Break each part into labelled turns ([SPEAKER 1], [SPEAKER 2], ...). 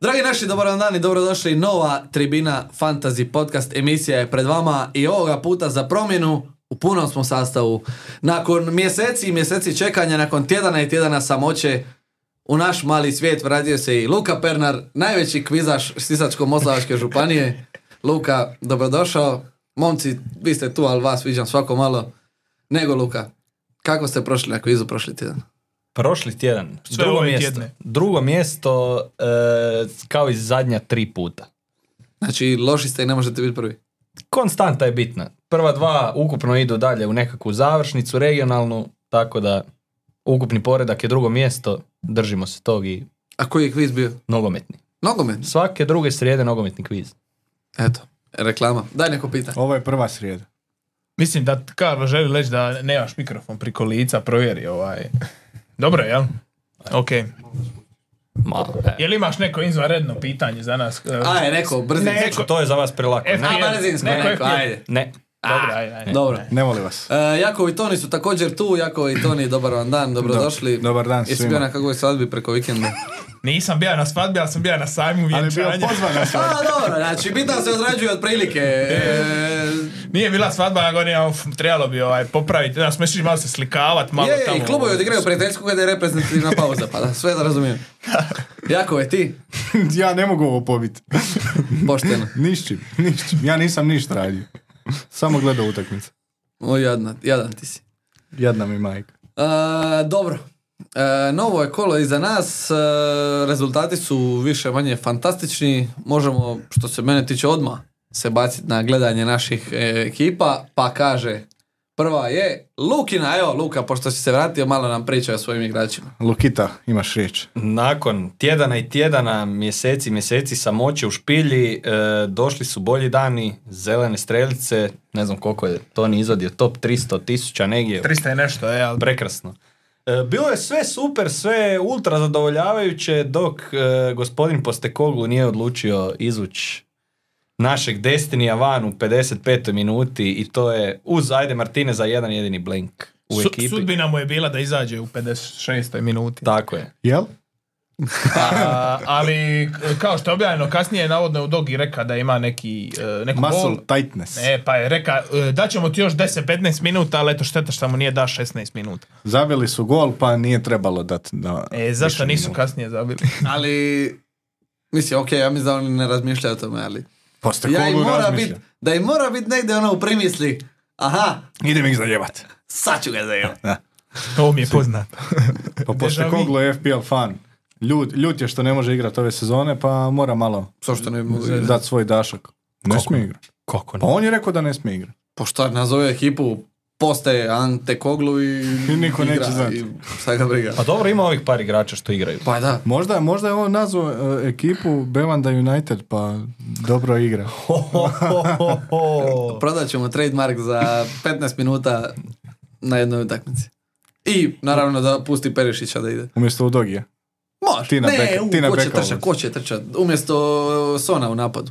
[SPEAKER 1] Dragi naši, dobar vam dan i dobrodošli. Nova tribina Fantasy Podcast emisija je pred vama i ovoga puta za promjenu u punom smo sastavu. Nakon mjeseci i mjeseci čekanja, nakon tjedana i tjedana samoće, u naš mali svijet vratio se i Luka Pernar, najveći kvizaš Sisačko-Moslavačke županije. Luka, dobrodošao. Momci, vi ste tu, ali vas viđam svako malo. Nego, Luka, kako ste prošli na kvizu prošli tjedan?
[SPEAKER 2] Prošli tjedan,
[SPEAKER 3] Sve
[SPEAKER 2] drugo
[SPEAKER 3] ove
[SPEAKER 2] mjesto,
[SPEAKER 3] tjedne.
[SPEAKER 2] drugo mjesto e, kao i zadnja tri puta.
[SPEAKER 1] Znači, loši ste i ne možete biti prvi.
[SPEAKER 2] Konstanta je bitna. Prva dva ukupno idu dalje u nekakvu završnicu regionalnu, tako da ukupni poredak je drugo mjesto, držimo se tog i
[SPEAKER 1] A koji je kviz bio?
[SPEAKER 2] nogometni.
[SPEAKER 1] Nogomet.
[SPEAKER 2] Svake druge srijede nogometni kviz.
[SPEAKER 1] Eto, reklama. Daj neko pita.
[SPEAKER 4] Ovo je prva srijeda.
[SPEAKER 3] Mislim da Karlo želi reći da nemaš mikrofon priko lica, provjeri ovaj. Dobro, jel? Ok.
[SPEAKER 2] Malo. e.
[SPEAKER 3] Jel imaš neko izvanredno pitanje za nas?
[SPEAKER 1] Aj, neko, brzi.
[SPEAKER 3] Ne,
[SPEAKER 1] Ovaj, Neko,
[SPEAKER 3] neko-
[SPEAKER 2] To je za vas prelako.
[SPEAKER 3] E,
[SPEAKER 2] Ne,
[SPEAKER 3] a-
[SPEAKER 1] brzinsko, neko,
[SPEAKER 3] neko je htio.
[SPEAKER 1] ajde.
[SPEAKER 2] ne.
[SPEAKER 3] Dobro, ajde, ajde.
[SPEAKER 1] Dobro.
[SPEAKER 4] Ne voli vas.
[SPEAKER 1] E, Jakov i Toni su također tu. Jakov i Toni, dobar vam dan, dobrodošli.
[SPEAKER 4] Dob- dobar dan
[SPEAKER 1] Jesi
[SPEAKER 4] svima.
[SPEAKER 1] bio na kakvoj svadbi preko vikenda?
[SPEAKER 3] Nisam bio na svadbi, ali sam bio na sajmu
[SPEAKER 4] Ali je bio
[SPEAKER 3] vjenčanja.
[SPEAKER 4] pozvan na sve.
[SPEAKER 1] A, dobro, znači, bitan se odrađuje otprilike. E,
[SPEAKER 3] Nije bila svadba, ja govorim, uf, trebalo bi ovaj, popraviti. Znaš, smo išli malo se slikavat, malo
[SPEAKER 1] je,
[SPEAKER 3] tamo.
[SPEAKER 1] i klubovi odigraju prijateljsku kada je reprezentativna pauza, pa da, sve da razumijem. Jakov je ti,
[SPEAKER 4] ja ne mogu ovo pobiti.
[SPEAKER 1] pošteno.
[SPEAKER 4] Nišćim, nišćim. Ja nisam ništa radio. Samo gledao utakmicu.
[SPEAKER 1] O, jadan, jadan ti si.
[SPEAKER 4] Jadna mi majka.
[SPEAKER 1] E, dobro. E, novo je kolo iza nas, e, rezultati su više manje fantastični, možemo što se mene tiče odmah se baciti na gledanje naših e, ekipa, pa kaže prva je Lukina, evo Luka pošto si se vratio malo nam priča o svojim igračima.
[SPEAKER 4] Lukita, imaš riječ.
[SPEAKER 2] Nakon tjedana i tjedana, mjeseci i mjeseci samoće u špilji, e, došli su bolji dani, zelene strelice, ne znam koliko je Toni izvadio, top 300 tisuća negdje.
[SPEAKER 3] 300 i nešto, je, ali...
[SPEAKER 2] Prekrasno. E, Bilo je sve super, sve ultra zadovoljavajuće dok e, gospodin Postekoglu nije odlučio izvući našeg Destinija van u 55. minuti i to je uz Ajde Martine za jedan jedini blink u
[SPEAKER 3] Su-
[SPEAKER 2] ekipi.
[SPEAKER 3] Sudbina mu je bila da izađe u 56. minuti.
[SPEAKER 2] Tako je.
[SPEAKER 4] Jel?
[SPEAKER 3] A, ali k- kao što je objavljeno kasnije navodno je u Dogi reka da ima neki e, neku bol.
[SPEAKER 4] Muscle tightness.
[SPEAKER 3] E, pa je reka, e, daćemo ti još 10-15 minuta, ali eto šteta što mu nije da 16 minuta.
[SPEAKER 4] Zabili su gol, pa nije trebalo dati na...
[SPEAKER 3] E, zašto
[SPEAKER 4] više
[SPEAKER 3] nisu
[SPEAKER 4] minuta.
[SPEAKER 3] kasnije zabili?
[SPEAKER 1] Ali, mislim, ok, ja mislim da oni ne razmišljaju o tome, ali
[SPEAKER 4] Poste
[SPEAKER 1] ja im
[SPEAKER 4] Koglu
[SPEAKER 1] mora bit,
[SPEAKER 4] razmišlja.
[SPEAKER 1] da im mora biti negdje ono u primisli, aha,
[SPEAKER 4] Idem ih zajebat.
[SPEAKER 1] sad ću ga zajebat.
[SPEAKER 3] To mi je poznato.
[SPEAKER 4] Pa poste Koglu je FPL fan. Ljut, ljut je što ne može igrati ove sezone, pa mora malo
[SPEAKER 1] Zašto ne mogu igrati?
[SPEAKER 4] dati svoj dašak. Ne smije igrati.
[SPEAKER 2] Kako
[SPEAKER 4] Pa on je rekao da ne smije igrati.
[SPEAKER 1] po šta nazove ekipu postaje Ante Koglu i,
[SPEAKER 4] I niko neće
[SPEAKER 1] igra,
[SPEAKER 4] znati.
[SPEAKER 1] i Sad ga briga.
[SPEAKER 2] Pa dobro, ima ovih par igrača što igraju.
[SPEAKER 1] Pa da.
[SPEAKER 4] Možda, možda je on nazvao e, ekipu Bevanda United, pa dobro igra.
[SPEAKER 1] Prodat ćemo trademark za 15 minuta na jednoj utakmici. I naravno da pusti Perišića da ide.
[SPEAKER 4] Umjesto u Dogija.
[SPEAKER 1] Može.
[SPEAKER 4] Ti na
[SPEAKER 1] ne,
[SPEAKER 4] beka-
[SPEAKER 1] u,
[SPEAKER 4] ti na
[SPEAKER 1] ko će
[SPEAKER 4] beka
[SPEAKER 1] trčat,
[SPEAKER 4] ubaci.
[SPEAKER 1] ko će trčat. Umjesto uh, Sona u napadu.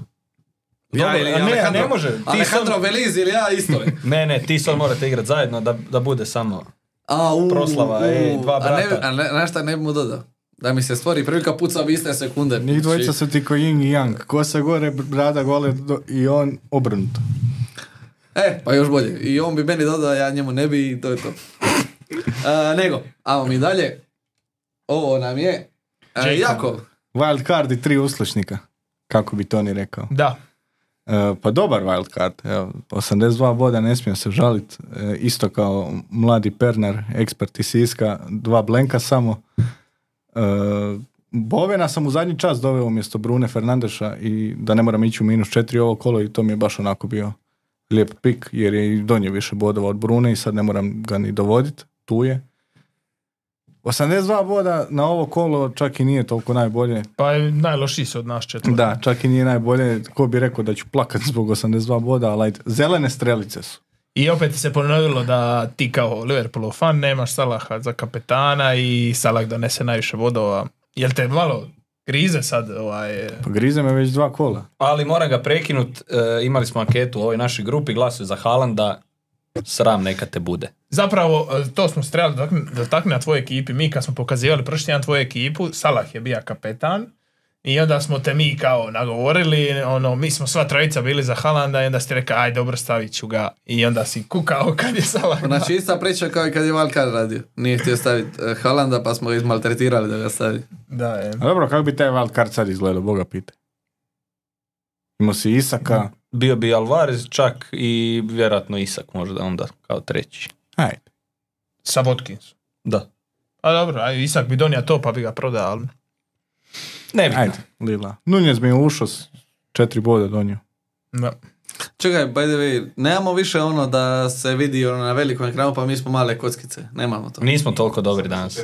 [SPEAKER 2] Dobro,
[SPEAKER 1] ili
[SPEAKER 2] a ne,
[SPEAKER 1] Alejandro-
[SPEAKER 2] ne može. Ti
[SPEAKER 1] Alejandro
[SPEAKER 2] sad-
[SPEAKER 1] Veliz ili ja isto je.
[SPEAKER 2] Ne, ne, ti sad morate igrati zajedno da, da bude samo...
[SPEAKER 1] A, u,
[SPEAKER 2] Proslava,
[SPEAKER 1] u,
[SPEAKER 2] ej, dva
[SPEAKER 1] A, ne,
[SPEAKER 2] brata.
[SPEAKER 1] a ne, znaš šta ne bi mu dodao? Da mi se stvori prilika puca vi iste sekunde.
[SPEAKER 4] Njih dvojica
[SPEAKER 1] Znači,
[SPEAKER 4] su ti ko yin i yang. Kosa gore, brada gole do- i on obrnuto.
[SPEAKER 1] E, pa još bolje. I on bi meni dodao, ja njemu ne bi i to je to. E, nego, ajmo mi dalje. Ovo nam je... E,
[SPEAKER 3] Jacob.
[SPEAKER 1] Jakov.
[SPEAKER 4] Wild card i tri uslušnika. Kako bi Toni rekao.
[SPEAKER 3] Da.
[SPEAKER 4] E, pa dobar wild card. Evo, 82 boda, ne smijem se žaliti. isto kao mladi Pernar, ekspert iz Siska. Dva blenka samo. E, Bovena sam u zadnji čas doveo umjesto Brune Fernandeša i da ne moram ići u minus četiri ovo kolo i to mi je baš onako bio lijep pik jer je i donio više bodova od Brune i sad ne moram ga ni dovoditi. Tu je. 82 boda na ovo kolo čak i nije toliko najbolje.
[SPEAKER 3] Pa je najlošiji su od nas četvora.
[SPEAKER 4] Da, čak i nije najbolje. Ko bi rekao da ću plakat zbog 82 boda, ali ajde. zelene strelice su.
[SPEAKER 3] I opet se ponovilo da ti kao Liverpoolov fan nemaš Salaha za kapetana i Salah donese najviše vodova. Jel te malo grize sad ovaj...
[SPEAKER 4] Pa grize me već dva kola.
[SPEAKER 2] Ali moram ga prekinut, e, imali smo anketu u ovoj našoj grupi, glasuju za Haalanda, sram neka te bude.
[SPEAKER 3] Zapravo, e, to smo strelali dotakn- dotakne na tvojoj ekipi. Mi kad smo pokazivali prošli tjedan tvoju ekipu, Salah je bio kapetan, I onda smo te mi kao nagovorili, ono, mi smo sva trojica bili za Halanda i onda si rekao, aj dobro, stavit ću ga. I onda si kukao kad je Salah.
[SPEAKER 1] Znači ista priča kao i kad je Valkar radio. Nije htio staviti eh, Haalanda pa smo ga izmaltretirali da ga stavi.
[SPEAKER 3] Da, je.
[SPEAKER 4] A dobro, kako bi taj wildcard sad izgledao, boga pite. Imao si Isaka,
[SPEAKER 2] Bio bi Alvarez čak i vjerojatno Isak možda onda kao treći.
[SPEAKER 4] ajde.
[SPEAKER 3] Sa Watkins.
[SPEAKER 2] Da.
[SPEAKER 3] A dobro, aj, Isak bi donio to pa bi ga prodao, ali...
[SPEAKER 2] Ne bi.
[SPEAKER 4] Ajde, Lila. Nunez mi je ušao s četiri boda donio.
[SPEAKER 3] Da.
[SPEAKER 1] Čekaj, by the way, nemamo više ono da se vidi ono na velikom ekranu pa mi smo male kockice. Nemamo to.
[SPEAKER 2] Nismo toliko dobri danas.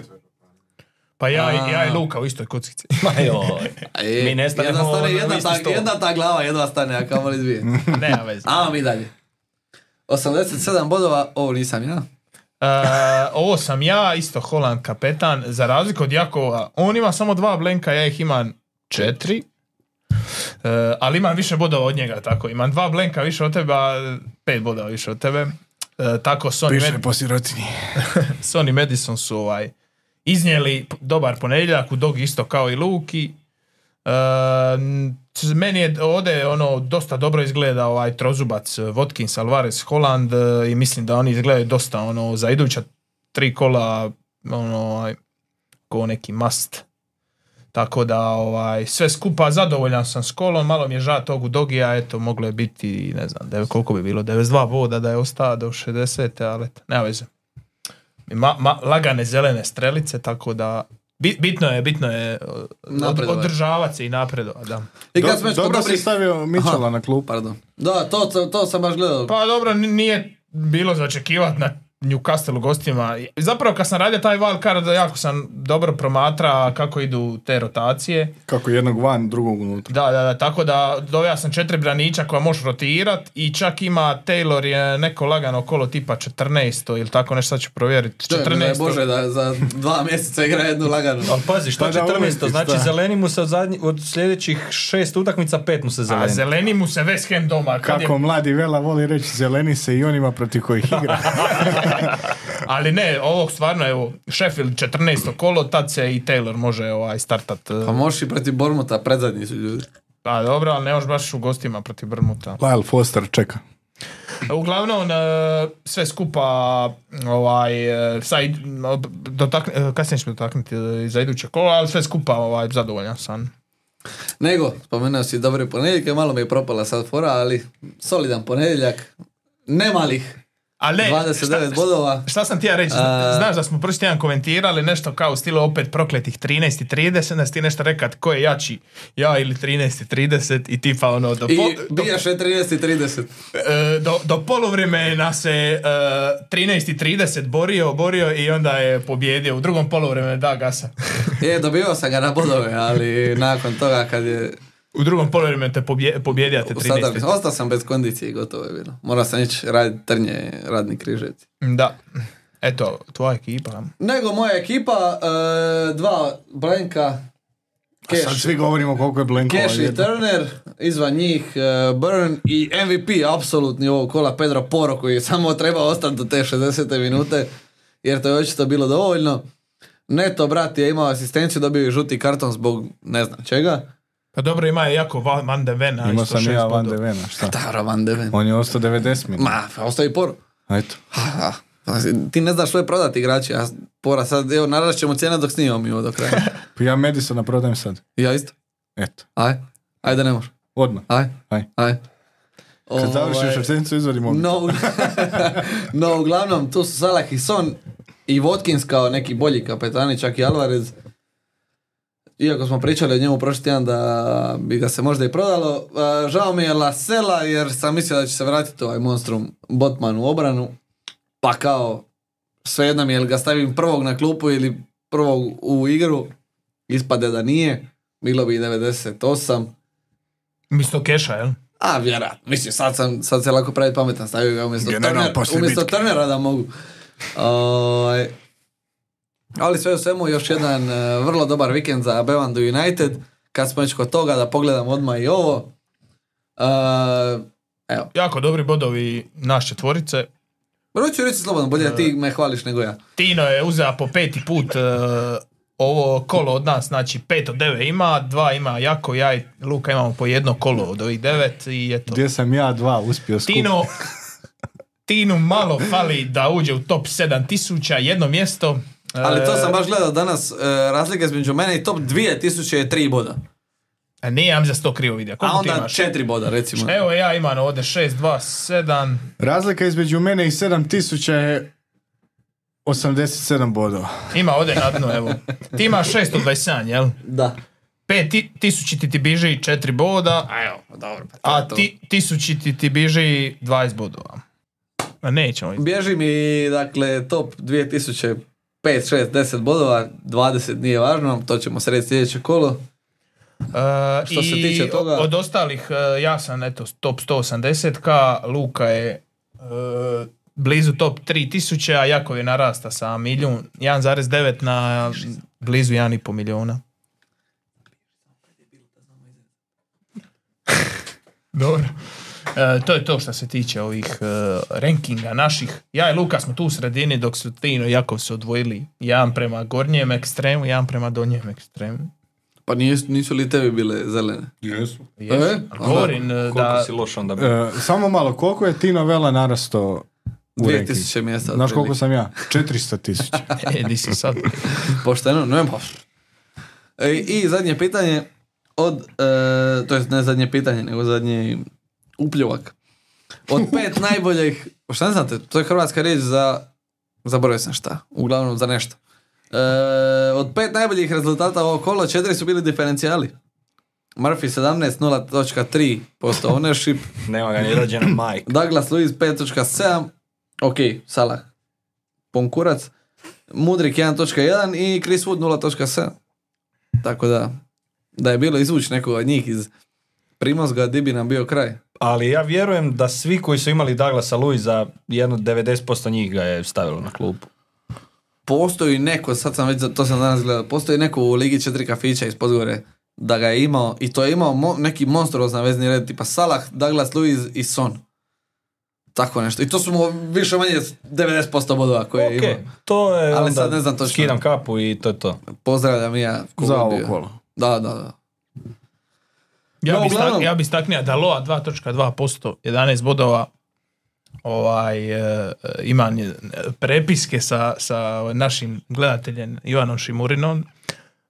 [SPEAKER 3] Pa ja,
[SPEAKER 1] A.
[SPEAKER 3] i- ja i Luka u istoj kockici.
[SPEAKER 2] Ma joj.
[SPEAKER 1] A je,
[SPEAKER 2] Mi ne stanemo
[SPEAKER 1] E, jedna, stane,
[SPEAKER 2] na
[SPEAKER 1] jedna,
[SPEAKER 2] isti
[SPEAKER 1] ta,
[SPEAKER 2] stol.
[SPEAKER 1] jedna ta glava jedva stane, a kamoli dvije.
[SPEAKER 3] Nema veze.
[SPEAKER 1] A mi dalje. 87 bodova, ovo nisam ja.
[SPEAKER 3] E, ovo sam ja, isto Holand kapetan, za razliku od Jakova. On ima samo dva blenka, ja ih imam četiri. E, ali imam više bodova od njega, tako. Imam dva blenka više od tebe, a pet bodova više od tebe. E, tako, Sony, Med-
[SPEAKER 4] po sirotini.
[SPEAKER 3] Sony Madison su ovaj, iznijeli p- dobar ponedjeljak, u dog isto kao i Luki. E, m, c- meni je ovdje ono dosta dobro izgleda ovaj trozubac e, Watkins, Alvarez, Holland e, i mislim da oni izgledaju dosta ono za iduća tri kola ono ovaj, ko neki must. Tako da ovaj sve skupa zadovoljan sam s kolom, malo mi je žao tog Dogija, eto moglo je biti ne znam, devet- koliko bi bilo 92 boda da je ostao do 60, ali eto, nema veze. Ma, ma- lagane zelene strelice, tako da bi- bitno je, bitno je e, od,
[SPEAKER 1] Napredovati.
[SPEAKER 3] održavati se i napredovati, da.
[SPEAKER 1] I kad smo već kod
[SPEAKER 4] dobro si
[SPEAKER 1] dobrih-
[SPEAKER 4] stavio Mičela
[SPEAKER 1] Aha.
[SPEAKER 4] na klupu.
[SPEAKER 1] Pardon. Da, to, to, to sam baš gledao.
[SPEAKER 3] Pa dobro, n- nije bilo za očekivati na Newcastle gostima. I Zapravo kad sam radio taj wildcard, jako sam dobro promatra kako idu te rotacije.
[SPEAKER 4] Kako jednog van, drugog unutra.
[SPEAKER 3] Da, da, da, tako da doveo sam četiri branića koja možeš rotirat i čak ima Taylor je neko lagano kolo tipa 14 ili tako nešto, sad ću provjeriti.
[SPEAKER 1] Čujem da je
[SPEAKER 3] 14.
[SPEAKER 1] Bože da za dva mjeseca igra jednu laganu.
[SPEAKER 2] Ali pazi, što
[SPEAKER 4] Pa da,
[SPEAKER 2] 14?
[SPEAKER 4] Olympics,
[SPEAKER 2] Znači
[SPEAKER 4] da.
[SPEAKER 2] zeleni mu se od, zadnji, od sljedećih šest utakmica pet mu se
[SPEAKER 3] A
[SPEAKER 2] zeleni.
[SPEAKER 3] zeleni mu se West Ham doma. kad je-
[SPEAKER 4] Kako mladi Vela voli reći, zeleni se i onima protiv kojih igra.
[SPEAKER 3] ali ne, ovog stvarno, evo, Sheffield 14. kolo, tad se i Taylor može ovaj, startat.
[SPEAKER 1] Pa možeš i protiv Bormuta, predzadnji su ljudi.
[SPEAKER 3] Pa dobro, ali ne možeš baš u gostima protiv Brmuta.
[SPEAKER 4] Lyle Foster čeka.
[SPEAKER 3] Uglavnom, e, sve skupa, ovaj, e, sad, no, dotakne- e, kasnije ćemo dotaknuti e, za iduće kola, ali sve skupa ovaj, zadovoljan sam.
[SPEAKER 1] Nego, spomenuo si dobre ponedjeljke, malo mi je propala sad fora, ali solidan ponedjeljak, nemalih,
[SPEAKER 3] Ali ne,
[SPEAKER 1] 29
[SPEAKER 3] šta,
[SPEAKER 1] bodova.
[SPEAKER 3] šta sam ti ja reći?
[SPEAKER 1] A-
[SPEAKER 3] Znaš da smo prošli tjedan komentirali nešto kao u stilu opet prokletih 13 i 30, da si ti nešto rekat ko je jači, ja ili 13 i 30 i tipa ono do,
[SPEAKER 1] I
[SPEAKER 3] pol- do,
[SPEAKER 1] bijaše 13 i 30.
[SPEAKER 3] e, do, do poluvremena se e, 13 i 30 borio, borio i onda je pobjedio u drugom poluvremenu, da gasa.
[SPEAKER 1] Je, dobio sam ga na bodove, ali nakon toga kad je...
[SPEAKER 3] U drugom polovremenu te pobje, pobjedija te 13.
[SPEAKER 1] Sada, ostao sam bez kondicije i gotovo je bilo. Morao sam ići raditi trnje, radni križevci.
[SPEAKER 3] Da. Eto, tvoja ekipa.
[SPEAKER 1] Nego moja ekipa, e, dva Blenka,
[SPEAKER 4] A sad
[SPEAKER 1] Cash,
[SPEAKER 4] svi govorimo koliko je Blenkova.
[SPEAKER 1] Cash i
[SPEAKER 4] jedna.
[SPEAKER 1] Turner, izvan njih e, Burn i MVP, apsolutni ovog kola Pedro Poro koji je samo trebao ostati do te 60. minute jer to je očito bilo dovoljno. Neto, brat, je imao asistenciju, dobio je žuti karton zbog ne znam čega.
[SPEAKER 3] Pa dobro, ima je jako Va- Van de Vena.
[SPEAKER 4] Imao
[SPEAKER 3] isto
[SPEAKER 4] sam
[SPEAKER 3] šest
[SPEAKER 4] ja Van
[SPEAKER 3] bodova.
[SPEAKER 4] de Vena, šta?
[SPEAKER 1] Taro Van de Ven.
[SPEAKER 4] On je ostao 90 minuta.
[SPEAKER 1] Ma, pa ostavi Poro.
[SPEAKER 4] Eto.
[SPEAKER 1] Ha, ha. Ti ne znaš što je prodati igrači, a Pora sad, evo, narast ćemo cijena dok snimamo mi ovo do kraja.
[SPEAKER 4] Pa ja Madisona prodajem sad.
[SPEAKER 1] Ja isto.
[SPEAKER 4] Eto.
[SPEAKER 1] Aj, aj da ne možeš.
[SPEAKER 4] Odmah.
[SPEAKER 1] Aj,
[SPEAKER 4] Aj.
[SPEAKER 1] aj.
[SPEAKER 4] Kad
[SPEAKER 1] Ovaj,
[SPEAKER 4] završiš rečenicu izvadimo.
[SPEAKER 1] No, no, uglavnom, tu su Salah i Son i Watkins kao neki bolji kapetani, čak i Alvarez. Iako smo pričali o njemu prošli tjedan da bi ga se možda i prodalo, e, žao mi je Lasela jer sam mislio da će se vratiti ovaj monstrum Botman u obranu, pa kao svejedno mi je li ga stavim prvog na klupu ili prvog u igru, ispade da nije, bilo bi i 98.
[SPEAKER 3] Misto Keša, jel?
[SPEAKER 1] A, vjerojatno. Mislim, sad, sam, sad se lako pravi pametan. Stavio ga umjesto,
[SPEAKER 4] General
[SPEAKER 1] Turner,
[SPEAKER 4] poslije
[SPEAKER 1] umjesto
[SPEAKER 4] bitke.
[SPEAKER 1] Turnera da mogu. Ovaj, ali sve u svemu, još jedan eh, vrlo dobar vikend za Bevandu United. Kad smo već kod toga, da pogledam odmah i ovo. Eh, evo.
[SPEAKER 3] Jako dobri bodovi naš četvorice.
[SPEAKER 1] Prvo ću reći slobodno, bolje da ti me hvališ nego ja.
[SPEAKER 3] Tino je uzeo po peti put e, ovo kolo od nas, znači pet od devet ima, dva ima Jako, ja i Luka imamo po jedno kolo od ovih devet i eto.
[SPEAKER 4] Gdje sam ja dva uspio skupiti.
[SPEAKER 3] Tino, Tinu malo fali da uđe u top 7000, jedno mjesto.
[SPEAKER 1] Ali to
[SPEAKER 3] E,
[SPEAKER 1] sam baš gledao danas, e, razlika između mene i top 2000 je 3 boda.
[SPEAKER 3] A e, nije ja mislim da si to krivo vidio.
[SPEAKER 1] A
[SPEAKER 3] Koliko ti
[SPEAKER 1] onda
[SPEAKER 3] imaš?
[SPEAKER 1] 4 boda recimo.
[SPEAKER 3] Evo ja imam ovdje 6, 2, 7.
[SPEAKER 4] Razlika između mene i 7000 je 87 bodova.
[SPEAKER 3] Ima ovdje na dnu, evo. Ti imaš 627, jel?
[SPEAKER 1] Da.
[SPEAKER 3] 5000 ti ti biži 4 boda,
[SPEAKER 1] A evo, dobro. pa to je
[SPEAKER 3] a
[SPEAKER 1] to.
[SPEAKER 3] ti, 1000 ti ti biži 20 bodova. Ma nećemo. iz-
[SPEAKER 1] Bježi mi, dakle, top 2000, 5, 6, 10 bodova, 20 nije važno, to ćemo srediti sljedeće kolo.
[SPEAKER 3] E,
[SPEAKER 1] Što se
[SPEAKER 3] i
[SPEAKER 1] tiče toga-
[SPEAKER 3] Od ostalih, e, ja sam eto top 180k, Luka je e, blizu top 3000, a Jakov je narasta sa milijun, 1,9 na blizu 1,5 milijuna. Dobro. E, to je to što se tiče ovih e, rankinga naših. Ja i Luka smo tu u sredini dok su Tino i Jakov se odvojili jedan prema gornjem ekstremu, jedan prema donjem ekstremu.
[SPEAKER 1] Pa nisu, nisu li tebi bile zelene?
[SPEAKER 2] Jesu.
[SPEAKER 3] Jesu.
[SPEAKER 1] E?
[SPEAKER 3] Ali govorim e,
[SPEAKER 2] Koliko
[SPEAKER 3] da...
[SPEAKER 2] si loš onda bio.
[SPEAKER 4] E, samo malo, koliko je Tino Vela narasto u
[SPEAKER 1] 2000
[SPEAKER 4] ranking?
[SPEAKER 1] mjesta.
[SPEAKER 4] Znaš koliko
[SPEAKER 1] otprilike.
[SPEAKER 4] sam ja? 400 tisuća.
[SPEAKER 3] E, di si sad?
[SPEAKER 1] Pošteno, ne pa. E, I zadnje pitanje od, e, to jest ne zadnje pitanje, nego zadnji upljuvak. Od pet najboljih, šta ne znate, to je hrvatska riječ za, zaboravio sam šta, uglavnom za nešto. E, od pet najboljih rezultata ovog kola, četiri su bili diferencijali. Murphy 17, 0.3% ownership,
[SPEAKER 2] Nema ga ni rođena majka.
[SPEAKER 1] Douglas Luiz 5.7, ok, Salah, Ponkurac, Mudrik 1.1 i Chris Wood 0.7. Tako da, da je bilo izvući nekoga od njih iz Primozga, di bi nam bio kraj.
[SPEAKER 2] Ali ja vjerujem da svi koji su imali Douglasa Luiza, jedno 90% njih ga je stavilo na klupu.
[SPEAKER 1] Postoji neko, sad sam već, za- to sam danas gledao, postoji neko u Ligi 4 kafića iz Podgore da ga je imao, i to je imao mo- neki monstruozan vezni red, tipa Salah, Douglas Luiz i Son. Tako nešto. I to su mu više manje 90% bodova koje je
[SPEAKER 2] Okej,
[SPEAKER 1] imao.
[SPEAKER 2] to je
[SPEAKER 1] Ali
[SPEAKER 2] onda
[SPEAKER 1] sad ne znam točno.
[SPEAKER 2] Skidam kapu i to je to.
[SPEAKER 1] Pozdravljam i ja. koga
[SPEAKER 4] Za ovo
[SPEAKER 1] bio.
[SPEAKER 4] kolo.
[SPEAKER 1] Da, da, da.
[SPEAKER 3] Ja
[SPEAKER 1] No,
[SPEAKER 3] bi, stak,
[SPEAKER 1] uglavnom-
[SPEAKER 3] ja bi staknio da Loa 2.2%, 11 bodova, ovaj, e, ima nje- prepiske sa, sa našim gledateljem Ivanom Šimurinom,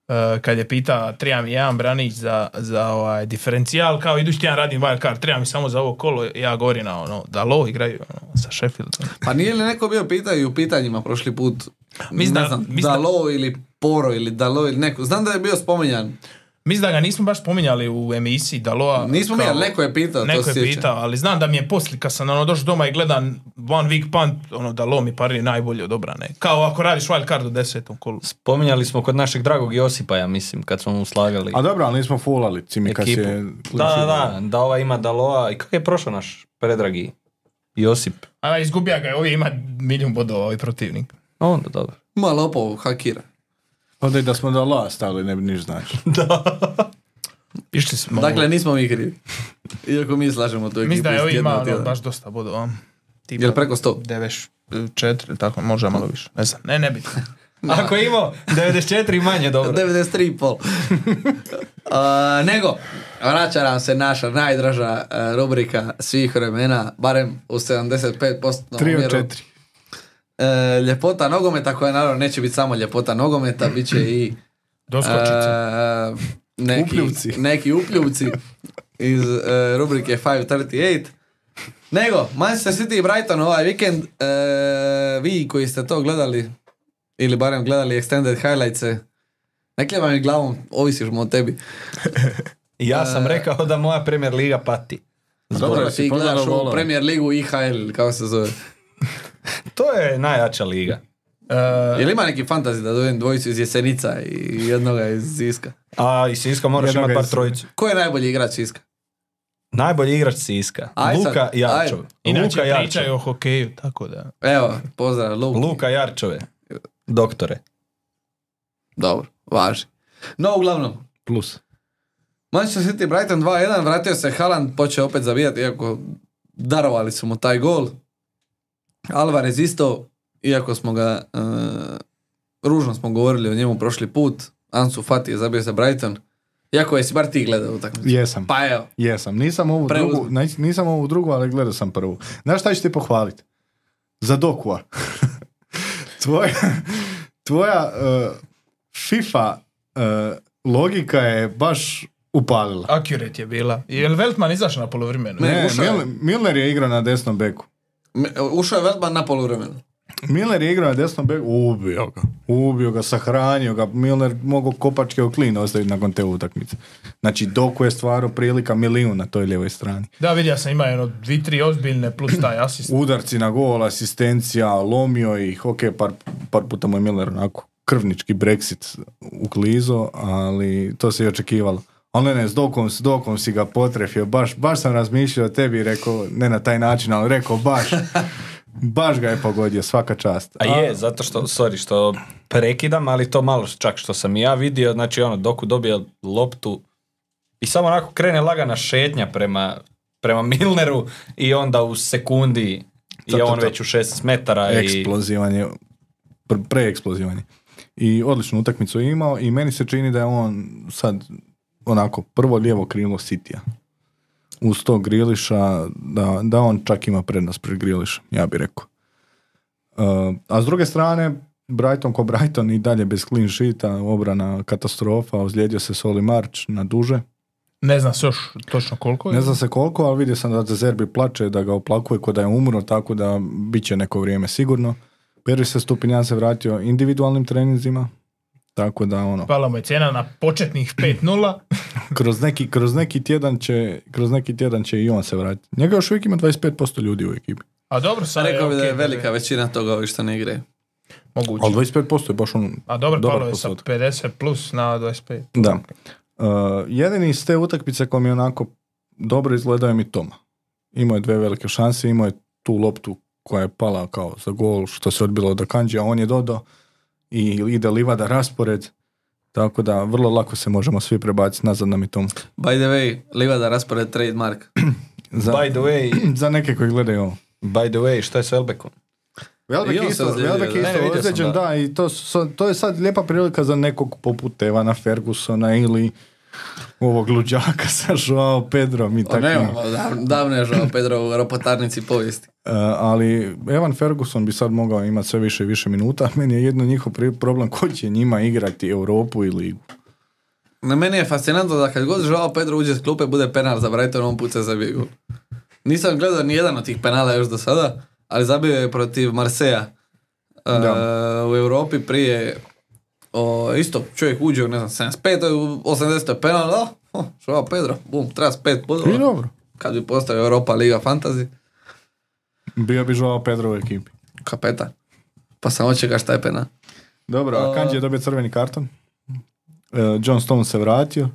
[SPEAKER 3] e, kad je pita treba mi jedan branić za, za ovaj diferencijal, kao idući tjedan radim wildcard, treba mi samo za ovo kolo, ja govorim na ono, da Lo igraju ono, sa Sheffieldom.
[SPEAKER 1] Pa nije li neko bio pitao i u pitanjima prošli put?
[SPEAKER 3] Mislim
[SPEAKER 1] ne
[SPEAKER 3] da-
[SPEAKER 1] znam,
[SPEAKER 3] mislim da-
[SPEAKER 1] Dalo ili Poro ili Dalo ili neko. Znam da je bio spominjan.
[SPEAKER 3] Mislim da ga nismo baš spominjali u emisiji Daloa.
[SPEAKER 1] Nismo mi,
[SPEAKER 3] kao-
[SPEAKER 1] ali neko je pitao. to
[SPEAKER 3] Neko
[SPEAKER 1] se
[SPEAKER 3] je
[SPEAKER 1] sjećam.
[SPEAKER 3] pitao, ali znam da mi je poslije kad sam ono došao doma i gledam One Week Punt, ono da lomi pari najbolje od obrane. Kao ako radiš wild card u desetom kolu.
[SPEAKER 2] Spominjali smo kod našeg dragog Josipa, ja mislim, kad smo mu slagali
[SPEAKER 4] A dobro, ali nismo fulali. Cimikas
[SPEAKER 2] ekipu.
[SPEAKER 4] je...
[SPEAKER 2] Da, da, da, da ova ima Daloa. I kako je prošao naš predragi Josip?
[SPEAKER 3] A izgubija ga je, ovdje ima milijun bodova ovaj protivnik.
[SPEAKER 2] Onda dobro.
[SPEAKER 1] Ma lopov, hakira.
[SPEAKER 4] Onda i Pa da smo Daloa stavili, ne bi niš znači.
[SPEAKER 3] Išli smo.
[SPEAKER 1] Dakle, nismo mi krivi. Iako mi slažemo tu ekipu.
[SPEAKER 3] mislim da je
[SPEAKER 1] iz
[SPEAKER 3] ovdje
[SPEAKER 1] tjedna
[SPEAKER 3] ima
[SPEAKER 1] u
[SPEAKER 3] ono,
[SPEAKER 1] tjedan.
[SPEAKER 3] baš dosta bodova. Tipa
[SPEAKER 1] Jel preko 100?
[SPEAKER 3] 94, tako možda malo više. Ne znam, ne, ne bitno.
[SPEAKER 2] Ako je imao 94 i manje, dobro.
[SPEAKER 1] 93,5. A, nego, vraća nam se naša najdraža e, rubrika svih vremena, barem u 75%
[SPEAKER 4] 3 od
[SPEAKER 1] omjeru.
[SPEAKER 4] 4.
[SPEAKER 1] E, ljepota nogometa koja naravno neće biti samo ljepota nogometa, bit će i
[SPEAKER 3] Doskočice.
[SPEAKER 1] e, neki,
[SPEAKER 4] Upljuvci.
[SPEAKER 1] neki upljuvci iz e, rubrike 538. Nego, Manchester City i Brighton ovaj vikend, e, vi koji ste to gledali, ili barem gledali extended highlights ne kljevam mi glavom, ovisiš o tebi.
[SPEAKER 2] Ja sam
[SPEAKER 1] E.
[SPEAKER 2] rekao da moja Premier Liga pati.
[SPEAKER 1] Dobro,
[SPEAKER 4] si
[SPEAKER 1] ti
[SPEAKER 4] pogledao
[SPEAKER 1] gledaš u
[SPEAKER 4] golove.
[SPEAKER 1] Premier Ligu IHL, ili kako se zove.
[SPEAKER 2] To je najjača liga.
[SPEAKER 4] Eh.
[SPEAKER 3] E,
[SPEAKER 1] Jel ima neki fantasy da dovedem dvojicu iz Jesenica i jednoga iz Siska?
[SPEAKER 2] A i Siska moraš
[SPEAKER 4] Jednoga
[SPEAKER 2] imati par
[SPEAKER 4] iz-
[SPEAKER 2] trojicu.
[SPEAKER 1] Ko je najbolji igrač Siska?
[SPEAKER 2] Najbolji igrač Siska.
[SPEAKER 1] Aj sad,
[SPEAKER 2] Luka
[SPEAKER 1] aj.
[SPEAKER 2] Jarčov.
[SPEAKER 3] inače
[SPEAKER 2] Luka Jarčov.
[SPEAKER 3] pričaju o hokeju, tako da.
[SPEAKER 1] Evo, pozdrav, Luka.
[SPEAKER 2] Luka Jarčove. Doktore.
[SPEAKER 1] Dobro, važi. No, uglavnom,
[SPEAKER 4] Plus.
[SPEAKER 1] Manchester City Brighton 2-1, vratio se Haaland, počeo opet zabijati, iako darovali su mu taj gol. Alvarez isto, iako smo ga e, ružno smo govorili o njemu prošli put, Ansu Fati je zabio za Brighton, jako jesi bar ti gledao utakmicu.
[SPEAKER 4] Jesam.
[SPEAKER 1] Pa evo,
[SPEAKER 4] Jesam, nisam ovu
[SPEAKER 1] Preuzmi.
[SPEAKER 4] drugu, nis- nisam ovu drugu, ali gledao sam prvu. Znaš šta ću ti pohvaliti? Za Dokua. tvoja tvoja eh, FIFA eh, logika je baš upalila.
[SPEAKER 3] Accurate je bila. Je li Veltman izašao na polovremenu?
[SPEAKER 1] Ne,
[SPEAKER 4] Ne,
[SPEAKER 1] ušao je.
[SPEAKER 4] Mil- Milner je igrao na desnom beku.
[SPEAKER 1] Me- ušao je Veltman na poluvremenu.
[SPEAKER 4] Milner je igrao na desnom beku, ubio ga. Ubio ga, sahranio ga. Milner mogao kopačke u klin ostaviti nakon te utakmice. Znači, Doku je stvarno prilika milijun na toj lijevoj strani.
[SPEAKER 3] Da, vidio sam, ima jedno dvi, tri ozbiljne plus taj asist.
[SPEAKER 4] Udarci na gol, asistencija, lomio ih, ok, par, par puta mu je Miller onako krvnički Brexit uklizo, ali to se i očekivalo. Ali ne, ne, s dokom, s dokom si ga potrefio, baš, baš sam razmišljao o tebi i rekao, ne na taj način, ali rekao baš, baš ga je pogodio, svaka čast.
[SPEAKER 2] A je, zato što, sorry, što prekidam, ali to malo čak što sam i ja vidio, znači ono, Doku dobije loptu i samo onako krene lagana šetnja prema, prema Milneru i onda u sekundi
[SPEAKER 4] To,
[SPEAKER 2] je
[SPEAKER 4] to,
[SPEAKER 2] on
[SPEAKER 4] to.
[SPEAKER 2] već u 16 metara i...
[SPEAKER 4] eksplozivan je, pre- preeksplozivan je. I odličnu utakmicu je imao i meni se čini da je on sad onako prvo lijevo krilo Sitija. Uz to Griliša, da, da on čak ima prednost pred Grilišem, ja bih rekao. Uh, a s druge strane, Brighton ko Brighton i dalje bez clean sheeta, obrana katastrofa, ozlijedio se Soli March na duže.
[SPEAKER 3] Ne znam se još točno koliko je.
[SPEAKER 4] Ne zna se koliko, ali vidio sam da Zerbi plače, da ga oplakuje ko da je umro, tako da bit će neko vrijeme sigurno. Pervi se stupinjan se vratio individualnim treninzima, tako da ono,
[SPEAKER 3] Pala mu je cijena na početnih 5-0.
[SPEAKER 4] kroz neki, kroz neki tjedan će, kroz neki tjedan će i on se vratiti. Njega još uvijek ima 25% ljudi u ekipi.
[SPEAKER 3] A dobro, sad je
[SPEAKER 1] Rekao bi da je
[SPEAKER 3] ok,
[SPEAKER 1] velika većina toga ovih što ne igraju.
[SPEAKER 3] Moguće.
[SPEAKER 4] Ali 25% je baš ono,
[SPEAKER 3] A dobro,
[SPEAKER 4] dobar
[SPEAKER 3] palo je sa
[SPEAKER 4] postotak.
[SPEAKER 3] 50 plus na 25.
[SPEAKER 4] Da. Uh, jedini iz te utakmice koji mi je onako dobro izgledao je mi Toma. Imao je dve velike šanse, imao je tu loptu koja je pala kao za gol, što se odbilo od Akanđija, on je dodao i ide livada raspored, tako da vrlo lako se možemo svi prebaciti nazad na Mitomu.
[SPEAKER 1] By the way, Livada raspored trademark.
[SPEAKER 4] Za,
[SPEAKER 2] By the way,
[SPEAKER 4] za neke koji gledaju ovo.
[SPEAKER 2] by the way, šta je s Elbekom?
[SPEAKER 1] I on
[SPEAKER 4] Velbek
[SPEAKER 1] se
[SPEAKER 4] isto,
[SPEAKER 1] ozlijedio,
[SPEAKER 4] Welbeck
[SPEAKER 1] da.
[SPEAKER 4] je
[SPEAKER 2] Ne, ne,
[SPEAKER 4] isto
[SPEAKER 2] vidio sam,
[SPEAKER 4] ozlijeđen,
[SPEAKER 2] da.
[SPEAKER 4] da, i to, su- to je sad lijepa prilika za nekog poput Evana Fergusona ili ovog luđaka sa Joao Pedrom i
[SPEAKER 1] O,
[SPEAKER 4] tako.
[SPEAKER 1] Pa ne, ono, dav- davno je žao Pedro u ropotarnici povijesti.
[SPEAKER 4] E, ali Evan Ferguson bi sad mogao imati sve više i više minuta. Meni je jedno njihov pri- problem ko će njima igrati Europu i ligu.
[SPEAKER 1] Na meni je fascinantno da kad god žao Pedro uđe s klupe bude penal za Brighton, on puca za bijegu. Nisam gledao ni jedan od tih penala još do sada, ali zabio je protiv Marseja e, u Europi prije o, isto čovjek uđe u ne znam 75. u 80. je penal, o, o, žao Pedro, bum, tras pet
[SPEAKER 4] I
[SPEAKER 1] bodova.
[SPEAKER 4] dobro.
[SPEAKER 1] Kad bi postao Europa Liga Fantasy,
[SPEAKER 4] Bio bi žao Pedro u ekipi.
[SPEAKER 1] kapetan. Pa samo čeka šta je penal.
[SPEAKER 4] Dobro, a Kanji Eh, je dobio crveni karton. E, John Stone se vratio.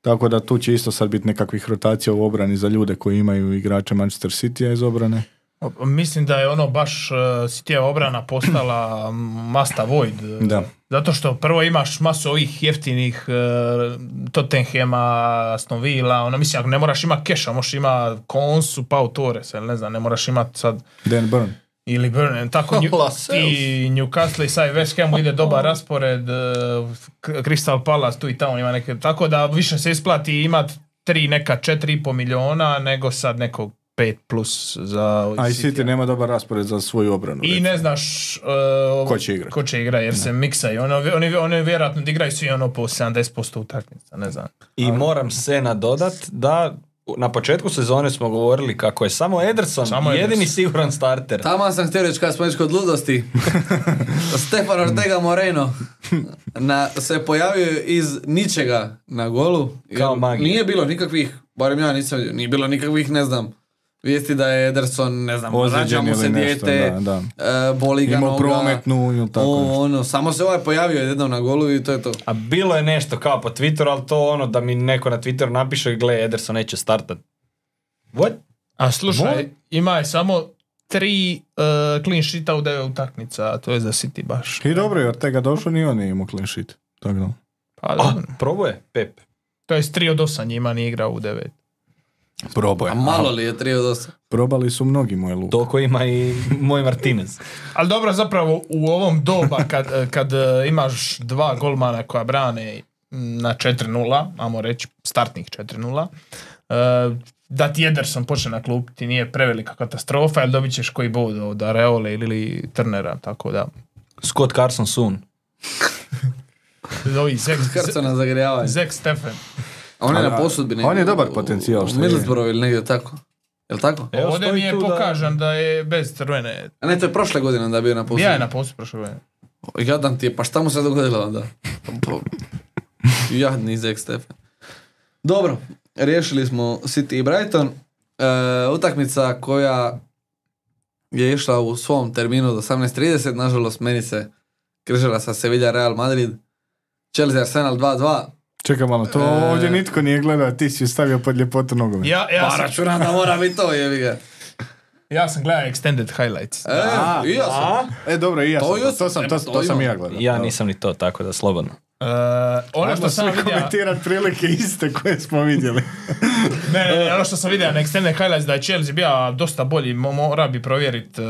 [SPEAKER 4] Tako da tu će isto sad biti nekakvih rotacija u obrani za ljude koji imaju igrače Manchester City iz obrane.
[SPEAKER 3] O- Mislim da je ono baš uh, Sitija obrana postala masta void.
[SPEAKER 4] Da.
[SPEAKER 3] Zato što prvo imaš masu ovih jeftinih uh, Tottenhema, Aston Villa, ono mislim ako ne moraš imat keša, možeš imat Konsu, Pau Torres, ili ne znam, ne moraš imat sad
[SPEAKER 4] Dan Burn.
[SPEAKER 3] ili Burn, tako Nju-
[SPEAKER 1] Lascelles.
[SPEAKER 3] i Newcastle i sad West Hamu ide dobar raspored, uh, K- Crystal Palace tu i tamo ima neke, tako da više se isplati imat tri neka četiri i po miliona nego sad nekog pet plus za
[SPEAKER 4] A i
[SPEAKER 3] City-a.
[SPEAKER 4] City nema dobar raspored za svoju obranu.
[SPEAKER 3] I ne znaš uh,
[SPEAKER 4] Ko će igrat?
[SPEAKER 3] ko će igrat, jer se miksaju. Ono, oni, oni vjerojatno da igraju svi ono po 70% utakmica, ne znam.
[SPEAKER 2] I moram se nadodat da na početku sezone smo govorili kako je samo Ederson
[SPEAKER 3] Samo Ederson.
[SPEAKER 2] jedini siguran starter.
[SPEAKER 1] Tamo sam htio reći kad smo već kod ludosti. Stefan Ortega Moreno na, se pojavio iz ničega na golu. jer
[SPEAKER 2] Kao magija.
[SPEAKER 1] Nije bilo nikakvih, barem ja nisam vidio, nije bilo nikakvih, ne znam, vijesti da je Ederson, ne znam,
[SPEAKER 4] Ozlijeđen
[SPEAKER 1] rađa mu
[SPEAKER 4] ili
[SPEAKER 1] se
[SPEAKER 4] nešto,
[SPEAKER 1] dijete,
[SPEAKER 4] da,
[SPEAKER 1] e, boli ga
[SPEAKER 4] Imao
[SPEAKER 1] noga.
[SPEAKER 4] prometnu ili tako
[SPEAKER 1] Ovo,
[SPEAKER 4] nešto.
[SPEAKER 1] ono, samo se ovaj pojavio jednom na golu i to je to.
[SPEAKER 2] A bilo je nešto kao po Twitteru, ali to ono da mi neko na Twitteru napiše gle, Ederson neće startat. What?
[SPEAKER 3] A slušaj,
[SPEAKER 4] Moj-
[SPEAKER 3] ima je samo tri uh, clean sheeta u devet utakmica, a to je za City baš.
[SPEAKER 4] I dobro, jer tega došao ni on nije imao clean sheet. Tako da.
[SPEAKER 3] Pa,
[SPEAKER 2] A,
[SPEAKER 3] dobro.
[SPEAKER 2] probao je Pep.
[SPEAKER 3] to je tri od osam njima nije igrao u devet.
[SPEAKER 4] Probao je.
[SPEAKER 1] A malo li je 3 od 8?
[SPEAKER 4] Probali su mnogi moj luk.
[SPEAKER 2] Toliko ima i moj Martinez.
[SPEAKER 3] Ali dobro, zapravo u ovom doba kad, eh, kad eh, imaš dva golmana koja brane mm, na 4-0, ajmo reći startnih 4-0, eh, da ti Ederson počne na klub ti nije prevelika katastrofa, jer dobit ćeš koji bod od Areole ili Turnera, tako da.
[SPEAKER 2] Scott Carson Soon.
[SPEAKER 3] Ovi Zek,
[SPEAKER 1] Krca na zagrijavanje.
[SPEAKER 3] Zek Steffen.
[SPEAKER 1] A on je
[SPEAKER 4] A
[SPEAKER 1] na
[SPEAKER 4] da,
[SPEAKER 1] posudbi.
[SPEAKER 4] on
[SPEAKER 1] negdje
[SPEAKER 4] je dobar
[SPEAKER 1] u-
[SPEAKER 4] potencijal,
[SPEAKER 1] U
[SPEAKER 4] što je. E.
[SPEAKER 1] Middlesbrough ili negdje tako. Jel tako?
[SPEAKER 2] Evo,
[SPEAKER 3] Ovdje
[SPEAKER 2] stoji
[SPEAKER 3] mi je
[SPEAKER 2] E, tu da-
[SPEAKER 3] pokažan da... je bez crvene.
[SPEAKER 1] A ne, to je prošle godine da je bio na posudbi.
[SPEAKER 3] Ja je na poslu prošle godine.
[SPEAKER 1] Jadan ti je, pa šta mu se dogodilo onda? Pa- Jadni Zek Stefan. Dobro, riješili smo City i Brighton. E, utakmica koja je išla u svom terminu do 18.30, nažalost meni se križala sa Sevilla Real Madrid. Chelsea Arsenal 2-2.
[SPEAKER 4] Čekaj malo, to
[SPEAKER 1] E.
[SPEAKER 4] ovdje nitko nije gledao, a ti si ju stavio pod ljepotu nogove.
[SPEAKER 3] Ja, ja,
[SPEAKER 1] Pa
[SPEAKER 3] sam,
[SPEAKER 1] računam da mora biti to, jebi ga.
[SPEAKER 3] ja sam gledao Extended Highlights.
[SPEAKER 1] E, i ja sam.
[SPEAKER 4] E, dobro, i ja
[SPEAKER 1] To
[SPEAKER 4] sam,
[SPEAKER 1] ju-
[SPEAKER 4] to, to sam, to,
[SPEAKER 1] to
[SPEAKER 4] to sam i
[SPEAKER 1] imam.
[SPEAKER 4] ja gledao.
[SPEAKER 2] Ja nisam ni to, tako da slobodno.
[SPEAKER 3] E, ono što sam vidio...
[SPEAKER 4] komentirati prilike iste koje smo vidjeli.
[SPEAKER 3] Ne, ne, ne, ono što sam vidio na Extended Highlights da je Chelsea bio dosta bolji, mo- mora bi provjeriti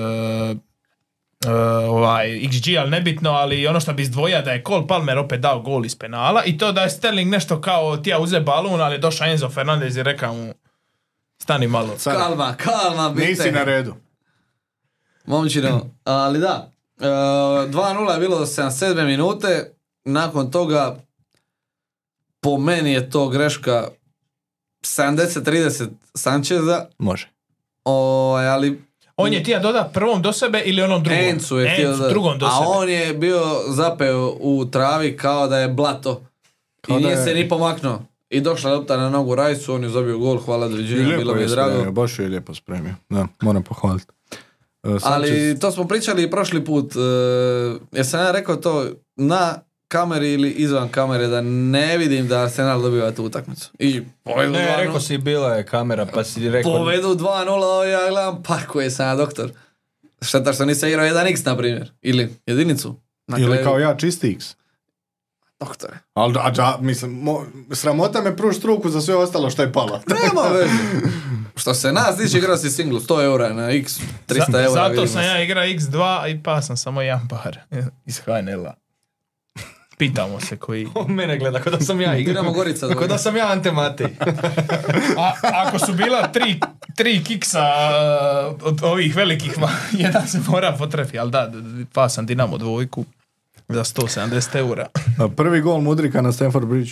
[SPEAKER 3] ovaj, XG, ali nebitno, ali ono što bi izdvojio da je Cole Palmer opet dao gol iz penala i to da je Sterling nešto kao tija uze balun, ali je došao Enzo Fernandez i rekao mu stani malo.
[SPEAKER 4] Cara.
[SPEAKER 1] Kalma, kalma, bite.
[SPEAKER 4] Nisi na redu.
[SPEAKER 1] Momčino, ali da, e, 2-0 je bilo do 77 minute, nakon toga, po meni je to greška 70-30 Sancheza,
[SPEAKER 2] Može.
[SPEAKER 1] ovaj, ali
[SPEAKER 3] On je tija doda prvom do sebe ili onom drugom?
[SPEAKER 1] Encu je htio da-
[SPEAKER 3] drugom do
[SPEAKER 1] a
[SPEAKER 3] sebe.
[SPEAKER 1] on je bio zapeo u travi kao da je blato
[SPEAKER 4] Kao
[SPEAKER 1] i
[SPEAKER 4] da
[SPEAKER 1] nije
[SPEAKER 4] je-
[SPEAKER 1] se ni pomaknuo. I došla je lopta na nogu Rajsu, on je zabio gol, hvala
[SPEAKER 4] I
[SPEAKER 1] doviđenja, bilo
[SPEAKER 4] lijepo
[SPEAKER 1] mi
[SPEAKER 4] je
[SPEAKER 1] je drago.
[SPEAKER 4] spremio, baš ju je lijepo spremio. Da, moram pohvaliti. E, Sanchez-
[SPEAKER 1] Ali to smo pričali i prošli put. E, jesam ja rekao to na kameri ili izvan kamere da ne vidim da Arsenal dobiva tu utakmicu. I povedu
[SPEAKER 2] Ne, rekao
[SPEAKER 1] 2-0.
[SPEAKER 2] si bila je kamera, pa si rekao...
[SPEAKER 1] Povedu 2-0, a ja gledam, pa koji sam ja doktor. Šteta što nisam igrao 1x, na primjer. Ili jedinicu. Na
[SPEAKER 4] Ili
[SPEAKER 1] kraju,
[SPEAKER 4] kao ja, čisti X.
[SPEAKER 1] Doktore.
[SPEAKER 4] Ali da, da, mislim, mo- sramota me pruš ruku za sve ostalo što je pala.
[SPEAKER 1] Nema veze. Što se nas tiče, igrao si singlu 100 eura na x, 300
[SPEAKER 3] Za-
[SPEAKER 1] eura.
[SPEAKER 3] Zato
[SPEAKER 1] vidimo
[SPEAKER 3] sam
[SPEAKER 1] se.
[SPEAKER 3] ja igrao X2 i pa sam samo jedan par iz HNL-a. Pitamo se koji...
[SPEAKER 2] On mene gleda, kao da sam ja igrao.
[SPEAKER 1] Idemo Gorica.
[SPEAKER 2] Kao da sam ja Ante Matej.
[SPEAKER 3] A, ako su bila tri, tri kiksa e, od ovih velikih, ma, jedan se mora potrefi, ali da, d- d- pa sam Dinamo dvojku za 170 eura.
[SPEAKER 4] A Prvi gol Mudrika na Stanford bridge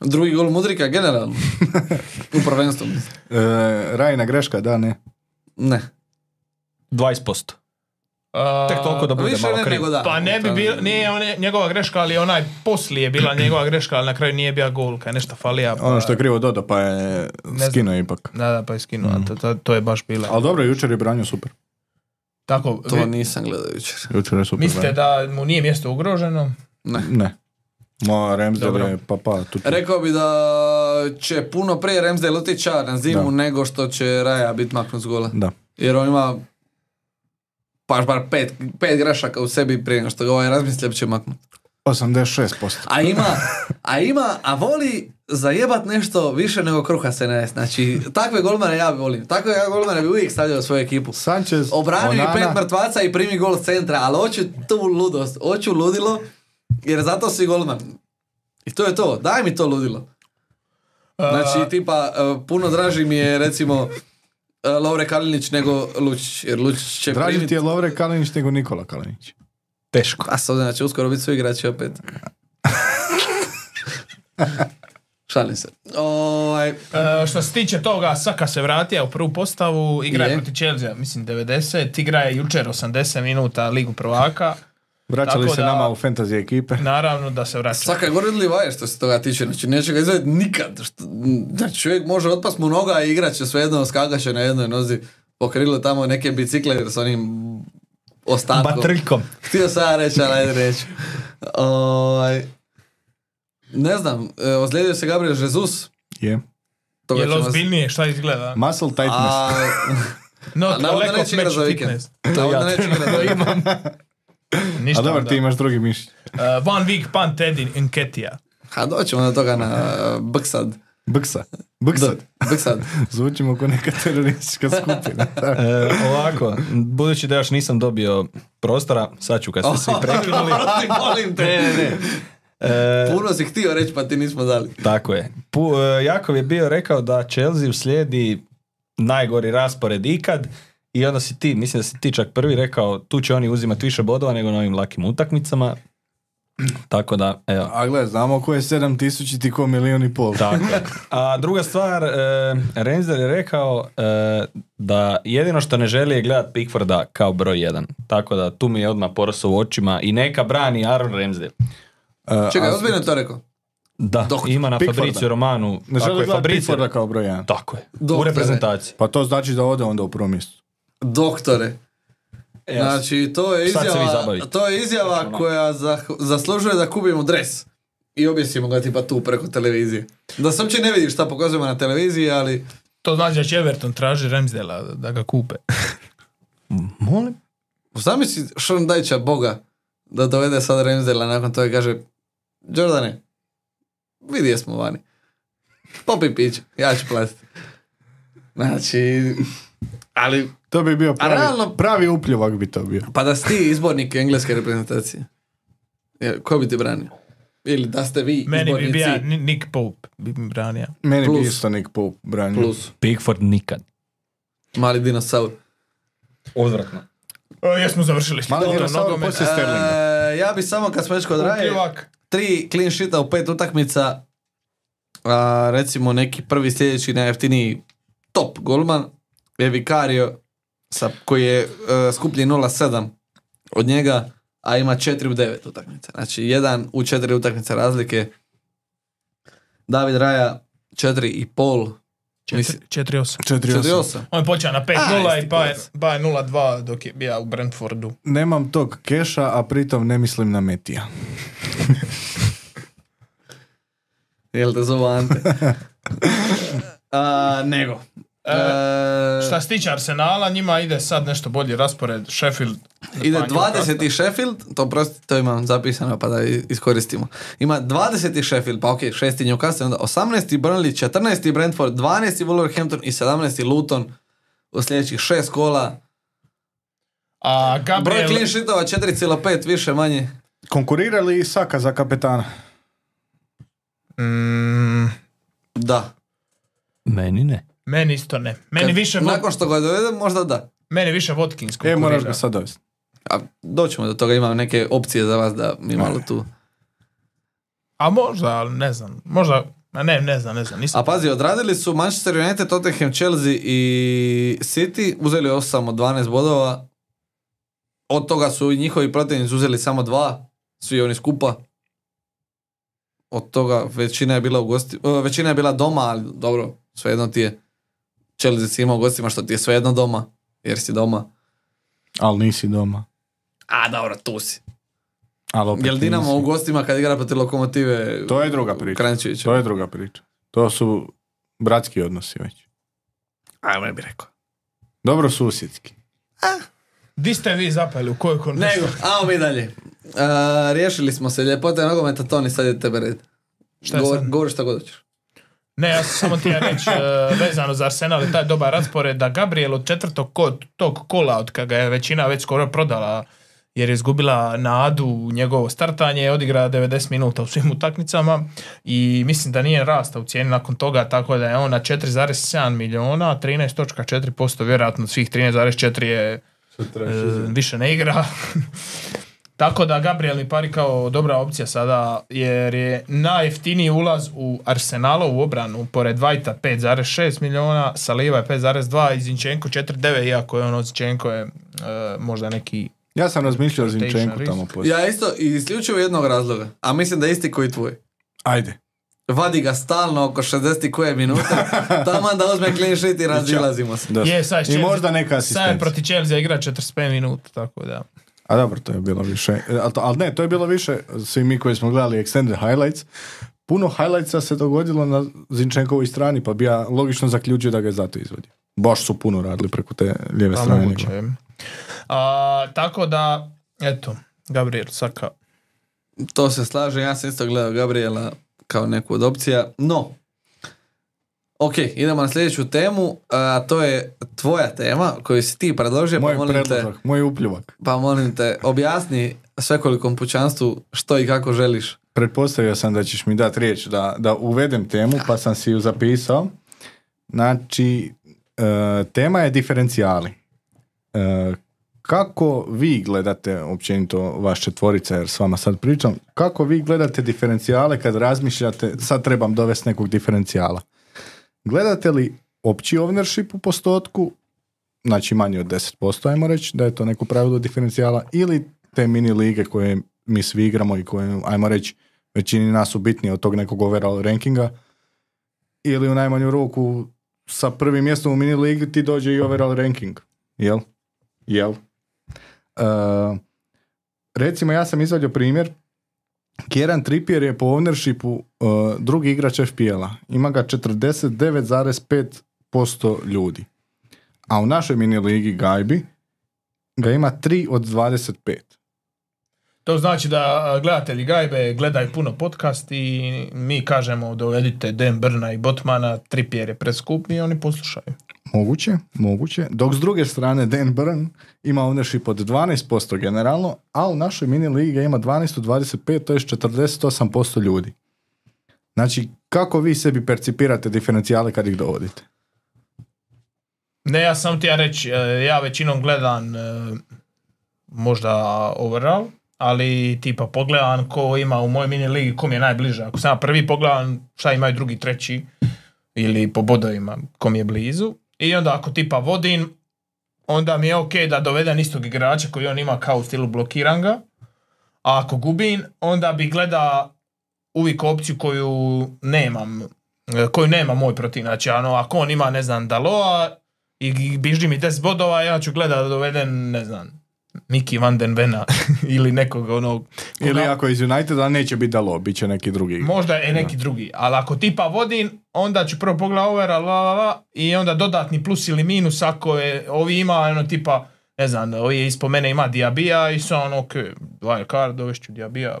[SPEAKER 1] Drugi gol Mudrika, generalno. U prvenstvu. mislim.
[SPEAKER 4] E, Rajna greška, da, ne.
[SPEAKER 1] Ne.
[SPEAKER 2] 20%.
[SPEAKER 3] E,
[SPEAKER 2] Tek toliko da bude
[SPEAKER 1] Više
[SPEAKER 2] malo
[SPEAKER 1] ne
[SPEAKER 2] kriv.
[SPEAKER 1] nego da.
[SPEAKER 3] Pa ne bi bilo, nije on, njegova greška, ali onaj poslije je bila njegova greška, ali na kraju nije bio gol, kad je nešto falija. Pa,
[SPEAKER 4] Ono što je krivo dodao, pa je
[SPEAKER 3] znam.
[SPEAKER 4] skinuo ipak.
[SPEAKER 3] Da, da, pa je skinuo, a to, to, to je baš bila.
[SPEAKER 4] Ali dobro, jučer je branio super.
[SPEAKER 3] Tako,
[SPEAKER 1] To
[SPEAKER 3] vi-
[SPEAKER 1] nisam gledao jučer.
[SPEAKER 4] Jučer je super
[SPEAKER 3] mislite
[SPEAKER 4] branio.
[SPEAKER 3] da mu nije mjesto ugroženo?
[SPEAKER 4] Ne. Mo, Ramsdale
[SPEAKER 3] Dobro.
[SPEAKER 4] je pa pa tu.
[SPEAKER 1] Rekao bi da će puno prije Ramsdale otići čar na zimu
[SPEAKER 4] Da.
[SPEAKER 1] nego što će Raja biti maknut s gola.
[SPEAKER 4] Da.
[SPEAKER 1] Jer on ima paš bar pet, pet grašaka u sebi prije nego što ga ovaj razmisli da će maknut.
[SPEAKER 4] 86%.
[SPEAKER 1] A ima, a ima, a voli zajebat nešto više nego kruha se ne. Znači, takve golmane ja bi volim. Takve ja golmane bi uvijek stavljao u svoju ekipu.
[SPEAKER 4] Sanchez,
[SPEAKER 1] Obrani
[SPEAKER 4] Onana,
[SPEAKER 1] mi pet mrtvaca i primi gol s centra, ali hoću tu ludost, hoću ludilo, jer zato si golman. I to je to, daj mi to ludilo. Znači, tipa, e, puno draži mi je, recimo, e, Lovre Kalinić nego Lučić, jer Lučić će
[SPEAKER 4] Draži
[SPEAKER 1] primiti...
[SPEAKER 4] ti je Lovre Kalinić nego Nikola Kalinić.
[SPEAKER 2] Teško.
[SPEAKER 1] A s obzirom da će uskoro biti su igrači opet. Šalim se. Ovaj,
[SPEAKER 3] E, što se tiče toga, Saka se vratio u prvu postavu, igra je
[SPEAKER 1] Je.
[SPEAKER 3] protiv Chelsea, mislim 90, igra je jučer 80 minuta Ligu prvaka,
[SPEAKER 4] Vraćali
[SPEAKER 3] Tako
[SPEAKER 4] se
[SPEAKER 3] da-
[SPEAKER 4] nama u fantasy ekipe.
[SPEAKER 3] naravno da se vraća.
[SPEAKER 1] Svaka je gore od Levi'a što se toga tiče, znači neće ga izvaditi nikad. Što- Znači čovjek može otpast mu noga i igrat će svejedno, skakat će na jednoj nozi, pokrilo tamo neke bicikle s onim ostatkom.
[SPEAKER 2] Batrljkom.
[SPEAKER 1] Htio sam ja reći, ali ajde reći. Ovaj, ne znam, e, ozlijedio se Gabriel Jesus.
[SPEAKER 4] Je.
[SPEAKER 1] Toga
[SPEAKER 3] Je
[SPEAKER 1] ćemo
[SPEAKER 3] li
[SPEAKER 1] s-
[SPEAKER 3] ozbiljnije šta izgleda?
[SPEAKER 4] Muscle tightness.
[SPEAKER 1] A,
[SPEAKER 3] No,
[SPEAKER 1] a navodno
[SPEAKER 3] lack of
[SPEAKER 1] neće igrat za
[SPEAKER 3] match
[SPEAKER 1] vikend.
[SPEAKER 3] fitness.
[SPEAKER 1] Navodno
[SPEAKER 2] Ja
[SPEAKER 1] neće igrat za vikend.
[SPEAKER 3] Ništa
[SPEAKER 4] A eh? dobro,
[SPEAKER 3] onda.
[SPEAKER 4] ti imaš drugi mišić.
[SPEAKER 3] E, one week punt Eddie Nketiah.
[SPEAKER 1] A doćemo do toga na e, Baksad.
[SPEAKER 4] Bksa. Bksat.
[SPEAKER 1] Bksat.
[SPEAKER 4] Zvučimo kao neka teroristička skupina. Da.
[SPEAKER 2] E, ovako, budući da još nisam dobio prostora, sad ću kad ste svi prekinuli.
[SPEAKER 1] Oprosti, molim te.
[SPEAKER 2] Ne, ne. E,
[SPEAKER 1] Puno si htio reći pa ti nismo dali.
[SPEAKER 2] tako je. Pu- e, Jakov je bio rekao da Chelsea uslijedi najgori raspored ikad i onda si ti, mislim da si ti čak prvi rekao, tu će oni uzimati više bodova nego na ovim lakim utakmicama. Tako da, evo.
[SPEAKER 4] A gle, znamo ko je 7000 ti ko milijun i pol.
[SPEAKER 2] Tako je. A druga stvar, e, Renzer je rekao e, da jedino što ne želi je gledat Pickforda kao broj jedan. Tako da tu mi je odmah porasao u očima i neka brani Aaron Ramsdale.
[SPEAKER 4] E,
[SPEAKER 1] Čekaj,
[SPEAKER 4] a
[SPEAKER 1] ozbiljno je to rekao.
[SPEAKER 2] Da,
[SPEAKER 1] Doktor.
[SPEAKER 2] ima na
[SPEAKER 4] Pickforda.
[SPEAKER 2] Fabriciju Romanu.
[SPEAKER 4] Ne
[SPEAKER 2] Tako
[SPEAKER 4] želi
[SPEAKER 2] je,
[SPEAKER 4] gledat
[SPEAKER 2] Fabrizio-
[SPEAKER 4] Pickforda kao broj jedan.
[SPEAKER 2] Tako je, u
[SPEAKER 1] Doktore.
[SPEAKER 2] reprezentaciji.
[SPEAKER 4] Pa to znači da ode onda u prvo mjesto.
[SPEAKER 1] Doktore.
[SPEAKER 2] E,
[SPEAKER 1] Znači, to je
[SPEAKER 2] Sad se vi
[SPEAKER 1] izjava,
[SPEAKER 2] zabavite. Znači, ono-
[SPEAKER 1] to je izjava koja za- zaslužuje da kupimo dres. I objesimo ga tipa tu preko televizije. Da se uopće ne vidi šta pokazujemo na televiziji, ali...
[SPEAKER 3] To znači da će Everton traži Ramsdela da- da ga kupe.
[SPEAKER 2] Molim?
[SPEAKER 1] Zamisli Sean Dajća, Boga, da dovede sad Remzela nakon toga i kaže Jordane, vidje smo vani. Popi pić, ja ću platiti. Znači, ali
[SPEAKER 4] To bi bio pravi,
[SPEAKER 1] realno-
[SPEAKER 4] pravi upljuvak bi to bio.
[SPEAKER 1] pa da si ti izbornik engleske reprezentacije, je, ko bi ti branio? Ili da ste vi
[SPEAKER 3] Meni bi
[SPEAKER 1] izbornici
[SPEAKER 3] bio Ni- Nick Pope bi mi branio.
[SPEAKER 4] Meni
[SPEAKER 1] Plus.
[SPEAKER 4] bi isto Nick Pope branio.
[SPEAKER 1] plus
[SPEAKER 2] Pickford nikad.
[SPEAKER 1] mali dinosaur.
[SPEAKER 2] Odvratno.
[SPEAKER 3] O, E, jesmo završili.
[SPEAKER 4] Mali
[SPEAKER 3] Dobro,
[SPEAKER 4] dinosaur
[SPEAKER 3] nogomet.
[SPEAKER 4] poslije Sterlinga.
[SPEAKER 1] E, ja bi samo kad smo već kod Raje,
[SPEAKER 3] Upljuvak.
[SPEAKER 1] tri clean sheeta u pet utakmica, a, recimo neki prvi sljedeći najjeftiniji top golman je Vicario sa, koji je e, skuplji 0.7 od njega, a ima 4 u 9 utakmica. Znači, jedan u 4 utakmice razlike. David Raja 4 i pol. Mislim,
[SPEAKER 3] 4-8.
[SPEAKER 4] 4-8.
[SPEAKER 1] 4.8.
[SPEAKER 3] On je počeo na
[SPEAKER 1] A,
[SPEAKER 3] 5-0
[SPEAKER 1] isti
[SPEAKER 3] i pa je,
[SPEAKER 1] kurac.
[SPEAKER 3] pa je 0-2 dok je bio u Brentfordu.
[SPEAKER 4] Nemam tog keša, a pritom ne mislim na Metija.
[SPEAKER 1] Jel te zove Ante? A, nego. E,
[SPEAKER 3] Šta se tiče Arsenala, njima ide sad nešto bolji raspored. Sheffield.
[SPEAKER 1] Ide
[SPEAKER 3] Pa,
[SPEAKER 1] 20. Sheffield, to prosti, to imam zapisano pa da i- iskoristimo. Ima 20. Sheffield, pa ok, 6. Newcastle, onda 18. Burnley, 14. Brentford, 12. Wolverhampton i 17. Luton u sljedećih šest kola.
[SPEAKER 3] A
[SPEAKER 1] Broj
[SPEAKER 3] Gabriel...
[SPEAKER 1] clean sheetova 4,5 više manje.
[SPEAKER 4] Konkurirali i Saka za kapetana. E,
[SPEAKER 3] Mm,
[SPEAKER 1] Da.
[SPEAKER 2] Meni ne.
[SPEAKER 3] meni isto ne. Meni
[SPEAKER 1] Kad-
[SPEAKER 3] više, Vod-
[SPEAKER 1] Nakon što ga dovede, možda da.
[SPEAKER 3] meni više Watkins
[SPEAKER 4] E,
[SPEAKER 3] konkurira.
[SPEAKER 4] moraš ga sad dovesti.
[SPEAKER 1] A doćemo do toga, imam neke opcije za vas da mi malo tu...
[SPEAKER 3] A možda, ali ne znam. Možda, a ne, ne znam, ne znam. Nisam
[SPEAKER 1] A pa- pazi, odradili su Manchester United, Tottenham, Chelsea i City, uzeli 8 samo 12 bodova. Od toga su i njihovi protivnici uzeli samo dva, svi oni skupa. Od toga većina je bila u gosti, e, većina je bila doma, ali dobro, svejedno ti je. Chelsea si imao u gostima što ti je svejedno doma, jer si doma.
[SPEAKER 4] Ali nisi doma.
[SPEAKER 1] A dobro, tu si.
[SPEAKER 4] Ali opet
[SPEAKER 1] Jel Dinamo
[SPEAKER 4] nisi.
[SPEAKER 1] u gostima kad igra protiv lokomotive?
[SPEAKER 4] To je druga priča.
[SPEAKER 1] Kranjčevića?
[SPEAKER 4] To je druga priča. To su bratski odnosi već.
[SPEAKER 1] Ajmo ne bi rekao.
[SPEAKER 4] Dobro susjedski.
[SPEAKER 3] Di ste vi zapeli, u kojoj konverziji?
[SPEAKER 1] Nego, ajmo mi dalje. A, riješili smo se ljepote nogometa, Toni, sad je tebe red.
[SPEAKER 3] Šta je
[SPEAKER 1] Govor-
[SPEAKER 3] sad?
[SPEAKER 1] Govori šta god hoćeš.
[SPEAKER 3] Ne, ja sam samo ti ja reći, e, vezano za Arsenal i taj dobar raspored, da Gabriel od četvrtog ko- tog kola, od kada ga je većina već skoro prodala, jer je izgubila nadu u njegovo startanje, odigra 90 minuta u svim utakmicama i mislim da nije rasta u cijeni nakon toga, tako da je on na 4,7 miliona, 13.4%, vjerojatno od svih 13,4 je e, više ne igra. Tako da Gabriel mi pari kao dobra opcija sada, jer je najjeftiniji ulaz u Arsenalovu obranu, pored Vajta 5,6 miliona, Saliva je 5,2 i Zinčenko 4,9, iako je ono Zinčenko je e, možda neki...
[SPEAKER 4] Ja sam razmišljao o
[SPEAKER 3] Rotation
[SPEAKER 4] Zinčenku
[SPEAKER 3] risk.
[SPEAKER 4] tamo poslije.
[SPEAKER 1] Ja isto, i isključivo jednog razloga, a mislim da je isti koji tvoj.
[SPEAKER 4] Ajde.
[SPEAKER 1] Vadi ga stalno oko 60 koje minuta, taman da uzme clean sheet i razilazimo se.
[SPEAKER 4] Da.
[SPEAKER 3] Je, sad je
[SPEAKER 4] I
[SPEAKER 3] Chelsea-
[SPEAKER 4] možda neka
[SPEAKER 3] Sad je
[SPEAKER 4] asistencija.
[SPEAKER 3] proti Chelsea igra 45 minuta, tako da...
[SPEAKER 4] A dobro, to je bilo više. e, al to- Ali ne, to je bilo više, svi mi koji smo gledali Extended Highlights, puno highlightsa se dogodilo na Zinčenkovoj strani, pa bi ja logično zaključio da ga je zato izvodio. Baš su puno radili preko te lijeve
[SPEAKER 3] Pa
[SPEAKER 4] strane.
[SPEAKER 3] moguće. je. A, tako da, eto, Gabriel Saka.
[SPEAKER 1] To se slaže, ja sam isto gledao Gabriela kao neku od opcija. No, Ok, idemo na sljedeću temu, a to je tvoja tema koju si ti predložio,
[SPEAKER 4] Moj
[SPEAKER 1] pa molim te,
[SPEAKER 4] predložak, moj upljuvak.
[SPEAKER 1] pa molim te, objasni svekolikom pućanstvu što i kako želiš.
[SPEAKER 4] Pretpostavio sam da ćeš mi dati riječ da, da uvedem temu, pa sam si ju zapisao. Znači, e, tema je diferencijali. E, kako vi gledate, općenito vaš četvorica, jer s vama sad pričam, kako vi gledate diferencijale kad razmišljate, sad trebam dovesti nekog diferencijala. Gledate li opći ownership u postotku, znači manje od 10%, ajmo reći, da je to neko pravilo diferencijala, ili te mini lige koje mi svi igramo i koje, ajmo reći, većini nas su bitnije od tog nekog overall rankinga, ili u najmanju ruku sa prvim mjestom u mini ligi ti dođe i overall ranking, jel? Jel? E, recimo, ja sam izvadio primjer, Kjeran Trippier je po ownershipu e, drugi igrač FPL-a. Ima ga 49,5% ljudi. A u našoj mini ligi Gajbi ga ima 3 od 25.
[SPEAKER 3] To znači da a, gledatelji Gajbe gledaju puno podcast i mi kažemo dovedite Dan Brna i Botmana, Trippier je preskup i oni poslušaju.
[SPEAKER 4] Moguće, moguće. Dok s druge strane Dan Burn ima ownership od 12% generalno, a u našoj mini ligi ga ima 12 od 25, to je 48% ljudi. Znači, kako vi sebi percipirate diferencijale kad ih dovodite?
[SPEAKER 3] Ne, ja sam ti ja reći, e, ja većinom gledam e, možda overall, ali tipa pogledam ko ima u mojoj mini ligi, ko mi je najbliže. Ako sam ja prvi pogledam šta imaju drugi, treći ili po bodovima kom je blizu. I onda ako tipa vodim, onda mi je ok da dovedem istog igrača koji on ima kao u stilu blokiran ga. A ako gubim, onda bi gleda uvijek opciju koju nemam, e, koju nema moj protiv. Znači, ano, ako on ima, ne znam, Daloa i, i biži mi 10 bodova, ja ću gledat da doveden, ne znam, Miki Van Den Vena ili nekog onog... koga-
[SPEAKER 4] Ili ako je iz Uniteda neće biti Dalo, bit će neki drugi igrač.
[SPEAKER 3] Možda je neki drugi, ali ako tipa vodim, onda ću prvo pogledati overa, la, la, la, i onda dodatni plus ili minus ako je, ovi ima, ono tipa, ne znam, ovi je ispod mene ima Diabija i sam ono, ok, wild card, dovešću Diabija,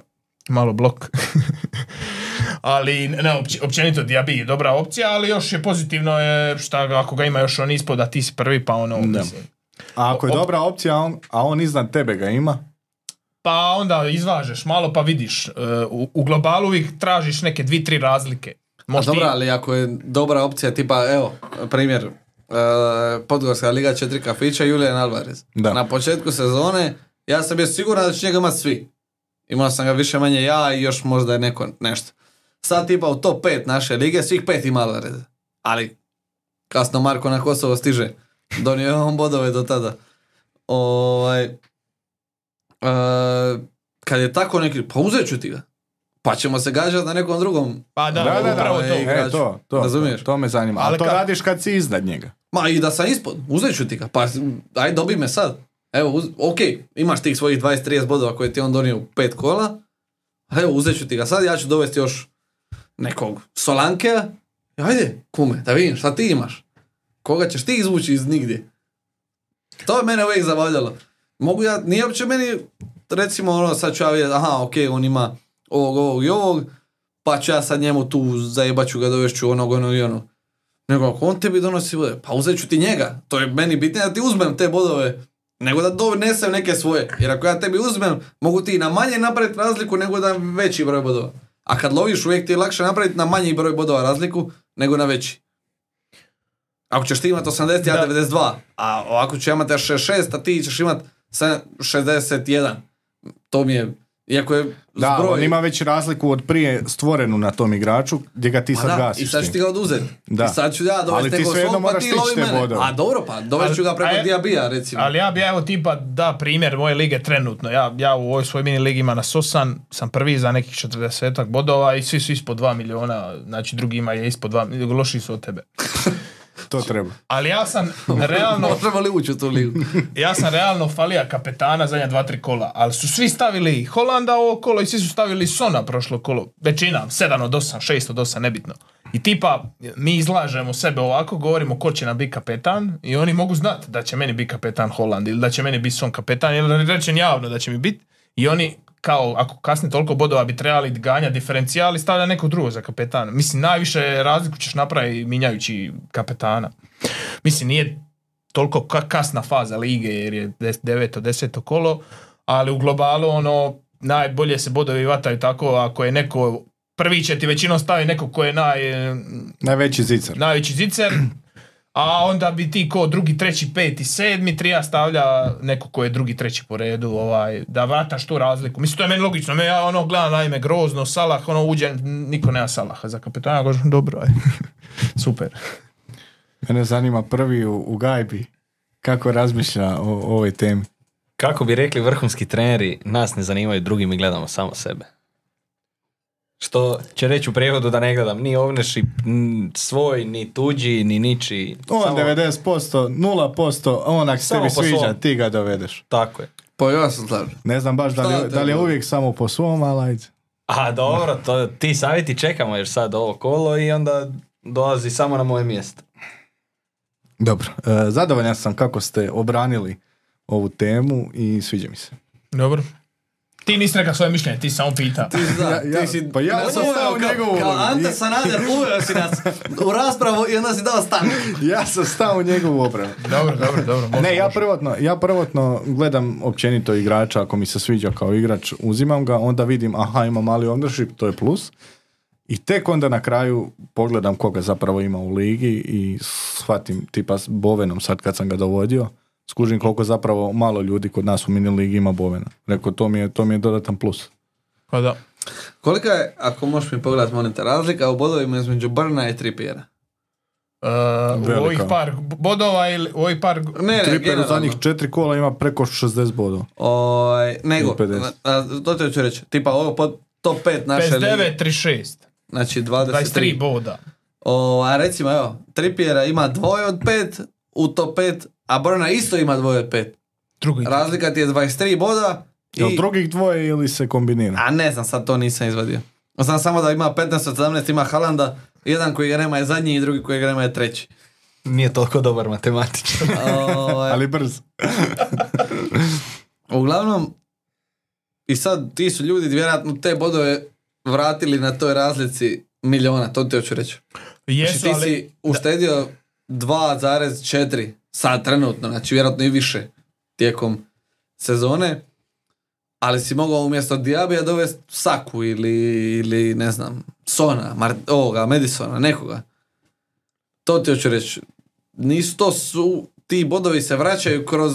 [SPEAKER 3] malo blok. ali, ne, opći- općenito Diabij je dobra opcija, ali još je pozitivno je, šta, ga- ako ga ima još on ispod, a ti si prvi, pa ono, mislim.
[SPEAKER 4] A ako je
[SPEAKER 3] Op-
[SPEAKER 4] dobra opcija, a on, a on iznad tebe ga ima,
[SPEAKER 3] Pa onda izvažeš malo pa vidiš. E, U, u globalu uvijek tražiš neke dvi, tri razlike.
[SPEAKER 1] A
[SPEAKER 3] Možda
[SPEAKER 1] dobro,
[SPEAKER 3] i-
[SPEAKER 1] Pa ali ako je dobra opcija, tipa, evo, primjer, e, Podgorska liga 4 kafića, Julian Alvarez.
[SPEAKER 4] Da.
[SPEAKER 1] Na početku sezone, ja sam bio siguran da će njega imati svi. Imao sam ga više manje ja i još možda je neko nešto. Sad tipa u top 5 naše lige, svih pet ima Alvareza. Ali, kasno Marko na Kosovo stiže. Donio je on bodove do tada. Ovaj, e, kad je tako neki, pa uzet ću ti ga. Pa ćemo se gađati na nekom drugom
[SPEAKER 3] Pa da,
[SPEAKER 4] Da, da, da,
[SPEAKER 3] upravo
[SPEAKER 1] e,
[SPEAKER 3] to.
[SPEAKER 1] igrač.
[SPEAKER 4] E, to, to,
[SPEAKER 1] Razumiješ?
[SPEAKER 4] to, to me zanima. Ali
[SPEAKER 3] Ali
[SPEAKER 4] to
[SPEAKER 3] ka-
[SPEAKER 4] radiš kad si iznad njega.
[SPEAKER 1] Ma i da sam ispod, uzet ću ti ga. Pa aj dobi me sad. Evo, uz, ok, imaš tih svojih 20-30 bodova koje ti je on donio u pet kola. A Evo, uzet ću ti ga sad, ja ću dovesti još nekog Solankea. I Ajde, kume, da vidim šta ti imaš. Koga ćeš ti izvući iz nigdje? To je mene uvijek zabavljalo. Mogu ja, nije uopće meni, recimo ono, sad ću ja vidjeti, aha, ok, on ima ovog, ovog i ovog, pa ću ja sad njemu tu zajebaću ga, dovešću onog, onog i onog. Nego ako on tebi donosi bodove, pa uzet ću ti njega. To je meni bitnije da ti uzmem te bodove, nego da donesem neke svoje. Jer ako ja tebi uzmem, mogu ti i na manje napraviti razliku nego na veći broj bodova. A kad loviš, uvijek ti je lakše napraviti na manji broj bodova razliku nego na veći. Ako ćeš ti imati 80, ja 92. A ovako ću ja imati ja 66, a ti ćeš imati 61. To mi je, iako je
[SPEAKER 4] Da,
[SPEAKER 1] zbroj...
[SPEAKER 4] on ima već razliku od prije stvorenu na tom igraču, gdje ga ti
[SPEAKER 1] Pa
[SPEAKER 4] sad
[SPEAKER 1] da,
[SPEAKER 4] gasiš.
[SPEAKER 1] I sad
[SPEAKER 4] s
[SPEAKER 1] ću ti
[SPEAKER 4] tim.
[SPEAKER 1] ga oduzeti.
[SPEAKER 4] Da.
[SPEAKER 1] I sad ću ja
[SPEAKER 4] Ali
[SPEAKER 1] dovesti
[SPEAKER 4] ti
[SPEAKER 1] nekog
[SPEAKER 4] svejedno
[SPEAKER 1] svog, pa
[SPEAKER 4] moraš
[SPEAKER 1] ti
[SPEAKER 4] stići
[SPEAKER 1] lovi
[SPEAKER 4] te
[SPEAKER 1] mene.
[SPEAKER 4] bodove.
[SPEAKER 1] A dobro, pa dovest ću ga
[SPEAKER 3] Ali-
[SPEAKER 1] preko
[SPEAKER 3] a je-
[SPEAKER 1] Diabija, recimo.
[SPEAKER 3] Ali ja bi ja evo tipa da primjer moje lige trenutno. Ja, ja u ovoj svojoj mini ligi ima na Sosan, sam prvi za nekih 40 bodova i svi su ispod 2 miliona, znači drugima je ispod 2 miliona, loši su od tebe.
[SPEAKER 4] To treba.
[SPEAKER 3] Ali ja sam realno,
[SPEAKER 1] Možemo li ući u tu ligu?
[SPEAKER 3] ja sam realno falija kapetana zadnja dva, tri kola, ali su svi stavili Holanda ovo kolo i svi su stavili Sona prošlo kolo. Većina, 7 od 8, 6 od 8, nebitno. I tipa, mi izlažemo sebe ovako, govorimo ko će nam biti kapetan i oni mogu znati da će meni biti kapetan Holand ili da će meni biti Son kapetan ili rečem javno da će mi biti i oni kao ako kasni toliko bodova bi trebali ganja diferencijal i stavlja nekog drugog za kapetana. Mislim, najviše razliku ćeš napraviti minjajući kapetana. Mislim, nije toliko ka- kasna faza lige jer je 9. 10. kolo, ali u globalu ono najbolje se bodovi vataju tako ako je neko prvi će ti većinom stavi neko ko je naj,
[SPEAKER 4] Najveći zicar.
[SPEAKER 3] najveći zicer, a onda bi ti ko drugi, treći, peti, sedmi, trija stavlja neko ko je drugi, treći po redu, ovaj, da vrataš tu razliku. Mislim, to je meni logično, Me, ja ono gledam naime grozno, Salah, ono uđe, niko nema Salaha za kapetana, gožem, dobro, aj. super.
[SPEAKER 4] Mene zanima prvi u, u gajbi kako razmišlja o, o ovoj temi.
[SPEAKER 2] Kako bi rekli vrhunski treneri, nas ne zanimaju drugi, mi gledamo samo sebe. Što će reći u prijevodu da ne gledam ni ovneši svoj, ni tuđi, ni ničiji.
[SPEAKER 4] On
[SPEAKER 2] Samo-
[SPEAKER 4] 90%, 0%, on ako se
[SPEAKER 2] Samo
[SPEAKER 4] tebi
[SPEAKER 2] po
[SPEAKER 4] sviđa,
[SPEAKER 2] svom.
[SPEAKER 4] ti ga dovedeš.
[SPEAKER 2] Tako je.
[SPEAKER 1] Pa ja sam slažem.
[SPEAKER 4] Ne znam baš da
[SPEAKER 1] Šta
[SPEAKER 4] li,
[SPEAKER 1] te
[SPEAKER 4] da li je
[SPEAKER 1] boli?
[SPEAKER 4] uvijek samo po svom, ali ajde.
[SPEAKER 2] A dobro, to, ti savjeti čekamo jer sad ovo kolo i onda dolazi samo na moje mjesto.
[SPEAKER 4] Dobro, e, zadovoljan sam kako ste obranili ovu temu i sviđa mi se.
[SPEAKER 3] Dobro. Ti nisi rekao svoje mišljenje, ti si samo pitao.
[SPEAKER 1] Ti, da,
[SPEAKER 4] Ja- ja-
[SPEAKER 1] ti si,
[SPEAKER 4] pa ja
[SPEAKER 1] nas
[SPEAKER 4] sam
[SPEAKER 1] uveo
[SPEAKER 4] stao u
[SPEAKER 1] kao-
[SPEAKER 4] njegovu
[SPEAKER 1] Kao
[SPEAKER 4] ulogu.
[SPEAKER 1] Ante
[SPEAKER 4] I-
[SPEAKER 1] Sanader uveo si nas u raspravu i onda si dao stanku.
[SPEAKER 4] Ja sam stao u njegovu obranu.
[SPEAKER 3] Dobro, dobro, dobro. može,
[SPEAKER 4] Ne, ja
[SPEAKER 3] može.
[SPEAKER 4] prvotno, ja prvotno gledam općenito igrača, ako mi se sviđa kao igrač, uzimam ga, onda vidim, aha, ima mali ownership, to je plus. I tek onda na kraju pogledam koga zapravo ima u ligi i shvatim tipa s Bovenom sad kad sam ga dovodio, skužim koliko zapravo malo ljudi kod nas u mini ligi ima Bovena. Rekao, to mi je, to mi je dodatan plus.
[SPEAKER 3] Pa da.
[SPEAKER 1] Kolika je, ako možeš mi pogledati molim te, razlika u bodovima između Brna i Trippiera?
[SPEAKER 3] E, u
[SPEAKER 4] Velika.
[SPEAKER 3] ovih par bodova ili u ovih par...
[SPEAKER 1] Ne, ne,
[SPEAKER 4] Tripper u
[SPEAKER 1] generalno.
[SPEAKER 4] zadnjih četiri kola ima preko 60 bodova.
[SPEAKER 1] Ovaj, nego,
[SPEAKER 4] 50.
[SPEAKER 1] a, a, to ti hoću reći, tipa ovo pod top 5 naše lige,
[SPEAKER 3] 59, 36.
[SPEAKER 1] znači 23.
[SPEAKER 3] 23 boda.
[SPEAKER 1] O, a Ovaj, recimo, evo, Trippiera ima dvoje od pet u top 5, a Brna isto ima dvoje od pet.
[SPEAKER 3] Drugi.
[SPEAKER 1] Razlika ti je 23 boda i...
[SPEAKER 4] Jel drugih dvoje ili se kombinira?
[SPEAKER 1] A ne znam, sad to nisam izvadio. Znam samo da ima 15 od 17, ima Halanda, jedan koji ga nema je zadnji i drugi koji ga nema je treći.
[SPEAKER 2] Nije toliko dobar matematičar.
[SPEAKER 1] Ovaj,
[SPEAKER 4] Ali brz.
[SPEAKER 1] Uglavnom, i sad ti su ljudi vjerojatno te bodove vratili na toj razlici miliona, to ti hoću reći. Znači
[SPEAKER 3] Jesu,
[SPEAKER 1] ti
[SPEAKER 3] ali...
[SPEAKER 1] si uštedio 2,4 sad trenutno, znači vjerojatno i više tijekom sezone, ali si mogao umjesto Diabija dovesti Saku ili, ili ne znam, Sona, Mar- ovoga, Madisona, nekoga. To ti hoću reći. Nisu to su, ti bodovi se vraćaju kroz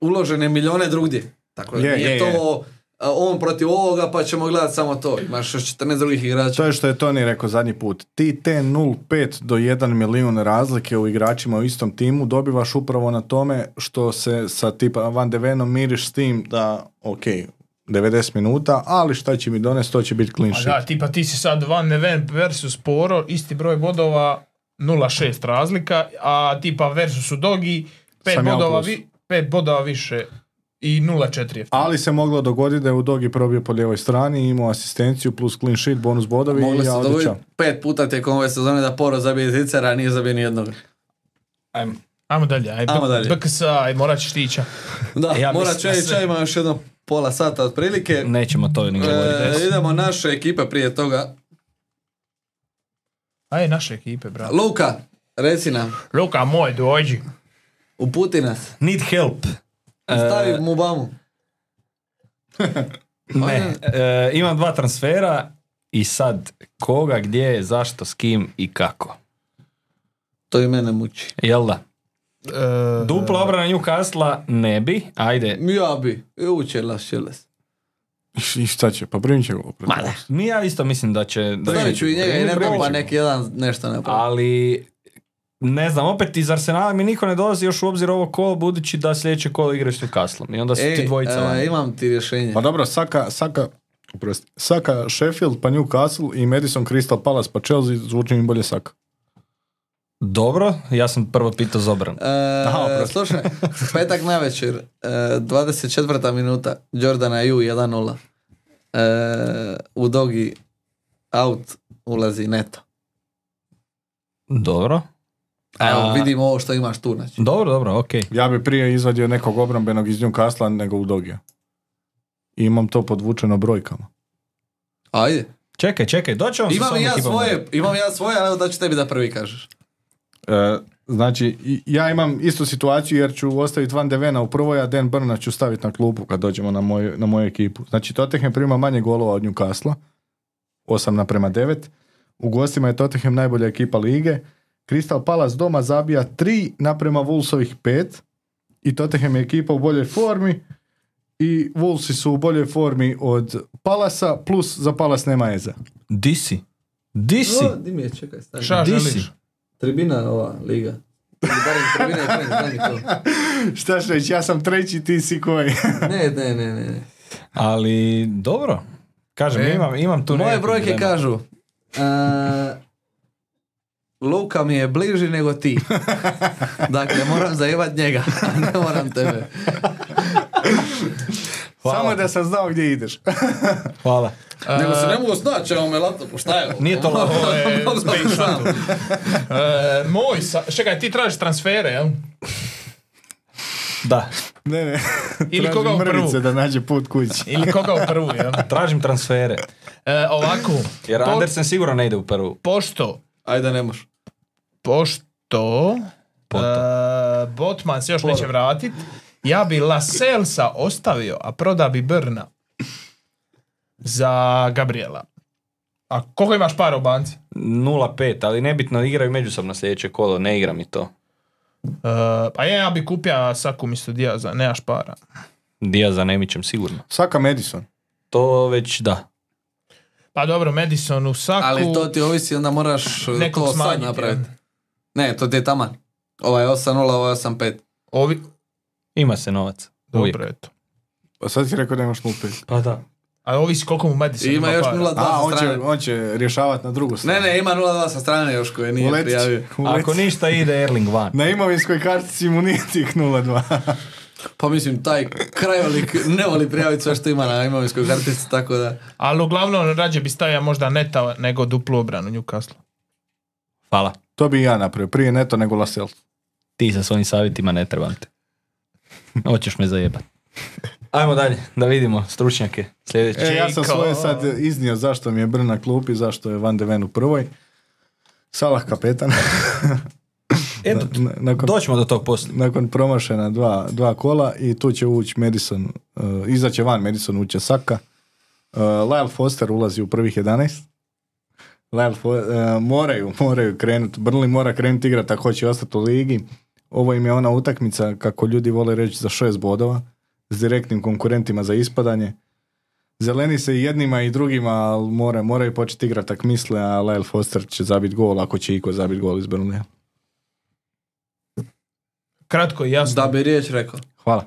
[SPEAKER 1] uložene milijone drugdje. Tako da
[SPEAKER 4] Je,
[SPEAKER 1] nije
[SPEAKER 4] je,
[SPEAKER 1] to
[SPEAKER 4] je.
[SPEAKER 1] a, on protiv ovoga pa ćemo gledati samo to. Imaš još 14 drugih igrača.
[SPEAKER 4] To je što je Toni rekao zadnji put. Ti te 0,5 do 1 milijun razlike u igračima u istom timu dobivaš upravo na tome što se sa tipa Van de Venom miriš s tim da, ok, 90 minuta, ali šta će mi donesti, to će biti clean
[SPEAKER 3] Pa
[SPEAKER 4] sheet.
[SPEAKER 3] da, tipa ti si sad Van Neven versus Poro, isti broj bodova, 0,6 razlika, a tipa versus Udogi, 5
[SPEAKER 4] Sam ja u
[SPEAKER 3] bodova,
[SPEAKER 4] plusu.
[SPEAKER 3] vi, pet bodova više i 0,4 je.
[SPEAKER 4] Ali se moglo dogoditi da je u dogi probio po lijevoj strani, imao asistenciju plus clean sheet, bonus bodovi
[SPEAKER 1] Mogli
[SPEAKER 4] i ja
[SPEAKER 1] su
[SPEAKER 4] ode
[SPEAKER 1] dogoditi
[SPEAKER 4] čao.
[SPEAKER 1] pet puta tijekom ove sezone da Poro zabije zicera, a nije zabio ni jednog.
[SPEAKER 2] Ajmo.
[SPEAKER 3] Ajmo dalje, aj,
[SPEAKER 1] Ajmo
[SPEAKER 3] B-
[SPEAKER 1] dalje.
[SPEAKER 3] BKS, aj, morat ćeš ti ići.
[SPEAKER 1] Da,
[SPEAKER 2] Ja
[SPEAKER 1] mora
[SPEAKER 2] mislim
[SPEAKER 1] čaj,
[SPEAKER 2] da
[SPEAKER 1] čaj,
[SPEAKER 2] se-
[SPEAKER 1] ima još jedno pola sata otprilike. E,
[SPEAKER 2] Nećemo to ni govoriti.
[SPEAKER 1] idemo naše ekipe prije toga.
[SPEAKER 3] Aj, naše ekipe, bravo.
[SPEAKER 1] Luka, reci nam,
[SPEAKER 3] Luka, moj, dođi.
[SPEAKER 1] uputi nas,
[SPEAKER 2] Need help.
[SPEAKER 1] stavi mu bamu.
[SPEAKER 2] Ne, e, imam dva transfera i sad koga, gdje, zašto, s kim i kako.
[SPEAKER 1] To i mene muči.
[SPEAKER 2] Jel da?
[SPEAKER 3] E,
[SPEAKER 2] Dupla obrana Newcastle ne bi, ajde.
[SPEAKER 1] Ja bi, i uće las čeles.
[SPEAKER 4] I šta će, pa primit će ga opet.
[SPEAKER 2] Mi ja isto mislim da će... Da
[SPEAKER 1] Stavit
[SPEAKER 2] će-
[SPEAKER 1] ću i njega i
[SPEAKER 4] primit
[SPEAKER 1] neko pa
[SPEAKER 4] ćemo.
[SPEAKER 1] neki jedan nešto napravi.
[SPEAKER 2] Ali, ne znam, opet iz Arsenala mi niko ne dolazi još u obzir ovo kolo, budući da sljedeće kolo igraš s Newcastlom. I onda su ti
[SPEAKER 1] Ej,
[SPEAKER 2] dvojica
[SPEAKER 1] e,
[SPEAKER 2] vani.
[SPEAKER 1] imam ti rješenje.
[SPEAKER 4] Pa dobro, Saka, Saka, oprosti, Saka Sheffield, pa Newcastle i Madison Crystal Palace, pa Chelsea, zvuči mi bolje Saka.
[SPEAKER 2] Dobro, ja sam prvo pitao za obranu.
[SPEAKER 1] E,
[SPEAKER 4] Aha, oprosti.
[SPEAKER 1] slušaj, petak na večer, e, 24. minuta, Jordana Ju 1-0. E, u dogi out ulazi neto.
[SPEAKER 2] Dobro.
[SPEAKER 1] A evo,
[SPEAKER 2] A-
[SPEAKER 1] vidimo ovo što imaš tu, znači.
[SPEAKER 2] Dobro, dobro, okej.
[SPEAKER 4] Ja bi prije izvadio nekog obrambenog iz Newcastle nego u Dogija. I imam to podvučeno brojkama.
[SPEAKER 1] Ajde.
[SPEAKER 2] Čekaj, čekaj, doći vam
[SPEAKER 1] Imam i ja svoje, imam ja svoje, ali evo da ću tebi da prvi kažeš.
[SPEAKER 4] E, znači, i- ja imam istu situaciju jer ću ostaviti Van Devena u prvoj, a Dan Brna ću staviti na klupu kad dođemo na, moju- na moju ekipu. Znači, Tottenham prima manje golova od Newcastle, 8 naprema 9. U gostima je Tottenham najbolja ekipa lige. Crystal Palace doma zabija 3 naprema Wolvesovih 5. I Tottenham je ekipa u boljoj formi. I Wolvesi su u boljoj formi od Palasa, plus za Palas nema Eza.
[SPEAKER 2] Di si? Di si?
[SPEAKER 1] O, di mi je, čekaj, stani.
[SPEAKER 3] Šta
[SPEAKER 2] Di si?
[SPEAKER 3] želiš?
[SPEAKER 1] Tribina ova liga. Barem tribina i trend, daj mi to.
[SPEAKER 4] Šta ću reći, ja sam treći, ti si koji.
[SPEAKER 1] Ne, ne, ne, ne. ne.
[SPEAKER 2] Ali, dobro. Kažem,
[SPEAKER 3] E,
[SPEAKER 2] imam, imam tu
[SPEAKER 1] Moje
[SPEAKER 2] nekakvu
[SPEAKER 1] brojke
[SPEAKER 2] dilemu.
[SPEAKER 1] kažu. a, Luka mi je bliži nego ti. Dakle, moram zajebat njega. ne moram tebe.
[SPEAKER 4] Samo da sam znao gdje ideš.
[SPEAKER 2] Hvala.
[SPEAKER 3] E,
[SPEAKER 1] Nego se ne mogu snaći, evo me laptopu, šta je ovo?
[SPEAKER 2] Nije to lako.
[SPEAKER 3] Ovo je
[SPEAKER 1] Mogu da
[SPEAKER 3] space
[SPEAKER 1] znam.
[SPEAKER 3] shuttle. E, moj, sa- čekaj, ti tražiš transfere, jel?
[SPEAKER 2] Da.
[SPEAKER 4] Ne, ne.
[SPEAKER 3] Ili
[SPEAKER 4] Traži
[SPEAKER 3] koga u prvu.
[SPEAKER 4] mrvice da nađe put kući.
[SPEAKER 3] Ili koga u prvu, jel?
[SPEAKER 2] Tražim transfere.
[SPEAKER 3] E, ovako,
[SPEAKER 2] Jer
[SPEAKER 3] po-
[SPEAKER 2] Andersen sigurno ne ide u prvu.
[SPEAKER 3] pošto,
[SPEAKER 1] Ajde, ne možeš.
[SPEAKER 3] pošto
[SPEAKER 2] Poto.
[SPEAKER 3] e, Botman se još neće vratit, ja bi Laselsa ostavio, a proda bi Brna za Gabriela. A koliko imaš para u banci?
[SPEAKER 2] 0-5, ali nebitno igraju međusobno sljedeće kolo, ne igra mi to.
[SPEAKER 3] E, pa je, ja bi kupio Saku umjesto Diaza, nemaš para.
[SPEAKER 2] Dija za Nemićem sigurno.
[SPEAKER 4] Saka Madison.
[SPEAKER 2] To već da.
[SPEAKER 3] Pa dobro, Madison u Saku,
[SPEAKER 1] Ali to ti ovisi, onda moraš uh,
[SPEAKER 3] nekog
[SPEAKER 1] to sad
[SPEAKER 3] smanjiti,
[SPEAKER 1] napraviti.
[SPEAKER 3] jel?
[SPEAKER 1] Ne, to ti je taman. Ovaj 8-0, ovaj 8-5.
[SPEAKER 3] Ovi,
[SPEAKER 2] Ima se novac. Uvijek.
[SPEAKER 3] dobro, eto.
[SPEAKER 4] Pa sad si rekao da imaš 0,5.
[SPEAKER 2] Pa da.
[SPEAKER 3] A ovisi koliko mu Madison
[SPEAKER 1] Ima još
[SPEAKER 3] para.
[SPEAKER 1] 0-2
[SPEAKER 4] A,
[SPEAKER 1] sa
[SPEAKER 4] on će,
[SPEAKER 1] strane.
[SPEAKER 4] on će rješavati na drugu
[SPEAKER 1] Ne,
[SPEAKER 4] stranu.
[SPEAKER 1] ne, ima 0-2 sa strane još koje nije
[SPEAKER 4] Uletit će.
[SPEAKER 1] prijavio.
[SPEAKER 4] Uletit.
[SPEAKER 2] Ako ništa ide Erling van.
[SPEAKER 4] Na imovinskoj kartici mu nije tih 0,2.
[SPEAKER 1] Pa mislim, taj krajolik ne voli prijaviti sve što ima na imovinskoj kartici, tako da...
[SPEAKER 3] Ali uglavnom rađe bi stavio možda neta nego duplu obranu Newcastle.
[SPEAKER 2] Hvala.
[SPEAKER 4] to bi i ja napravio. Prije neto nego Lasel.
[SPEAKER 2] Ti sa svojim savjetima ne trebam te. Hoćeš me zajebat. Ajmo dalje, da vidimo stručnjake sljedeće.
[SPEAKER 4] E, ja sam
[SPEAKER 3] Čeko.
[SPEAKER 4] svoje sad iznio zašto mi je Brna klupi, zašto je Van de Ven u prvoj. Salah kapetan.
[SPEAKER 2] Eto,
[SPEAKER 4] Na- na- nakon,
[SPEAKER 2] doćemo do tog poslije.
[SPEAKER 4] nakon promašena dva, dva kola i tu će ući Madison, uh, izaće van Madison, uće Saka. Uh, Lyle Foster ulazi u prvih 11. Lyle Fo- uh, moraju, moraju krenuti. Brnli mora krenuti igrati ako hoće ostati u ligi. Ovo im je ona utakmica, kako ljudi vole reći, za šest bodova s direktnim konkurentima za ispadanje. Zeleni se i jednima i drugima, ali mora, moraju početi igrati tak misle, a Lyle Foster će zabiti gol ako će iko zabiti gol iz Brnlija.
[SPEAKER 3] Kratko i jasno.
[SPEAKER 1] Da bi riječ rekao.
[SPEAKER 4] Hvala.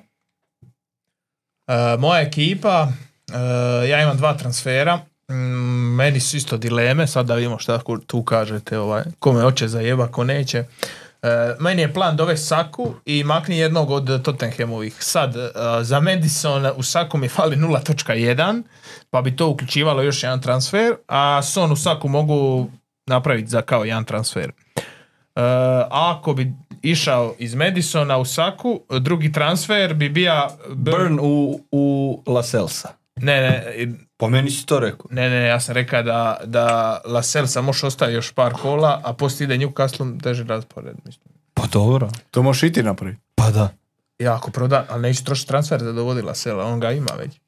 [SPEAKER 3] E, moja ekipa, e, ja imam dva transfera. Mm, meni su isto dileme, sad da vidimo šta ku- tu kažete, ovaj, kome hoće zajeba, ko neće. E, meni je plan dovesti Saku i makni jednog od Tottenhamovih. Sad, e, za Madison u Saku mi fali 0.1, pa bi to uključivalo još jedan transfer, a Son u Saku mogu napraviti za kao jedan transfer. E, a ako bi išao iz Madisona u Saku, drugi transfer bi bio Burn
[SPEAKER 2] Burn u, u Laselsa.
[SPEAKER 3] ne, ne,
[SPEAKER 2] Po meni si to rekao.
[SPEAKER 3] ne, ne, ja sam rekao da, da Lasel sam još ostaje još par kola, a poslije ide Newcastle teži raspored, mislim.
[SPEAKER 2] Pa dobro.
[SPEAKER 4] To možeš i ti napraviti.
[SPEAKER 2] Pa da.
[SPEAKER 3] Ja ako proda, ali neću trošiti transfer da dovodi Lasela, on ga ima već. E,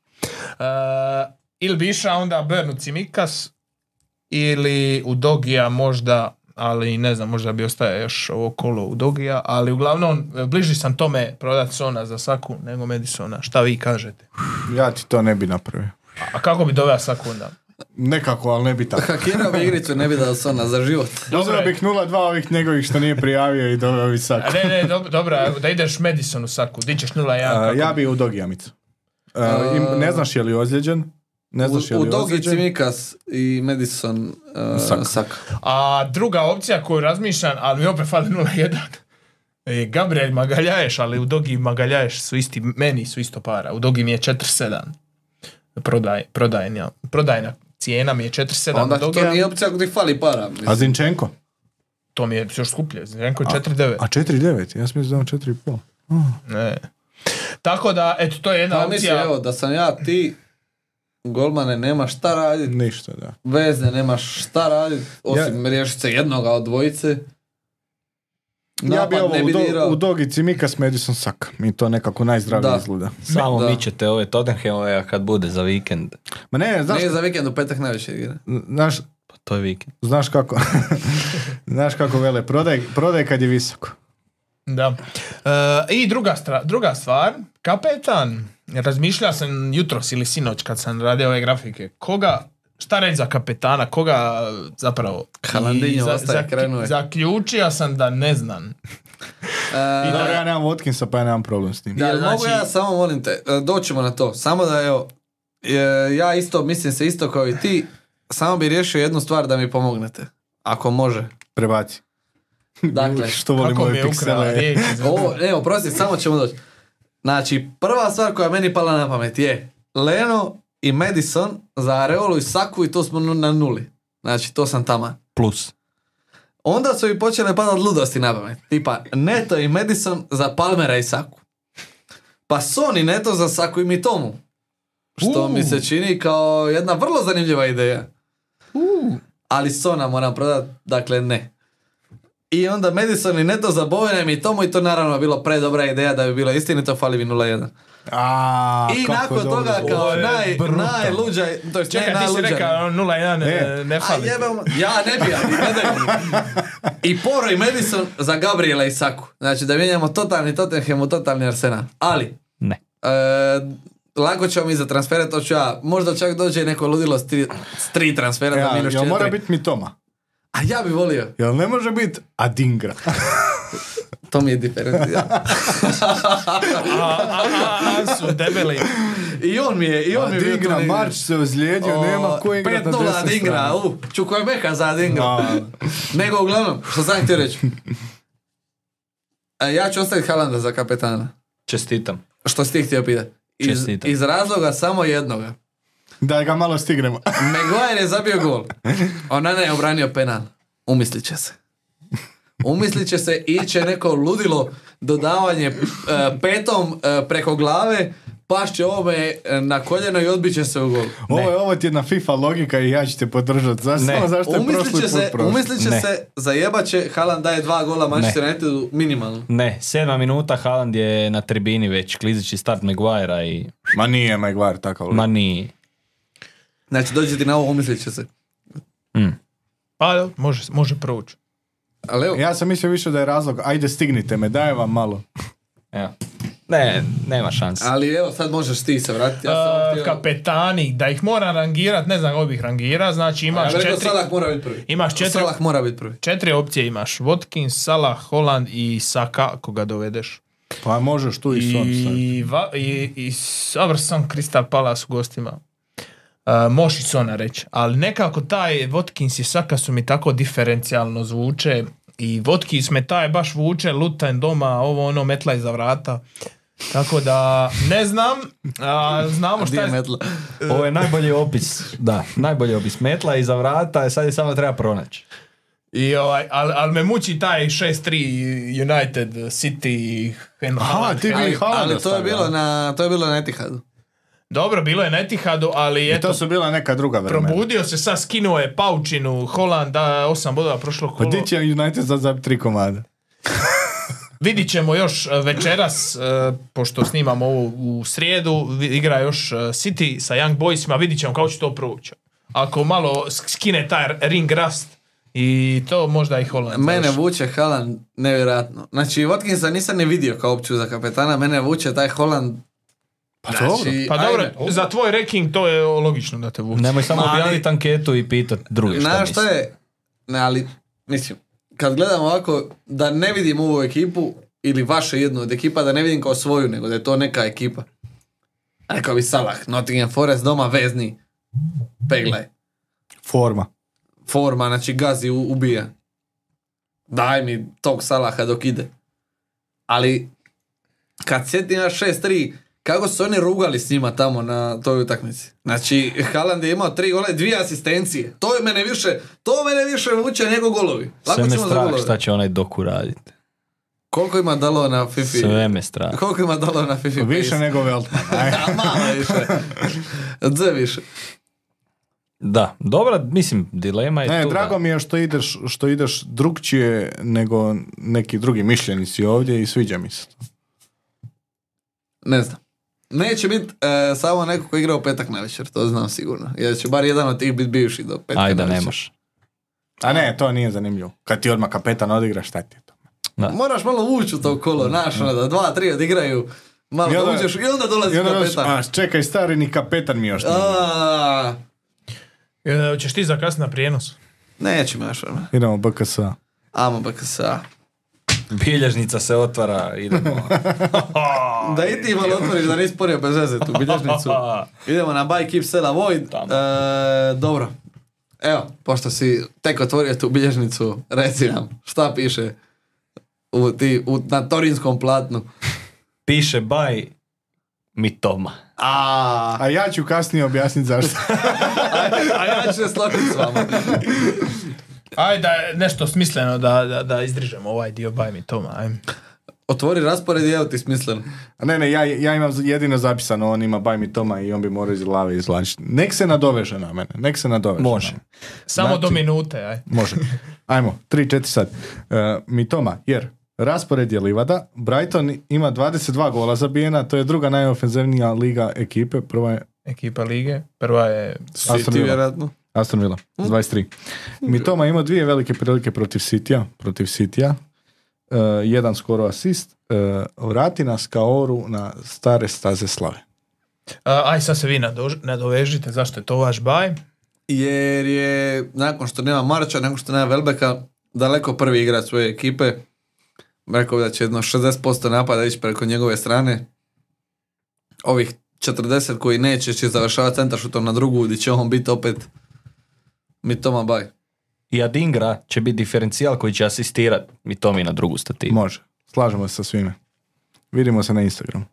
[SPEAKER 3] ili bi išao onda Bernu Cimikas, ili u Dogija možda, ali ne znam, možda bi ostaje još ovo kolo u Dogija, ali uglavnom, e, bliži sam tome prodat Sona za Saku nego Madisona, šta vi kažete?
[SPEAKER 4] Ja ti to ne bi napravio.
[SPEAKER 3] A, a kako bi doveo Saku onda?
[SPEAKER 4] Nekako, ali ne bi tako.
[SPEAKER 1] Hakirao bi igricu, ne bi dao sona za život.
[SPEAKER 4] Uzeo bih 0-2 ovih njegovih što nije prijavio i doveo ovih
[SPEAKER 3] A ne, ne, dobro, dobro, evo, da ideš Madison u saku, di ćeš 0-1. kako-
[SPEAKER 4] ja bi u Dogijamicu. Uh, im- ne znaš je li ozlijeđen? Ne znaš je
[SPEAKER 1] U, u
[SPEAKER 4] li
[SPEAKER 1] Dogi
[SPEAKER 4] ozlijeđen?
[SPEAKER 1] Cimikas i Madison uh,
[SPEAKER 4] Saka.
[SPEAKER 1] Saka.
[SPEAKER 3] A druga opcija koju razmišljam, ali mi opet fali 0-1, je Gabriel Magaljaješ, ali u Dogi i Magaljaješ su isti, meni su isto para. U Dogi mi je 4-7. Prodaj, prodajna, prodajna cijena mi je 4-7.
[SPEAKER 1] Pa onda
[SPEAKER 3] u Dogi,
[SPEAKER 1] to nije opcija ako ti fali para. mislim.
[SPEAKER 4] A Zinčenko?
[SPEAKER 3] to mi je još skuplje. Zenko je 4-9.
[SPEAKER 4] A 4-9, ja sam mislio da je on 4,5.
[SPEAKER 3] Ne. Tako da, eto, to je jedna
[SPEAKER 1] Pa mislim,
[SPEAKER 3] opcija.
[SPEAKER 1] evo, da sam ja ti, golmane, nema šta raditi,
[SPEAKER 4] Ništa, da.
[SPEAKER 1] vezne, nemaš šta raditi, osim riješiti se jednoga od dvojice.
[SPEAKER 4] ja bi
[SPEAKER 1] Napad
[SPEAKER 4] ovo
[SPEAKER 1] pa ne
[SPEAKER 4] u, do-
[SPEAKER 1] dirao.
[SPEAKER 4] u dogici Mika s Madison Saka. Mi to nekako najzdravije
[SPEAKER 1] Da.
[SPEAKER 4] izgleda.
[SPEAKER 2] Samo
[SPEAKER 1] Da.
[SPEAKER 2] mičete ove Tottenhamove a kad bude za vikend.
[SPEAKER 4] Ma ne, znaš,
[SPEAKER 1] Nije za vikend u petak najviše igra.
[SPEAKER 4] znaš,
[SPEAKER 2] Pa to je vikend.
[SPEAKER 4] znaš kako, znaš kako vele, prodaj, prodaj kad je visoko.
[SPEAKER 3] Da. E, I druga, stra- druga stvar, kapetan, razmišljao sam jutros ili sinoć kad sam radio ove grafike, koga, šta reći za kapetana, koga e, zapravo...
[SPEAKER 1] Halandinho
[SPEAKER 3] I
[SPEAKER 1] ostaje, krenuo je.
[SPEAKER 3] Zaključio sam da ne znam.
[SPEAKER 1] E,
[SPEAKER 4] Dobro, ja nemam Watkinsa pa ja nemam problem s tim.
[SPEAKER 1] Da,
[SPEAKER 3] Jel
[SPEAKER 1] mogu
[SPEAKER 3] znači-
[SPEAKER 1] ja samo molim te, e, doćemo na to. Samo da evo, e, ja isto mislim se isto kao i ti, samo bi riješio jednu stvar da mi pomognete. Ako može.
[SPEAKER 4] Prebaci.
[SPEAKER 1] Dakle,
[SPEAKER 4] Što volim
[SPEAKER 3] Kako mi
[SPEAKER 4] ove
[SPEAKER 3] je ukrala
[SPEAKER 1] e.
[SPEAKER 4] piksele. e.
[SPEAKER 3] riječ.
[SPEAKER 1] ovo, ne, oprosti, samo ćemo doći. Znači, prva stvar koja je meni pala na pamet je Leno i Madison za Areolu i Saku i to smo nu- na nuli. Znači, to sam taman.
[SPEAKER 2] Plus.
[SPEAKER 1] Onda su i počele padat ludosti na pamet. Tipa, Neto i Madison za Palmera i Saku. Pa Son i Neto za Saku i Mitomu. Što
[SPEAKER 3] U.
[SPEAKER 1] mi se čini kao jedna vrlo zanimljiva ideja.
[SPEAKER 3] U,
[SPEAKER 1] Ali Sona moram prodat, dakle ne. I onda Madison i Neto za Bovena i Mitomu i to naravno je bilo predobra ideja da bi bilo istinito, fali mi 0-1.
[SPEAKER 4] A,
[SPEAKER 1] I
[SPEAKER 4] kako
[SPEAKER 1] nakon
[SPEAKER 4] dobro.
[SPEAKER 1] toga
[SPEAKER 3] Ovo
[SPEAKER 1] kao
[SPEAKER 3] je
[SPEAKER 1] naj,
[SPEAKER 3] brutalno.
[SPEAKER 1] najluđa, to je
[SPEAKER 3] Čekaj, ti si rekao
[SPEAKER 1] E.
[SPEAKER 3] 0-1,
[SPEAKER 4] Ne.
[SPEAKER 3] ne, ne
[SPEAKER 1] A
[SPEAKER 3] fali.
[SPEAKER 1] jebem, ja ne bi, ali gledaj. I Poro i Madison za Gabriela i Saku. Znači da mijenjamo totalni Tottenham u totalni Arsenal. Ali,
[SPEAKER 2] Ne.
[SPEAKER 1] e, lako ćemo mi za transfere, to ću ja. Možda čak dođe i neko ludilo s tri, s tri transfera za
[SPEAKER 4] Ja,
[SPEAKER 1] minus
[SPEAKER 4] E, jel
[SPEAKER 1] četiri.
[SPEAKER 4] mora biti mi Toma?
[SPEAKER 1] A ja bi volio.
[SPEAKER 4] Jel ne može biti Adingra?
[SPEAKER 1] Pa To mi je diferent. ja.
[SPEAKER 3] A, a, a, a, su debeli.
[SPEAKER 1] I on mi je, i on mi je bio tu
[SPEAKER 4] Adingra,
[SPEAKER 1] negdje.
[SPEAKER 4] Marč se ozlijedio,
[SPEAKER 1] O,
[SPEAKER 4] nema ko igra na
[SPEAKER 1] 5:0
[SPEAKER 4] desnoj
[SPEAKER 1] Adingra,
[SPEAKER 4] strani.
[SPEAKER 1] u, Čukojbeka za Adingra.
[SPEAKER 4] A,
[SPEAKER 1] Nego uglavnom, što sam htio reći. E, Ja ću ostaviti Halanda za kapetana.
[SPEAKER 2] Čestitam.
[SPEAKER 1] Što si ti htio pitat? Iz,
[SPEAKER 2] Čestitam.
[SPEAKER 1] iz razloga samo jednoga.
[SPEAKER 4] da ga malo stignemo.
[SPEAKER 1] Maguire je zabio gol. Ona ne je obranio penal. Umislit će se. Umislit će se i će neko ludilo dodavanje e, petom e, preko glave, pašće ovome e, na koljeno i odbit će se u gol.
[SPEAKER 4] Ovo je ovo ti jedna FIFA logika i ja ću te podržati. Za, samo
[SPEAKER 2] Ne.
[SPEAKER 4] zašto je
[SPEAKER 1] Umislit
[SPEAKER 4] prošli
[SPEAKER 1] će
[SPEAKER 4] put
[SPEAKER 1] se,
[SPEAKER 4] prošlo.
[SPEAKER 1] umislit će
[SPEAKER 2] Ne.
[SPEAKER 1] se, zajebat će, Haaland daje dva gola Manchester
[SPEAKER 2] Ne.
[SPEAKER 1] Unitedu minimalno.
[SPEAKER 2] Ne, sedma minuta, Haaland je na tribini već, klizići start Maguire i...
[SPEAKER 4] Ma nije Maguire takav.
[SPEAKER 2] Ma nije.
[SPEAKER 1] Znači dođe ti na ovo, umislit će se.
[SPEAKER 3] Pa, može, može proći.
[SPEAKER 1] Ali evo,
[SPEAKER 4] Ja sam mislio više da je razlog, ajde stignite me, daj vam malo.
[SPEAKER 2] Evo. Ne, nema šanse.
[SPEAKER 1] ali evo sad možeš ti se vratiti. Ja sam
[SPEAKER 3] E,
[SPEAKER 1] htio-
[SPEAKER 3] kapetani, da ih mora rangirat, ne znam kako bi ih rangirao, znači
[SPEAKER 1] Ja
[SPEAKER 3] imaš
[SPEAKER 1] bih rekao
[SPEAKER 3] četiri,
[SPEAKER 1] Salah mora biti prvi.
[SPEAKER 3] imaš četiri,
[SPEAKER 1] Salah mora biti prvi.
[SPEAKER 3] četiri opcije imaš, Watkins, Salah, Holland i Saka, koga dovedeš.
[SPEAKER 4] Pa možeš tu i son staviti.
[SPEAKER 3] I, va, i, i savrsan Crystal Palace u gostima. E, moš i Sona reći, ali nekako taj Watkins i Saka su mi tako diferencijalno zvuče i Watkins me taj baš vuče, lutan doma, ovo ono, metla iza vrata. Tako da, ne znam, a, znamo Pa šta je...
[SPEAKER 1] metla?
[SPEAKER 2] Ovo
[SPEAKER 1] e.
[SPEAKER 2] je najbolji opis, da, najbolji opis. Metla iza vrata, e, sad je samo treba pronaći.
[SPEAKER 3] I ovaj, ali al me muči taj 6-3 United City i Hen-
[SPEAKER 4] Aha,
[SPEAKER 3] Haaland. ono.
[SPEAKER 4] ti bi
[SPEAKER 1] Ali,
[SPEAKER 4] Haaland
[SPEAKER 1] ali to je bilo na, to je bilo na Etihadu.
[SPEAKER 3] Dobro, bilo je na Etihadu, ali
[SPEAKER 4] I
[SPEAKER 3] eto,
[SPEAKER 4] to su bila neka druga vremena.
[SPEAKER 3] probudio se, sad skinuo je Paučinu, Holanda, 8 bodova prošlo
[SPEAKER 4] Pa
[SPEAKER 3] kolo.
[SPEAKER 4] di će United sad zabiti tri komada?
[SPEAKER 3] Vidit ćemo još e, večeras, e, pošto snimamo ovo u srijedu, vi- igra još e, City sa Young Boysima, vidit ćemo kako će to provući. Ako malo sk- skine taj ring rast i to možda i Holland.
[SPEAKER 1] Mene
[SPEAKER 3] završi.
[SPEAKER 1] vuče Haaland nevjerojatno. Znači, Watkinsa nisam ni vidio kao opću za kapetana, mene vuče taj Haaland.
[SPEAKER 4] Pa dobro.
[SPEAKER 1] Znači,
[SPEAKER 3] Pa dobro,
[SPEAKER 1] ajme.
[SPEAKER 3] za tvoj ranking to je logično da te vuče.
[SPEAKER 2] Nemoj samo
[SPEAKER 1] Ma, ali-
[SPEAKER 2] objaviti anketu i pitat druge šta
[SPEAKER 1] Znaš
[SPEAKER 2] misle.
[SPEAKER 1] šta je, ne, ali, mislim, kad gledam ovako, da ne vidim ovu ekipu, ili vaše jednu od ekipa, da ne vidim kao svoju, nego da je to neka ekipa. Rekao bi Salah, Nottingham Forest, doma vezni, peglaj.
[SPEAKER 4] Forma.
[SPEAKER 1] forma, znači gazi, u- ubija. Daj mi tog Salaha dok ide. Ali, kad sjetim na 6-3, kako su oni rugali s njima tamo na toj utakmici. Znači, Haaland je imao tri gola i dvije asistencije. To je mene više, to mene više vuče nego golovi. Lako
[SPEAKER 2] Sve me
[SPEAKER 1] ćemo za
[SPEAKER 2] strah
[SPEAKER 1] golove.
[SPEAKER 2] šta će onaj doku raditi.
[SPEAKER 1] Koliko ima dalo na Fifi?
[SPEAKER 2] Sve me strah.
[SPEAKER 1] Koliko ima dalo na Fifi?
[SPEAKER 4] Više
[SPEAKER 1] Pace?
[SPEAKER 4] nego Veltman. aj.
[SPEAKER 1] A, malo više. Dze više.
[SPEAKER 2] Da, dobra, mislim, dilema je
[SPEAKER 4] Ne,
[SPEAKER 2] tu. da.
[SPEAKER 4] drago mi je što ideš, što ideš drugčije nego neki drugi mišljenici ovdje i sviđa mi se. to.
[SPEAKER 1] Ne znam. Neće biti e, samo neko ko igra u petak na večer, to znam sigurno. Jer će bar jedan od tih biti bivši do petka
[SPEAKER 2] Ajde,
[SPEAKER 1] navečer.
[SPEAKER 2] ne moš.
[SPEAKER 4] A ne, to nije zanimljivo. Kad ti odmah kapetan odigraš, šta ti je to?
[SPEAKER 1] Moraš malo ući u to kolo, znaš, ono, da dva, tri odigraju, malo
[SPEAKER 4] I
[SPEAKER 1] da
[SPEAKER 4] onda-
[SPEAKER 1] uđeš i onda dolazi
[SPEAKER 4] I onda dođeš,
[SPEAKER 1] kapetan.
[SPEAKER 4] a čekaj stari, ni kapetan mi još nije.
[SPEAKER 1] A,
[SPEAKER 3] E, Ćeš ti zakasniti na prijenos.
[SPEAKER 1] Neće maš, ono.
[SPEAKER 4] Idemo BKS.
[SPEAKER 1] Amo BKSA.
[SPEAKER 2] Bilježnica se otvara, idemo.
[SPEAKER 1] Da i ti malo otvoriš, da nisi ponio bez veze tu bilježnicu. Idemo na Buy Keep Sell Avoid.
[SPEAKER 2] Tamo.
[SPEAKER 1] E, dobro. Evo, pošto si tek otvorio tu bilježnicu, reci nam šta piše u, ti, u, na torinskom platnu.
[SPEAKER 2] Piše baj mi Toma.
[SPEAKER 1] A,
[SPEAKER 4] A ja ću kasnije objasniti zašto.
[SPEAKER 1] a ja ću se složiti s vama.
[SPEAKER 3] Ajde, da- nešto smisleno da, da, da izdrižemo ovaj dio, baj mi Toma. ajme.
[SPEAKER 1] Otvori raspored i evo ti smislen.
[SPEAKER 4] A ne, ne, ja, ja imam jedino zapisano, on ima baj mi Toma i on bi morao iz glave izvlačiti. Nek se nadoveže na mene, nek se nadoveže.
[SPEAKER 2] Može.
[SPEAKER 4] na mene.
[SPEAKER 3] Samo
[SPEAKER 4] Znači-
[SPEAKER 3] do minute, aj.
[SPEAKER 4] Može. Ajmo, 3-4 sad. E, Mitoma, jer raspored je Livada, Brighton ima 22 gola zabijena, to je druga najofenzivnija liga ekipe, prva je
[SPEAKER 3] Ekipa lige, prva je...
[SPEAKER 4] Aston
[SPEAKER 1] City
[SPEAKER 4] Villa.
[SPEAKER 1] vjerojatno.
[SPEAKER 4] Aston Villa, s 23. Mitoma ima dvije velike prilike protiv Sitija, protiv Sitija, E, jedan skoro asist, E, vrati nas kao oru na stare staze slave.
[SPEAKER 3] A, aj, sad se vi nadož- nadovežite, zašto je to vaš baj?
[SPEAKER 1] Jer je, nakon što nema Marča, nakon što nema Velbeka, daleko prvi igrač svoje ekipe. Rekao bi da će jedno 60% napada ići preko njegove strane. Ovih 40 koji neće će završavati centaršutom na drugu, gdje će on biti opet Mitoma Baj.
[SPEAKER 2] I Adingra će biti diferencijal koji će asistirat mi Tomi na drugu stativu.
[SPEAKER 4] Može, slažemo se sa svime. Vidimo se na Instagramu.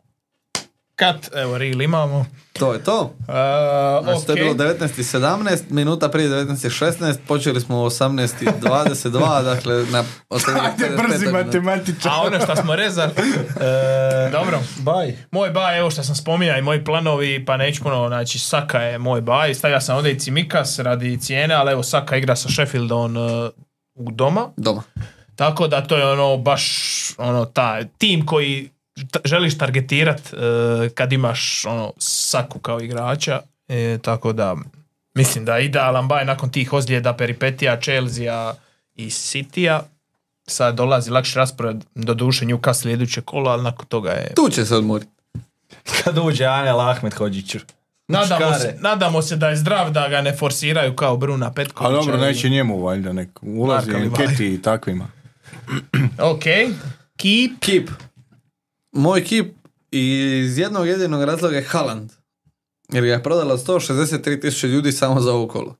[SPEAKER 3] Kat, evo, reel imamo.
[SPEAKER 1] To je to.
[SPEAKER 3] A,
[SPEAKER 1] Znači, to je
[SPEAKER 3] okej.
[SPEAKER 1] bilo 19.17, minuta prije 19.16, počeli smo u 18.22, dakle na
[SPEAKER 4] Ajde, brzi matematičar.
[SPEAKER 3] A ono što smo rezali, e, dobro.
[SPEAKER 2] Baj.
[SPEAKER 3] Moj baj, evo što sam spominjao i moji planovi, pa neću puno, znači Saka je moj baj, stavio sam ovdje i Cimikas radi cijene, ali evo Saka igra sa Sheffieldom e, u doma,
[SPEAKER 1] Doma.
[SPEAKER 3] tako da to je ono baš ono taj tim koji t- želiš targetirat e, kad imaš ono Saku kao igrača, E, tako da mislim da je idealan baj nakon tih ozljeda peripetija Chelsea i Citya, sad dolazi lakši raspored, doduše Newcastle iduće kolo, ali nakon toga je
[SPEAKER 1] Tu će se odmoriti.
[SPEAKER 2] Kad uđe Anel Ahmed Hođić.
[SPEAKER 3] Nadamo
[SPEAKER 2] Muškare.
[SPEAKER 3] se, nadamo se da je zdrav, da ga ne forsiraju kao Bruna
[SPEAKER 4] A
[SPEAKER 3] Petkovića.
[SPEAKER 4] dobro, neće njemu valjda, nek ulazi
[SPEAKER 3] Marka Livaja.
[SPEAKER 4] Enketi i takvima.
[SPEAKER 3] Ok, keep.
[SPEAKER 1] Kip. Moj kip iz jednog jedinog razloga je Haaland. Jer ga je prodala 163 tisuće ljudi samo za ovo kolo.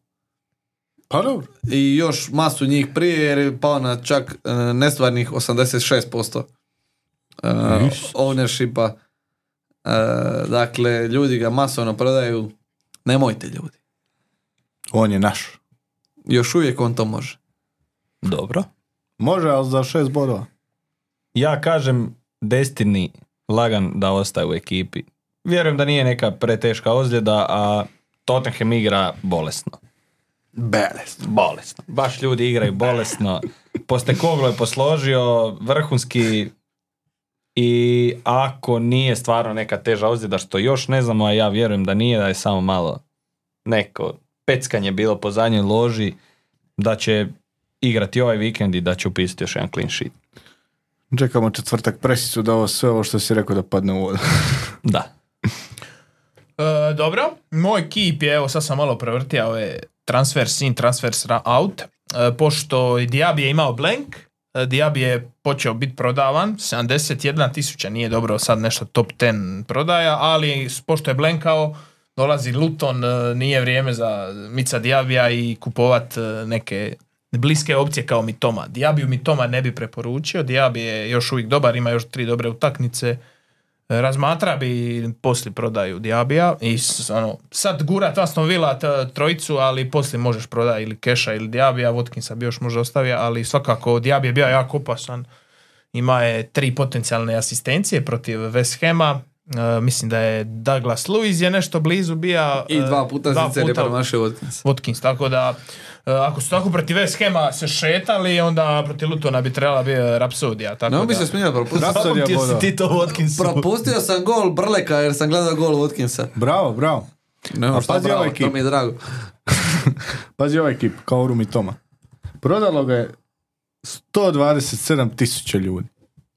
[SPEAKER 4] Pa dobro.
[SPEAKER 1] I još masu njih prije jer je pao na čak e, nestvarnih 86% e, ownershipa. E, dakle, ljudi ga masovno prodaju. Nemojte ljudi.
[SPEAKER 4] On je naš.
[SPEAKER 1] Još uvijek on to može.
[SPEAKER 2] Dobro.
[SPEAKER 4] Može, ali za šest bodova.
[SPEAKER 2] Ja kažem Destini lagan da ostaje u ekipi. Vjerujem da nije neka preteška ozljeda, a Tottenham igra bolesno.
[SPEAKER 1] Belest.
[SPEAKER 2] Bolesno. Baš ljudi igraju bolesno. Postekoglo je posložio, vrhunski i ako nije stvarno neka teža ozljeda, što još ne znamo, a ja vjerujem da nije, da je samo malo neko peckanje bilo po zadnjoj loži, da će igrati ovaj vikend i da će upisati još jedan clean sheet.
[SPEAKER 4] Čekamo četvrtak presicu da ovo sve ovo što si rekao da padne u vodu.
[SPEAKER 2] Da.
[SPEAKER 3] E, dobro, moj keep je, evo sad sam malo prevrtio ove transfers in, transfers ra- out. E, pošto i Diaby je imao blank, e, Diaby je počeo biti prodavan, 71 tisuća nije dobro sad nešto top 10 prodaja, ali s- pošto je blankao, dolazi Luton, e, nije vrijeme za Mica Diabija i kupovat e, neke bliske opcije kao Mitoma. Diabiju Mitoma ne bi preporučio, Diaby je još uvijek dobar, ima još tri dobre utakmice, E, razmatra bi poslije prodaju Diabija i s- ono, sad gura Aston Villa t- trojicu, ali poslije možeš prodati ili Keša ili Diabija, Watkinsa bi još možda ostavio, ali svakako Diaby je bio jako opasan Ima je tri potencijalne asistencije protiv West Hama. E, mislim da je Douglas Lewis je nešto blizu bija.
[SPEAKER 1] I dva puta
[SPEAKER 3] E, dva
[SPEAKER 1] zicer je
[SPEAKER 3] puta-
[SPEAKER 1] promašio Watkins.
[SPEAKER 3] Watkins, tako da e, ako su tako protiv West Hama se šetali, onda protiv Lutona bi trebala biti rapsodija. Tako
[SPEAKER 1] Ne on bi
[SPEAKER 3] da-
[SPEAKER 1] se smio propustio.
[SPEAKER 4] Da. Rapsodija
[SPEAKER 2] Zapamtio
[SPEAKER 4] bodova.
[SPEAKER 2] si ti to Watkinsu.
[SPEAKER 1] Propustio sam gol Brleka jer sam gledao gol Watkinsa.
[SPEAKER 4] Bravo, bravo.
[SPEAKER 1] Nema
[SPEAKER 4] A
[SPEAKER 1] šta
[SPEAKER 4] pazi
[SPEAKER 1] pa bravo,
[SPEAKER 4] ovaj
[SPEAKER 1] to
[SPEAKER 4] kip.
[SPEAKER 1] mi je drago.
[SPEAKER 4] Pazi ovaj ekip, kao Rumi Toma. Prodalo ga je 127 tisuća ljudi.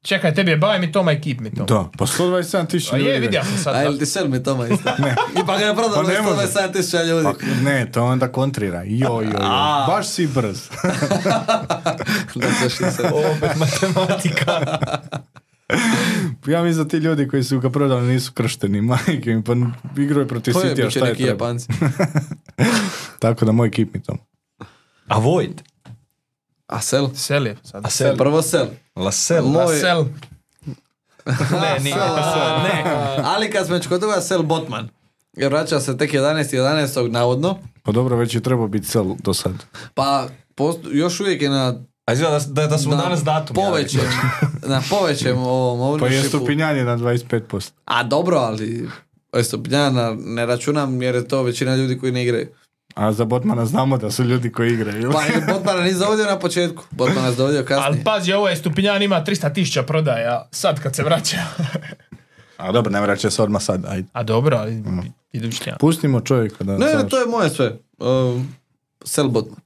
[SPEAKER 3] Čekaj, tebi je Bajm i Toma i Kip mi Toma.
[SPEAKER 4] Da, pa 127 tisuća
[SPEAKER 3] A
[SPEAKER 4] ljudi.
[SPEAKER 3] je,
[SPEAKER 4] već.
[SPEAKER 3] vidio sam sad.
[SPEAKER 1] A
[SPEAKER 3] da.
[SPEAKER 1] jel ti sel mi toma isto? I pa ga je prodao
[SPEAKER 4] Pa ne može.
[SPEAKER 1] 127 tisuća ljudi.
[SPEAKER 4] Pa, ne, to onda kontrira. Jo, jo, jo.
[SPEAKER 1] A.
[SPEAKER 4] Baš si brz.
[SPEAKER 1] Da, to što se-
[SPEAKER 2] Opet matematika.
[SPEAKER 4] ja mislim da ti ljudi koji su ga prodali nisu kršteni majke. mi, Pa igro je protiv
[SPEAKER 1] To je
[SPEAKER 4] Citya,
[SPEAKER 1] biće
[SPEAKER 4] šta je
[SPEAKER 1] neki
[SPEAKER 4] treba.
[SPEAKER 1] Japanci.
[SPEAKER 4] Tako da moj ekip mi to.
[SPEAKER 2] A Void.
[SPEAKER 1] A sel?
[SPEAKER 3] Sel je sad.
[SPEAKER 2] A Sel.
[SPEAKER 1] Prvo sel.
[SPEAKER 2] Lasel.
[SPEAKER 1] Moj-
[SPEAKER 3] Sel.
[SPEAKER 2] Ne, nije Lasel. Ne.
[SPEAKER 1] Ali kad smo već kod toga, sel Botman. Jer vraća se tek 11.11. navodno.
[SPEAKER 4] Pa dobro, već je trebao biti cel do sad.
[SPEAKER 1] Pa post- još uvijek je na
[SPEAKER 2] A izgleda da, da, da smo
[SPEAKER 1] na
[SPEAKER 2] danas datum.
[SPEAKER 1] Poveće. na povećem ovom
[SPEAKER 4] Pa je
[SPEAKER 1] ownershipu.
[SPEAKER 4] stupinjanje na 25%.
[SPEAKER 1] A dobro, ali Estopnjana ne računam jer je to većina ljudi koji ne igraju.
[SPEAKER 4] A za Botmana znamo da su ljudi koji igraju.
[SPEAKER 1] Pa je Botmana nisi dovodio na početku. Botmana si dovodio kasnije.
[SPEAKER 3] Ali pazi, ovo je Stupinjan ima 300 tisuća prodaja sad kad se vraća.
[SPEAKER 4] A dobro, ne vraća se odmah sad, ajde.
[SPEAKER 3] A dobro, ali
[SPEAKER 2] Mm.
[SPEAKER 3] idući tjedan.
[SPEAKER 4] Pustimo čovjeka da...
[SPEAKER 1] Ne, ne,
[SPEAKER 4] završi.
[SPEAKER 1] to je moje sve. Um, sel Botman.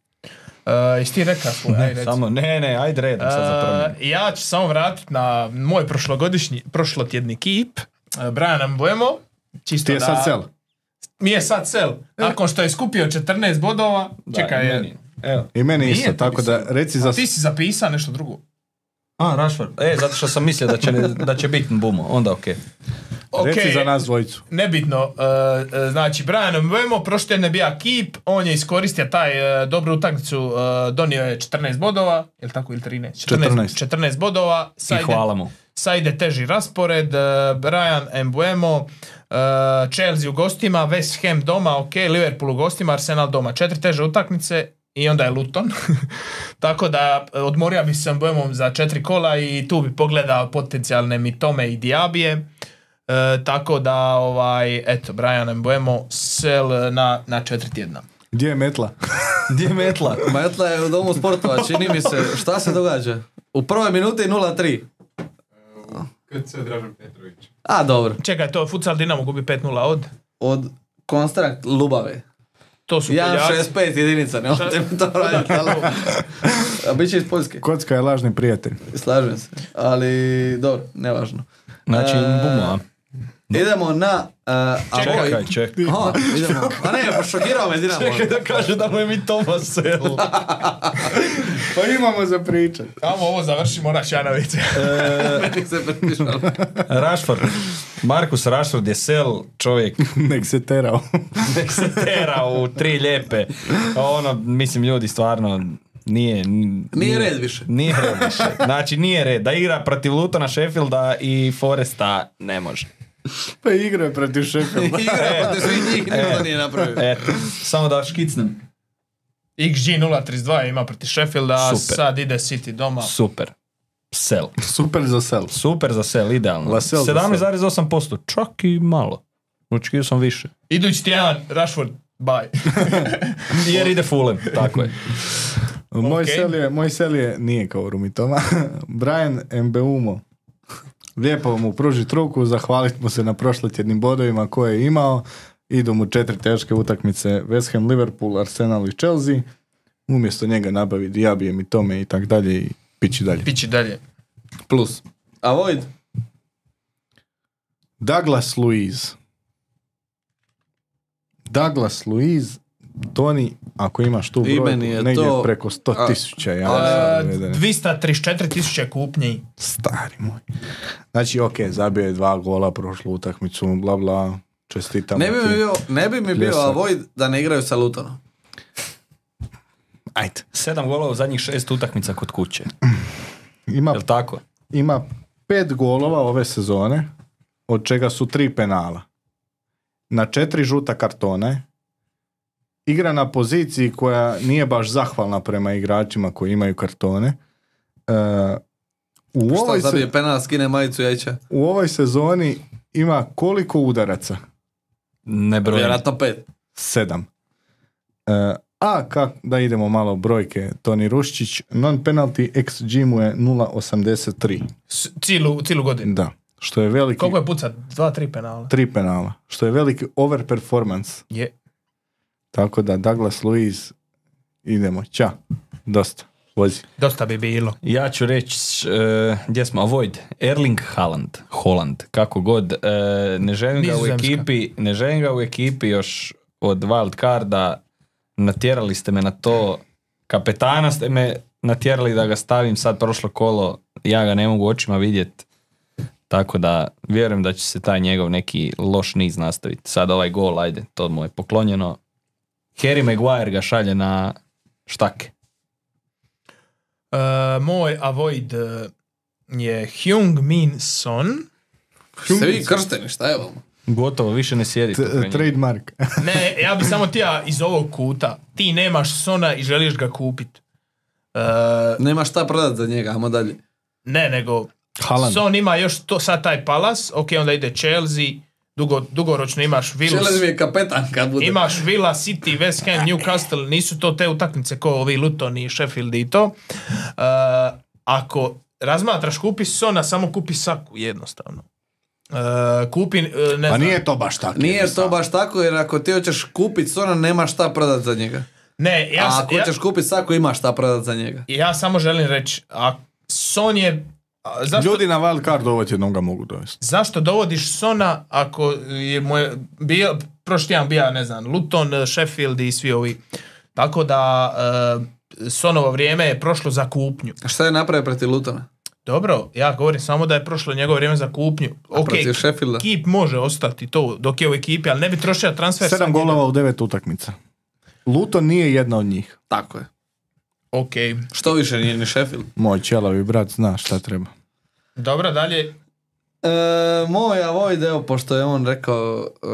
[SPEAKER 3] E, Jesi ti rekao svoj, aj reci.
[SPEAKER 2] Samo, ne, ne, ajde redom sad za promjenu.
[SPEAKER 3] E, ja ću samo vratiti na moj prošlogodišnji, prošlotjedni kip. E, Brian Ambuemo. Čisto
[SPEAKER 4] Ti je
[SPEAKER 3] da-
[SPEAKER 4] sad E. cel.
[SPEAKER 3] Mi je sad sel. Nakon što je skupio 14 bodova, čekaj,
[SPEAKER 2] Da,
[SPEAKER 3] je-
[SPEAKER 2] meni. Evo.
[SPEAKER 4] I meni
[SPEAKER 3] Nije,
[SPEAKER 4] isto,
[SPEAKER 3] ti
[SPEAKER 4] tako
[SPEAKER 3] bi
[SPEAKER 4] da reci za...
[SPEAKER 3] ti si zapisao nešto drugo.
[SPEAKER 2] A, Rashford. E, zato što sam mislio da će, ne- da će biti bumo. Onda okej.
[SPEAKER 3] Ok,
[SPEAKER 4] Reci za nas dvojicu.
[SPEAKER 3] nebitno, e, e, znači Brian Mbemo prošle ne bija kip, on je iskoristio taj e, dobru utakmicu, e, donio je 14 bodova, je li tako ili 13?
[SPEAKER 4] 14.
[SPEAKER 3] 14 bodova, sa
[SPEAKER 2] I hvala mu.
[SPEAKER 3] Sad ide teži raspored, e, Brian Mbuemo, e, Chelsea u gostima, West Ham doma, ok, Liverpool u gostima, Arsenal doma. Četiri teže utakmice i onda je Luton. Tako da e, odmorio bi se Mbuemom za četiri kola i tu bi pogledao potencijalne mi Tome i Diabije. E, tako da, ovaj, eto, Brian Mbuemo sel e, na, na četiri tjedna.
[SPEAKER 4] Gdje je metla?
[SPEAKER 2] Gdje je metla?
[SPEAKER 1] Metla je u domu sportova, čini mi se. Šta se događa? U prvoj minuti 0-3.
[SPEAKER 5] Kad se Dražen Petrović.
[SPEAKER 1] A, dobro.
[SPEAKER 3] Čekaj, to je futsal Dinamo gubi 5-0 od...
[SPEAKER 1] Od Konstrakt Lubave.
[SPEAKER 3] To su
[SPEAKER 1] Ja
[SPEAKER 3] Poljaci.
[SPEAKER 1] 65 jedinica, ne možete mi to raditi. ali- A bit će iz Poljske,
[SPEAKER 4] Kocka je lažni prijatelj.
[SPEAKER 1] slažem se. Ali, dobro, nevažno.
[SPEAKER 2] Znači,
[SPEAKER 1] E,
[SPEAKER 2] bumo, a?
[SPEAKER 1] Idemo na... Uh, a
[SPEAKER 3] Čekaj,
[SPEAKER 1] moj-
[SPEAKER 2] Čekaj, čekaj.
[SPEAKER 1] Aha, idemo. A ne, pa šokirao me Dinamo.
[SPEAKER 2] Čekaj da kaže da mu je mi Toma sel.
[SPEAKER 4] Pa imamo za pričat.
[SPEAKER 3] Samo ovo završimo na Šanovice.
[SPEAKER 1] Nek se prepišalo.
[SPEAKER 2] Rashford. Markus Rashford je sel čovjek
[SPEAKER 4] Nek se terao.
[SPEAKER 2] nek se tera u tri lijepe. A Ono, mislim, ljudi stvarno nije... n-
[SPEAKER 1] Nije red više.
[SPEAKER 2] Nije red više. Znači, nije red. Da igra protiv Lutona, Sheffielda i Foresta ne može.
[SPEAKER 4] Pa igra je protiv Sheffielda.
[SPEAKER 1] Igra protiv svih njih, niko nije napravio.
[SPEAKER 2] Eto, samo da škicnem.
[SPEAKER 3] XG 032 ima protiv Sheffielda, a
[SPEAKER 2] Super.
[SPEAKER 3] sad ide City doma.
[SPEAKER 2] Super. Sel.
[SPEAKER 4] Super za sel.
[SPEAKER 2] Super za sel, idealno.
[SPEAKER 4] Lasel za sel.
[SPEAKER 2] 17,8%. Čak i malo. Očekio sam više.
[SPEAKER 3] Idući tjedan, Rashford, bye.
[SPEAKER 2] Jer ide fulem, tako je.
[SPEAKER 4] Moj,
[SPEAKER 3] Okej.
[SPEAKER 4] sel je, moj sel je, nije kao Rumitoma, Brian Mbeumo. Lijepo mu pružit ruku, zahvalit mu se na prošlotjednim bodovima koje je imao. Idu mu četiri teške utakmice West Ham, Liverpool, Arsenal i Chelsea. Umjesto njega nabavi Diabijem i tome i tak dalje i pići dalje.
[SPEAKER 3] Pići dalje.
[SPEAKER 1] Plus. A Void?
[SPEAKER 4] Douglas Luiz. Douglas Luiz, Toni, ako imaš tu
[SPEAKER 1] I
[SPEAKER 4] brojku,
[SPEAKER 1] meni je
[SPEAKER 4] negdje
[SPEAKER 1] to-
[SPEAKER 4] preko 100 tisuća. Ja,
[SPEAKER 3] E,
[SPEAKER 4] sam uvjeren.
[SPEAKER 3] 234 tisuće kupnji.
[SPEAKER 4] Stari moj. Znači, ok, zabio je dva gola prošlu utakmicu, bla bla, čestitam.
[SPEAKER 1] Ne bi
[SPEAKER 4] ti.
[SPEAKER 1] mi bio, ne bi mi bio
[SPEAKER 4] Pljesak.
[SPEAKER 1] Avoid da ne igraju sa Lutonom.
[SPEAKER 4] Ajde.
[SPEAKER 2] Sedam golova u zadnjih šest utakmica kod kuće.
[SPEAKER 4] Ima,
[SPEAKER 2] Jel tako?
[SPEAKER 4] ima pet golova ove sezone, od čega su tri penala. Na četiri žuta kartone, igra na poziciji koja nije baš zahvalna prema igračima koji imaju kartone, e, U
[SPEAKER 1] Šta
[SPEAKER 4] ovoj, se-
[SPEAKER 1] zabije penal, skine majicu jeća?
[SPEAKER 4] u ovoj sezoni ima koliko udaraca?
[SPEAKER 2] Ne brojim.
[SPEAKER 1] Vjerojatno pet.
[SPEAKER 4] Sedam. E, a kak, da idemo malo brojke, Toni Ruščić, non-penalty XG mu je 0.83.
[SPEAKER 3] S- Cijelu, cijelu godinu.
[SPEAKER 4] Da, što je veliki...
[SPEAKER 3] Koliko je puca? Dva, tri penala.
[SPEAKER 4] Tri penala, što je veliki overperformance.
[SPEAKER 3] Je.
[SPEAKER 4] Tako da Douglas Luiz, idemo, ća, dosta, vozi.
[SPEAKER 3] Dosta bi bilo.
[SPEAKER 2] Ja ću reći, e, gdje smo, Avoid, Erling Haaland, Holland, kako god, e, ne želim ga u
[SPEAKER 3] Nizozemska.
[SPEAKER 2] ekipi, ne želim ga u ekipi još od wild carda, natjerali ste me na to, kapetana ste me natjerali da ga stavim sad prošlo kolo, ja ga ne mogu očima vidjet, tako da vjerujem da će se taj njegov neki loš niz nastaviti. Sad ovaj gol, ajde, to mu je poklonjeno. Harry Maguire ga šalje na štake.
[SPEAKER 3] E, moj avoid e, je Hyung Min Son.
[SPEAKER 1] Ste vi kršteni, šta je vam?
[SPEAKER 2] Gotovo, više ne sjedi. tu kraj njega.
[SPEAKER 4] trademark.
[SPEAKER 3] Ne, ja bi samo tija iz ovog kuta. Ti nemaš Sona i želiš ga kupit. E,
[SPEAKER 1] Nema šta prodat za njega, ajmo dalje.
[SPEAKER 3] ne, nego
[SPEAKER 4] Haaland.
[SPEAKER 3] Son ima još to, sad taj Palas, ok, onda ide Chelsea, dugo, dugoročno imaš Villas.
[SPEAKER 1] Čelez mi je kapetan kad bude.
[SPEAKER 3] Imaš Villa, City, West Ham, Newcastle, nisu to te utakmice kao ovi Luton i Sheffield i to. E, ako razmatraš kupi Sona, samo kupi Saku, jednostavno. E, kupi, e, ne
[SPEAKER 4] Pa
[SPEAKER 3] znam,
[SPEAKER 4] nije to baš tako.
[SPEAKER 1] Nije to
[SPEAKER 4] jednostavno.
[SPEAKER 1] baš tako jer ako ti hoćeš kupit Sona nema šta prodat za njega.
[SPEAKER 3] ne, ja,
[SPEAKER 1] A
[SPEAKER 3] sam-
[SPEAKER 1] ako
[SPEAKER 3] ja,
[SPEAKER 1] hoćeš kupit Saku ima šta prodat za njega.
[SPEAKER 3] ja samo želim reći, a Son je, a zašto,
[SPEAKER 4] Ljudi na wild card ovo jednom ga mogu dovesti.
[SPEAKER 3] zašto dovodiš Sona ako je moj, bio, prošli tjedan bija, ne znam, Luton, e, Sheffield i svi ovi. Tako da, e, Sonovo vrijeme je prošlo za kupnju.
[SPEAKER 1] A Šta je napravio protiv Lutona?
[SPEAKER 3] Dobro, ja govorim samo da je prošlo njegovo vrijeme za kupnju. Ok,
[SPEAKER 1] Protiv Sheffielda?
[SPEAKER 3] ekip može ostati to dok je u ekipi, ali ne bi trošio transfer. sad
[SPEAKER 4] Sedam
[SPEAKER 3] njega.
[SPEAKER 4] golova u devet utakmica. Luton nije jedna od njih.
[SPEAKER 1] Tako je.
[SPEAKER 3] Ok,
[SPEAKER 1] Što više nije ni Sheffield.
[SPEAKER 4] Moj ćelavi brat zna šta treba.
[SPEAKER 3] dobro, dalje.
[SPEAKER 1] E, moj avoid, evo, pošto je on rekao, e,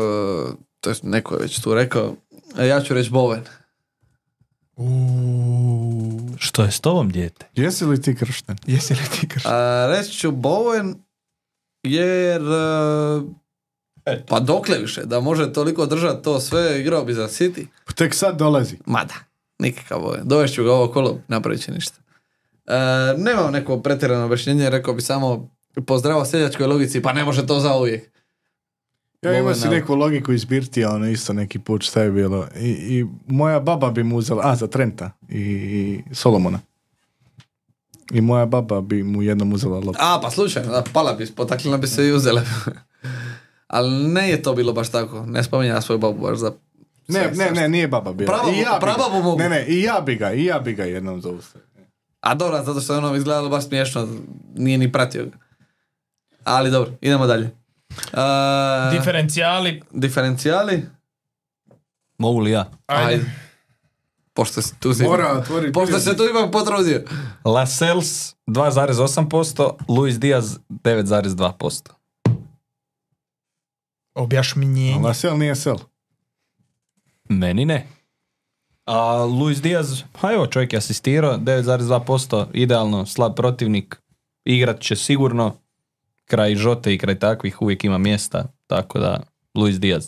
[SPEAKER 1] to jest neko je već tu rekao, e, ja ću reći Bowen.
[SPEAKER 2] Što je s tobom, dijete?
[SPEAKER 4] Jesi li ti kršten?
[SPEAKER 3] Jesi li ti
[SPEAKER 1] A, reći ću Bowen jer... e, pa dokle više, da može toliko držati to sve, igrao bi za City.
[SPEAKER 4] Pa Tek sad dolazi.
[SPEAKER 1] Mada, nikakav Bowen. Dovešću ga ovo kolo, napravit će ništa. E, nemam neko pretjerano objašnjenje, rekao bi samo pozdravo seljačkoj logici, pa ne može to za uvijek.
[SPEAKER 4] Ja imao
[SPEAKER 1] Bowen,
[SPEAKER 4] si
[SPEAKER 1] ali-
[SPEAKER 4] neku logiku izbirti, a ono isto neki put šta je bilo. I, i moja baba bi mu uzela, a za Trenta i, i Solomona. I moja baba bi mu jednom uzela loptu.
[SPEAKER 1] A, pa slučajno, da, pala bi, potaklina bi se i uzela. Ali ne je to bilo baš tako. Ne spominja ja svoju babu baš za...
[SPEAKER 4] Ne,
[SPEAKER 1] sve-
[SPEAKER 4] ne,
[SPEAKER 1] sve-
[SPEAKER 4] ne, nije baba bila.
[SPEAKER 1] Prababu-
[SPEAKER 4] I ja bi ga-
[SPEAKER 1] prababu mogu.
[SPEAKER 4] Ne, ne, i ja bi ga, i ja bi ga jednom zaustavio.
[SPEAKER 1] A dobro, zato što je ono izgledalo baš smiješno. Nije ni pratio ga. Ali dobro, idemo dalje. E,
[SPEAKER 3] Diferencijali,
[SPEAKER 1] diferencijali?
[SPEAKER 2] Mogu li ja?
[SPEAKER 3] ajde.
[SPEAKER 1] Ajde. Pošto se tu... si-
[SPEAKER 4] otvoriti.
[SPEAKER 1] Pošto se tu ipak potrudio.
[SPEAKER 2] Lasels 2,8%, Luis Diaz 9,2%.
[SPEAKER 3] objašnjenje.
[SPEAKER 4] Lasel nije sel.
[SPEAKER 2] Meni ne. A Luis Diaz, pa evo čovjek je asistirao, 9,2%, idealno, slab protivnik, igrat će sigurno, kraj žote i kraj takvih uvijek ima mjesta, tako da Luis Diaz.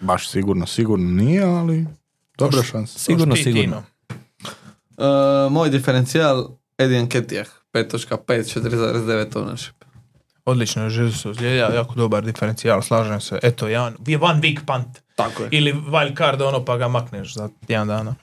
[SPEAKER 4] Baš sigurno, sigurno nije, ali dobra šansa.
[SPEAKER 2] Sigurno,
[SPEAKER 3] Što ti,
[SPEAKER 2] sigurno.
[SPEAKER 3] Tino?
[SPEAKER 1] E, moj diferencijal Edin Ketijah. 5.5, 4.9 ownership.
[SPEAKER 3] Odlično, Jesus, je ja- jako dobar diferencijal, slažem se. Eto, jedan, je one big punt.
[SPEAKER 1] Tako je.
[SPEAKER 3] Ili wild card, ono, pa ga makneš za jedan dana.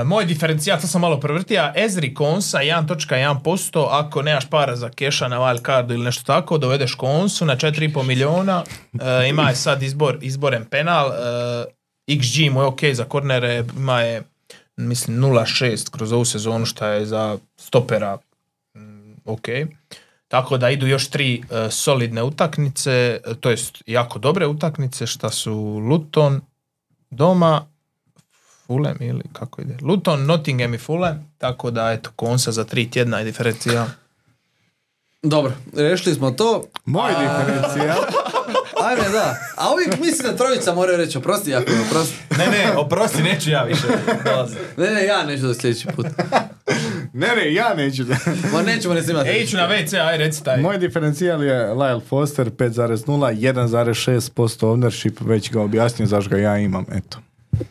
[SPEAKER 3] E, moj diferencijal, to sam malo prevrtija, Ezri Konsa 1.1%, ako nemaš para za keša na wild cardu ili nešto tako, dovedeš Konsu na 4,5 miliona, E, ima je sad izbor, izboren penal, e, XG mu je ok za kornere, ima je mislim 0.6 kroz ovu sezonu što je za stopera mm, ok. Tako da idu još tri e, solidne utakmice, e, to jest jako dobre utakmice šta su Luton doma, Fulham ili kako ide? Luton, Nottingham i Fulham, tako da eto konsa za tri tjedna je diferencijal.
[SPEAKER 1] Dobro, rešili smo to.
[SPEAKER 4] Moj diferencijal.
[SPEAKER 1] Ajme, da. A uvijek mislim da trojica moraju reći oprosti, jako mi oprosti.
[SPEAKER 2] Ne, ne, oprosti, neću ja više.
[SPEAKER 1] Ne, ne, ja neću do sljedeći put.
[SPEAKER 4] Ne, ne, ja neću. da-
[SPEAKER 1] Ma nećemo ne snimati.
[SPEAKER 3] E, iću na WC, aj reci taj.
[SPEAKER 4] Moj diferencijal je Lyle Foster 5.0, 1.6% ownership, već ga objasnio zašto ga ja imam, eto.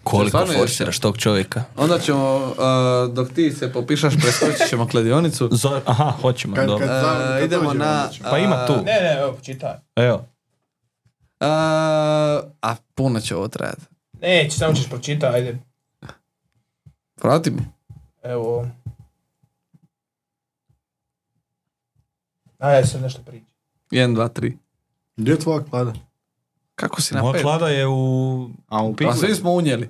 [SPEAKER 2] Koliko
[SPEAKER 1] Stvarno je-
[SPEAKER 2] forsiraš tog čovjeka?
[SPEAKER 1] Onda ćemo, uh, dok ti se popišaš, preskočit ćemo kladionicu. Uh,
[SPEAKER 2] Za- aha, hoćemo,
[SPEAKER 4] Kad-
[SPEAKER 2] dobro.
[SPEAKER 4] kad- Za- kad
[SPEAKER 1] idemo
[SPEAKER 4] dođe,
[SPEAKER 1] na...
[SPEAKER 4] onda
[SPEAKER 2] Pa ima tu.
[SPEAKER 1] uh,
[SPEAKER 3] Ne, ne, evo, čitaj.
[SPEAKER 2] Evo.
[SPEAKER 1] uh, a puno će ovo trajati.
[SPEAKER 3] Neće, samo ćeš pročitaj, ajde.
[SPEAKER 1] Prati mi.
[SPEAKER 3] Evo. Ajde, sad nešto priđi.
[SPEAKER 1] 1, 2, 3.
[SPEAKER 4] Gdje je tvoja klada?
[SPEAKER 1] Kako si na
[SPEAKER 2] Moja
[SPEAKER 1] pet?
[SPEAKER 2] klada je u...
[SPEAKER 4] A u
[SPEAKER 1] Pa svi smo unijeli.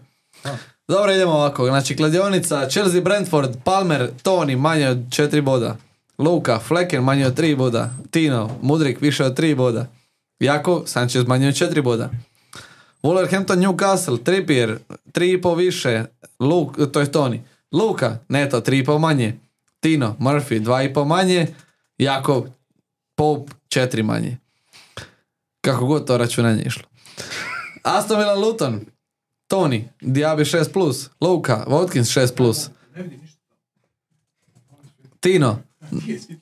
[SPEAKER 1] Dobro, idemo ovako. Znači, kladionica, Chelsea, Brentford, Palmer, Toni, manje od 4 boda. Luka, Flecken, manje od 3 boda. Tino, Mudrik, više od 3 boda. Jakov, Sanchez, manje od 4 boda. Wolverhampton, Newcastle, Trippier, 3,5 više. Luk, to je Toni. Luka, Neto, 3,5 manje. Tino, Murphy, 2,5 manje. Jakov, Pope, 4 manje. Kako god to računanje išlo. Aston Villa Luton. Toni, Diaby 6+, plus, Luka, Watkins 6+, plus. Tino,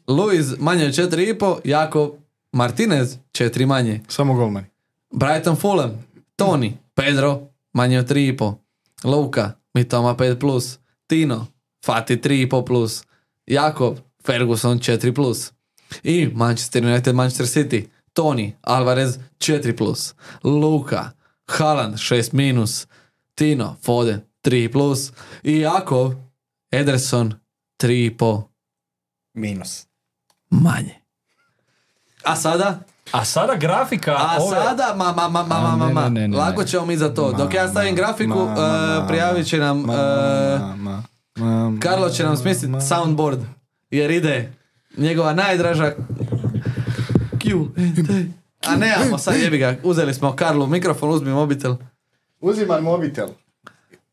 [SPEAKER 1] Luiz manje od 4,5, Jako Martinez 4 manje,
[SPEAKER 4] Samo golmani.
[SPEAKER 1] Brighton Fulham, Toni, Pedro manje od 3,5, Luka, Mitoma 5+, plus, Tino, Fati 3,5+, plus, Jakob, Ferguson 4+, plus. i Manchester United, Manchester City, Toni, Alvarez 4+, plus, Luka, Haaland 6-, minus, Tino, Foden 3+, plus, i Jakov, Ederson 3,5
[SPEAKER 2] Minus.
[SPEAKER 1] manje. A sada
[SPEAKER 2] A sada grafika
[SPEAKER 1] A
[SPEAKER 2] ove...
[SPEAKER 1] sada, ma, ma, ma, ma, ma, ma,
[SPEAKER 4] ne,
[SPEAKER 1] ma.
[SPEAKER 4] ne, ne, ne.
[SPEAKER 1] lako ćemo mi za to. Dok ja stavim grafiku, eh, prijavit će nam, eh, Karlo će nam smisliti soundboard, jer ide njegova najdraža Q, a nemamo sad jebi ga, uzeli smo Karlu mikrofon, uzmi mobitel.
[SPEAKER 4] Uzimam mobitel.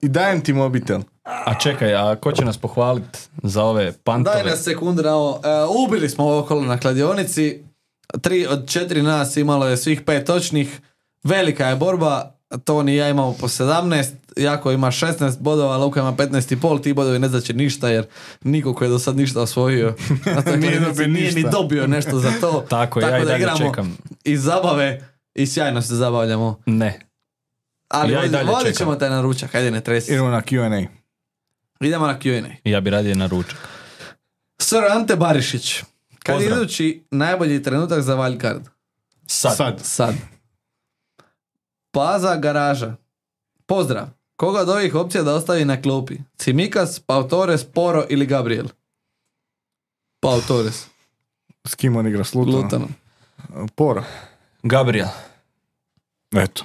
[SPEAKER 4] I dajem ti mobitel.
[SPEAKER 2] A čekaj, a ko će nas pohvalit za ove pantove?
[SPEAKER 1] Daj nas sekundu na ovo. E, ubili smo ovo kolo na kladionici. Tri od četiri nas imalo je svih pet točnih. Velika je borba. Toni i ja imamo po 17. Jako ima 16 bodova, Luka ima 15,5. Ti bodovi ne znači ništa jer niko ko je do sad ništa osvojio. na toj
[SPEAKER 4] Nije
[SPEAKER 1] kladionici
[SPEAKER 4] dobio
[SPEAKER 1] nije ni
[SPEAKER 4] ništa.
[SPEAKER 1] dobio nešto za to.
[SPEAKER 2] Tako, ja i dalje
[SPEAKER 1] igramo
[SPEAKER 2] čekam.
[SPEAKER 1] I zabave i sjajno se zabavljamo.
[SPEAKER 2] Ne.
[SPEAKER 1] Ali
[SPEAKER 2] Ja i
[SPEAKER 1] ja
[SPEAKER 2] dalje
[SPEAKER 1] vodit
[SPEAKER 2] čekam.
[SPEAKER 1] ćemo te na ručak, ajde ne tresi.
[SPEAKER 4] Idemo na Q&A.
[SPEAKER 1] Idemo na Q&A.
[SPEAKER 2] Ja bi radije na ručak.
[SPEAKER 1] Sir Ante Barišić. Kad je
[SPEAKER 2] Pozdrav.
[SPEAKER 1] idući najbolji trenutak za wildcard?
[SPEAKER 2] Sad.
[SPEAKER 4] Sad.
[SPEAKER 1] Sad. Paza garaža. Pozdrav. Koga od ovih opcija da ostavi na klupi? Cimikas, Pau Torres, Poro ili Gabriel? Pau Torres.
[SPEAKER 4] S kim on igra? S Lutanom?
[SPEAKER 1] Lutanom.
[SPEAKER 4] Poro.
[SPEAKER 2] Gabriel.
[SPEAKER 4] Eto.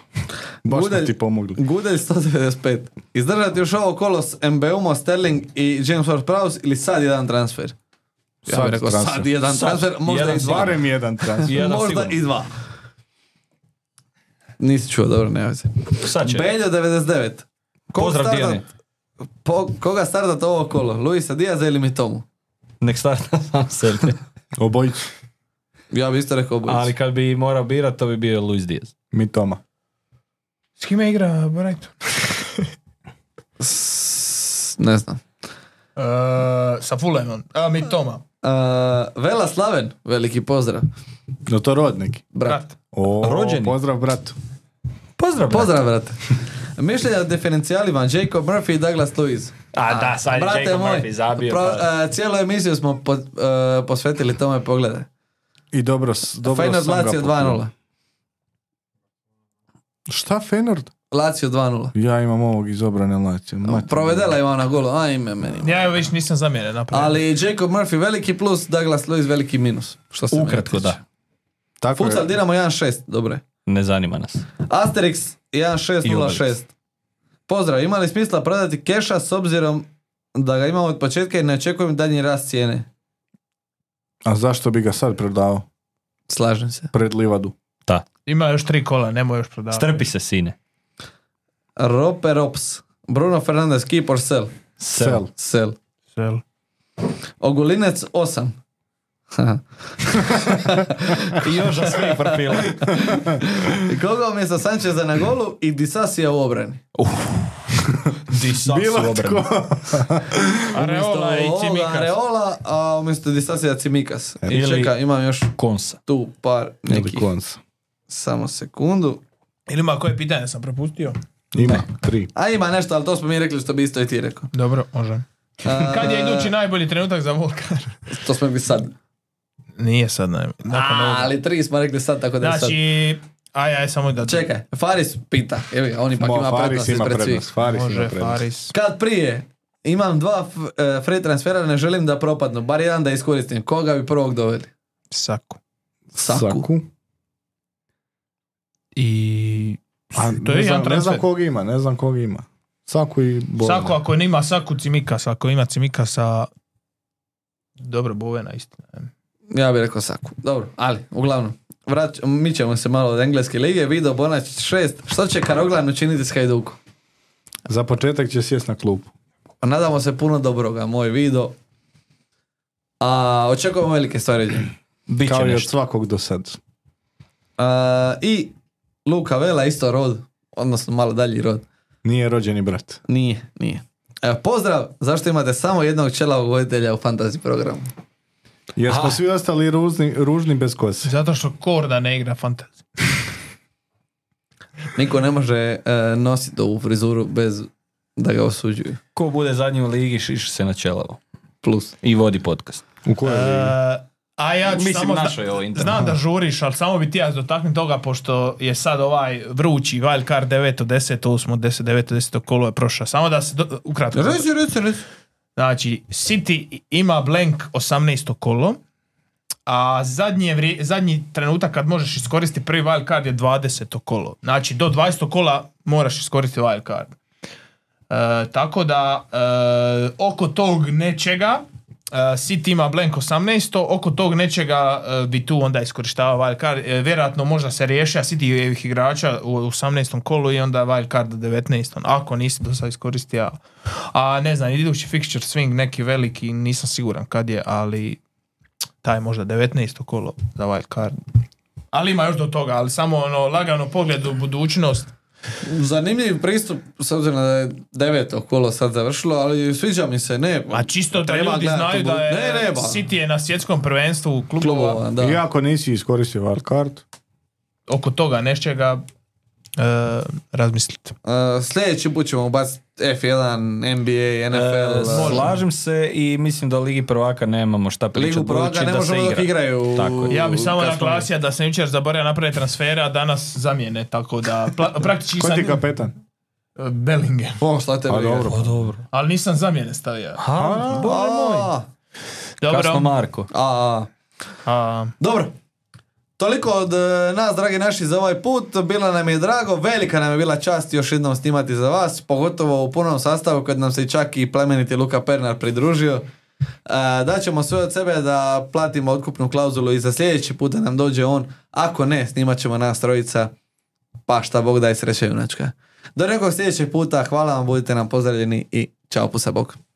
[SPEAKER 4] Baš smo
[SPEAKER 1] Gudelj-
[SPEAKER 4] ti pomogli.
[SPEAKER 1] Gudelj 195. Izdržati još ovo kolo s Mbeumo, Sterling i James Ward-Prowse ili sad jedan transfer? Ja
[SPEAKER 4] Sad
[SPEAKER 1] bih rekao
[SPEAKER 4] transfer.
[SPEAKER 1] sad jedan
[SPEAKER 2] Sad.
[SPEAKER 1] transfer, možda
[SPEAKER 2] Jedan
[SPEAKER 1] i dva.
[SPEAKER 4] Barem jedan transfer.
[SPEAKER 2] Jedan
[SPEAKER 1] možda
[SPEAKER 2] sigurno.
[SPEAKER 1] i dva. Nisi čuo, dobro, ne veze.
[SPEAKER 2] Sad će.
[SPEAKER 1] Beljo 99. Koga
[SPEAKER 2] Pozdrav
[SPEAKER 1] startat-
[SPEAKER 2] Dijane.
[SPEAKER 1] Po, koga startat ovo kolo? Luisa Diaza ili Mitomu?
[SPEAKER 2] Nek starta sam sebe.
[SPEAKER 4] Obojicu.
[SPEAKER 1] Ja bi isto rekao obojicu.
[SPEAKER 2] Ali kad bi morao birat, to bi bio Luis Diaz.
[SPEAKER 4] Mi Toma.
[SPEAKER 3] S kime igra Brighton?
[SPEAKER 1] S- Ne znam.
[SPEAKER 3] Uh, sa Fulhamom. A, mi Toma.
[SPEAKER 1] Uh, Vela Slaven, veliki pozdrav.
[SPEAKER 4] No to rod neki.
[SPEAKER 1] Brat.
[SPEAKER 3] Brat.
[SPEAKER 4] O,
[SPEAKER 2] Rođeni.
[SPEAKER 4] Pozdrav bratu.
[SPEAKER 2] Pozdrav. brate.
[SPEAKER 1] Pozdrav, brat. Mišljenja o diferencijalima Jacob Murphy i Douglas Luiz.
[SPEAKER 2] A da, sad je
[SPEAKER 1] Brate
[SPEAKER 2] Jacob
[SPEAKER 1] moj,
[SPEAKER 2] Murphy zabio.
[SPEAKER 1] pro-
[SPEAKER 2] pa-
[SPEAKER 1] uh, cijelu emisiju smo po- uh, posvetili tome pogledaj.
[SPEAKER 4] I dobro, s- dobro
[SPEAKER 1] Feyenoord
[SPEAKER 4] sam ga
[SPEAKER 1] Lazio
[SPEAKER 4] pokupio.
[SPEAKER 1] 2-0.
[SPEAKER 4] Šta Feyenoord?
[SPEAKER 1] Lazio 2-0.
[SPEAKER 4] Ja imam ovog iz obrane Lazio. Mati.
[SPEAKER 1] Provedela ima na golu, ajme meni.
[SPEAKER 3] Ja joj već nisam zamjene napravio.
[SPEAKER 1] Ali Jacob Murphy veliki plus, Douglas Luiz veliki minus. Što se mene
[SPEAKER 2] Ukratko
[SPEAKER 1] tiče.
[SPEAKER 2] da.
[SPEAKER 4] Tako
[SPEAKER 1] Futsal
[SPEAKER 4] je.
[SPEAKER 1] Dinamo 1-6, dobro je.
[SPEAKER 2] Ne zanima nas.
[SPEAKER 1] Asterix
[SPEAKER 2] I Obelix.
[SPEAKER 1] 1606. Pozdrav, ima li smisla prodati keša s obzirom da ga imamo od početka i ne očekujem daljnji rast cijene?
[SPEAKER 4] A zašto bi ga sad prodao?
[SPEAKER 1] Slažem se.
[SPEAKER 4] Pred Livadu.
[SPEAKER 3] Ima još tri kola, nemoj još prodavati.
[SPEAKER 2] Strpi se, sine.
[SPEAKER 1] Rope Rops. Bruno Fernandez, keep or sell?
[SPEAKER 4] Sel.
[SPEAKER 1] Sell.
[SPEAKER 3] Sel.
[SPEAKER 1] Ogulinec 8. Haha.
[SPEAKER 2] I još za svih profila.
[SPEAKER 1] Koga umjesto Sančeza na golu i Disasija u obrani?
[SPEAKER 2] Disas u
[SPEAKER 4] Bilo
[SPEAKER 2] obrani.
[SPEAKER 4] tko.
[SPEAKER 3] Areola i
[SPEAKER 1] ovoga
[SPEAKER 3] Cimikas.
[SPEAKER 1] Areola, a umjesto Distasija Cimikas. I
[SPEAKER 2] Ili-
[SPEAKER 1] čeka, imam još
[SPEAKER 2] Konsa.
[SPEAKER 1] tu par
[SPEAKER 4] E, Ili
[SPEAKER 1] nekih.
[SPEAKER 4] konc.
[SPEAKER 1] Samo sekundu.
[SPEAKER 3] Ili ima koje pitanje sam propustio?
[SPEAKER 4] Ima, tri.
[SPEAKER 1] A ima nešto, ali to smo mi rekli što bi isto i ti rekao.
[SPEAKER 3] Dobro, može.
[SPEAKER 1] A,
[SPEAKER 3] Kad je idući najbolji trenutak za Volkar?
[SPEAKER 1] To smo rekli sad.
[SPEAKER 3] Nije sad najbolji. Nakon
[SPEAKER 1] A,
[SPEAKER 3] ovoga.
[SPEAKER 1] ali tri smo rekli sad, tako da je
[SPEAKER 3] Znači, aj, aj, samo da...
[SPEAKER 1] sad. Čekaj, Faris pita. Evo ga, on ipak
[SPEAKER 4] Mo,
[SPEAKER 1] ima
[SPEAKER 4] Faris
[SPEAKER 1] prednost
[SPEAKER 4] ima
[SPEAKER 1] ispred svih.
[SPEAKER 4] prednost. Faris ima
[SPEAKER 3] Može,
[SPEAKER 4] prednost.
[SPEAKER 3] Faris.
[SPEAKER 1] Kad prije, imam dva f- e, free transfera, ne želim da propadnu. Bar jedan da iskoristim. Koga bi prvog doveli?
[SPEAKER 3] Saku.
[SPEAKER 1] Saku.
[SPEAKER 3] I...
[SPEAKER 4] A,
[SPEAKER 3] to je
[SPEAKER 4] Pa,
[SPEAKER 3] jedan
[SPEAKER 4] ne, znam, ne znam
[SPEAKER 3] transfer.
[SPEAKER 4] kog ima, ne znam kog ima. Saku i Bojana.
[SPEAKER 3] Saku, ako nema Saku Cimikas, ako ima Cimikasa... Dobro, Bovena, istina.
[SPEAKER 1] Ja bih rekao Saku. Dobro, ali, uglavnom. Vrać, mi ćemo se malo od engleske lige. Vido Bonačić 6. Što će Karoglan učiniti s Hajdukom? Pa
[SPEAKER 4] Za početak će sjest na klupu.
[SPEAKER 1] Nadamo se puno dobroga, moj Vido. A, očekujemo velike stvari. od njega.
[SPEAKER 2] Biće
[SPEAKER 4] Kao i od
[SPEAKER 2] nešto.
[SPEAKER 4] svakog do sad.
[SPEAKER 1] A, I Luka Vela, isto rod. Odnosno, malo dalji rod.
[SPEAKER 4] Nije rođeni brat.
[SPEAKER 1] Nije, nije. E, pozdrav, zašto imate samo jednog čela voditelja u fantasy programu?
[SPEAKER 4] Jer smo svi ostali ružni, ružni bez kose.
[SPEAKER 3] Zato što Korda ne igra fantasy.
[SPEAKER 1] Niko ne može e, nositi ovu frizuru bez da ga osuđuju.
[SPEAKER 2] Ko bude zadnji u ligi, šiši se na čelavo.
[SPEAKER 1] Plus.
[SPEAKER 2] I vodi podcast.
[SPEAKER 4] U kojoj ligi?
[SPEAKER 3] E, a ja ću
[SPEAKER 2] Mislim,
[SPEAKER 3] samo... zna-
[SPEAKER 2] našoj je ovo internet.
[SPEAKER 3] Znam da žuriš, ali samo bi ti ja dotaknuti toga, pošto je sad ovaj vrući wildcard 9. 10. 8. 10. 9. 10. kolo je prošao. Samo da se do- ukratko...
[SPEAKER 1] reci, reci.
[SPEAKER 3] Znači, City ima blank 18. kolo, a zadnje vrije- zadnji trenutak kad možeš iskoristiti prvi wildcard je 20. kolo. Znači, do 20. kola moraš iskoristiti wildcard. E, tako da, e, oko tog nečega, e, City ima blank 18, oko tog nečega e, bi tu onda iskorištava wildcard. E, vjerojatno možda se riješi, a City je ovih igrača u 18. kolu i onda wildcard 19. ono, Ako nisi do sad iskoristio, a ne znam, idući fixture swing neki veliki, nisam siguran kad je, ali taj možda 19. kolo za wildcard. Ali ima još do toga, ali samo ono lagano pogled u budućnost.
[SPEAKER 1] Zanimljiv pristup, s obzirom da je deveto kolo sad završilo, ali sviđa mi se, ne.
[SPEAKER 3] A čisto da
[SPEAKER 1] treba
[SPEAKER 3] ljudi
[SPEAKER 1] gledat
[SPEAKER 3] znaju
[SPEAKER 1] u
[SPEAKER 3] da
[SPEAKER 1] budu-
[SPEAKER 3] je
[SPEAKER 1] Ne, treba.
[SPEAKER 3] City je na svjetskom prvenstvu klubova,
[SPEAKER 1] klubova, da.
[SPEAKER 4] I ako nisi iskoristio wildcard,
[SPEAKER 3] oko toga nešćega e, razmisliti.
[SPEAKER 1] E, sljedeći put ćemo ubaciti F1, NBA, NFL.
[SPEAKER 2] E, slažem se i mislim da o Ligi prvaka nemamo šta pričati.
[SPEAKER 1] Ligu prvaka
[SPEAKER 2] budući
[SPEAKER 1] ne
[SPEAKER 2] da se
[SPEAKER 1] možemo dok
[SPEAKER 2] igra.
[SPEAKER 1] igraju.
[SPEAKER 2] Tako je.
[SPEAKER 3] Ja bih samo
[SPEAKER 1] Kasnije.
[SPEAKER 3] naglasio da sam jučer zaboravio napraviti transfere, a danas zamjene, tako da pla- praktički
[SPEAKER 4] ko
[SPEAKER 3] sam
[SPEAKER 4] ti kapetan?
[SPEAKER 3] E, Bellingham,
[SPEAKER 1] O, šta te
[SPEAKER 4] Pa
[SPEAKER 1] briga.
[SPEAKER 4] dobro.
[SPEAKER 2] Pa dobro.
[SPEAKER 3] ali nisam zamjene stavio.
[SPEAKER 2] Ha, bože moj.
[SPEAKER 1] A,
[SPEAKER 3] Dobro.
[SPEAKER 2] Kasno Marko.
[SPEAKER 1] a,
[SPEAKER 3] A,
[SPEAKER 1] Dobro. Toliko od e, nas, dragi naši, za ovaj put. Bilo nam je drago, velika nam je bila čast još jednom snimati za vas, pogotovo u punom sastavu kad nam se čak i plemeniti Luka Pernar pridružio. Da daćemo sve od sebe da platimo otkupnu klauzulu i za sljedeći put da nam dođe on. Ako ne, snimat ćemo nas trojica. Pa šta Bog daje sreće junačka. Do nekog sljedećeg puta, hvala vam, budite nam pozdravljeni i čao pusa Bog.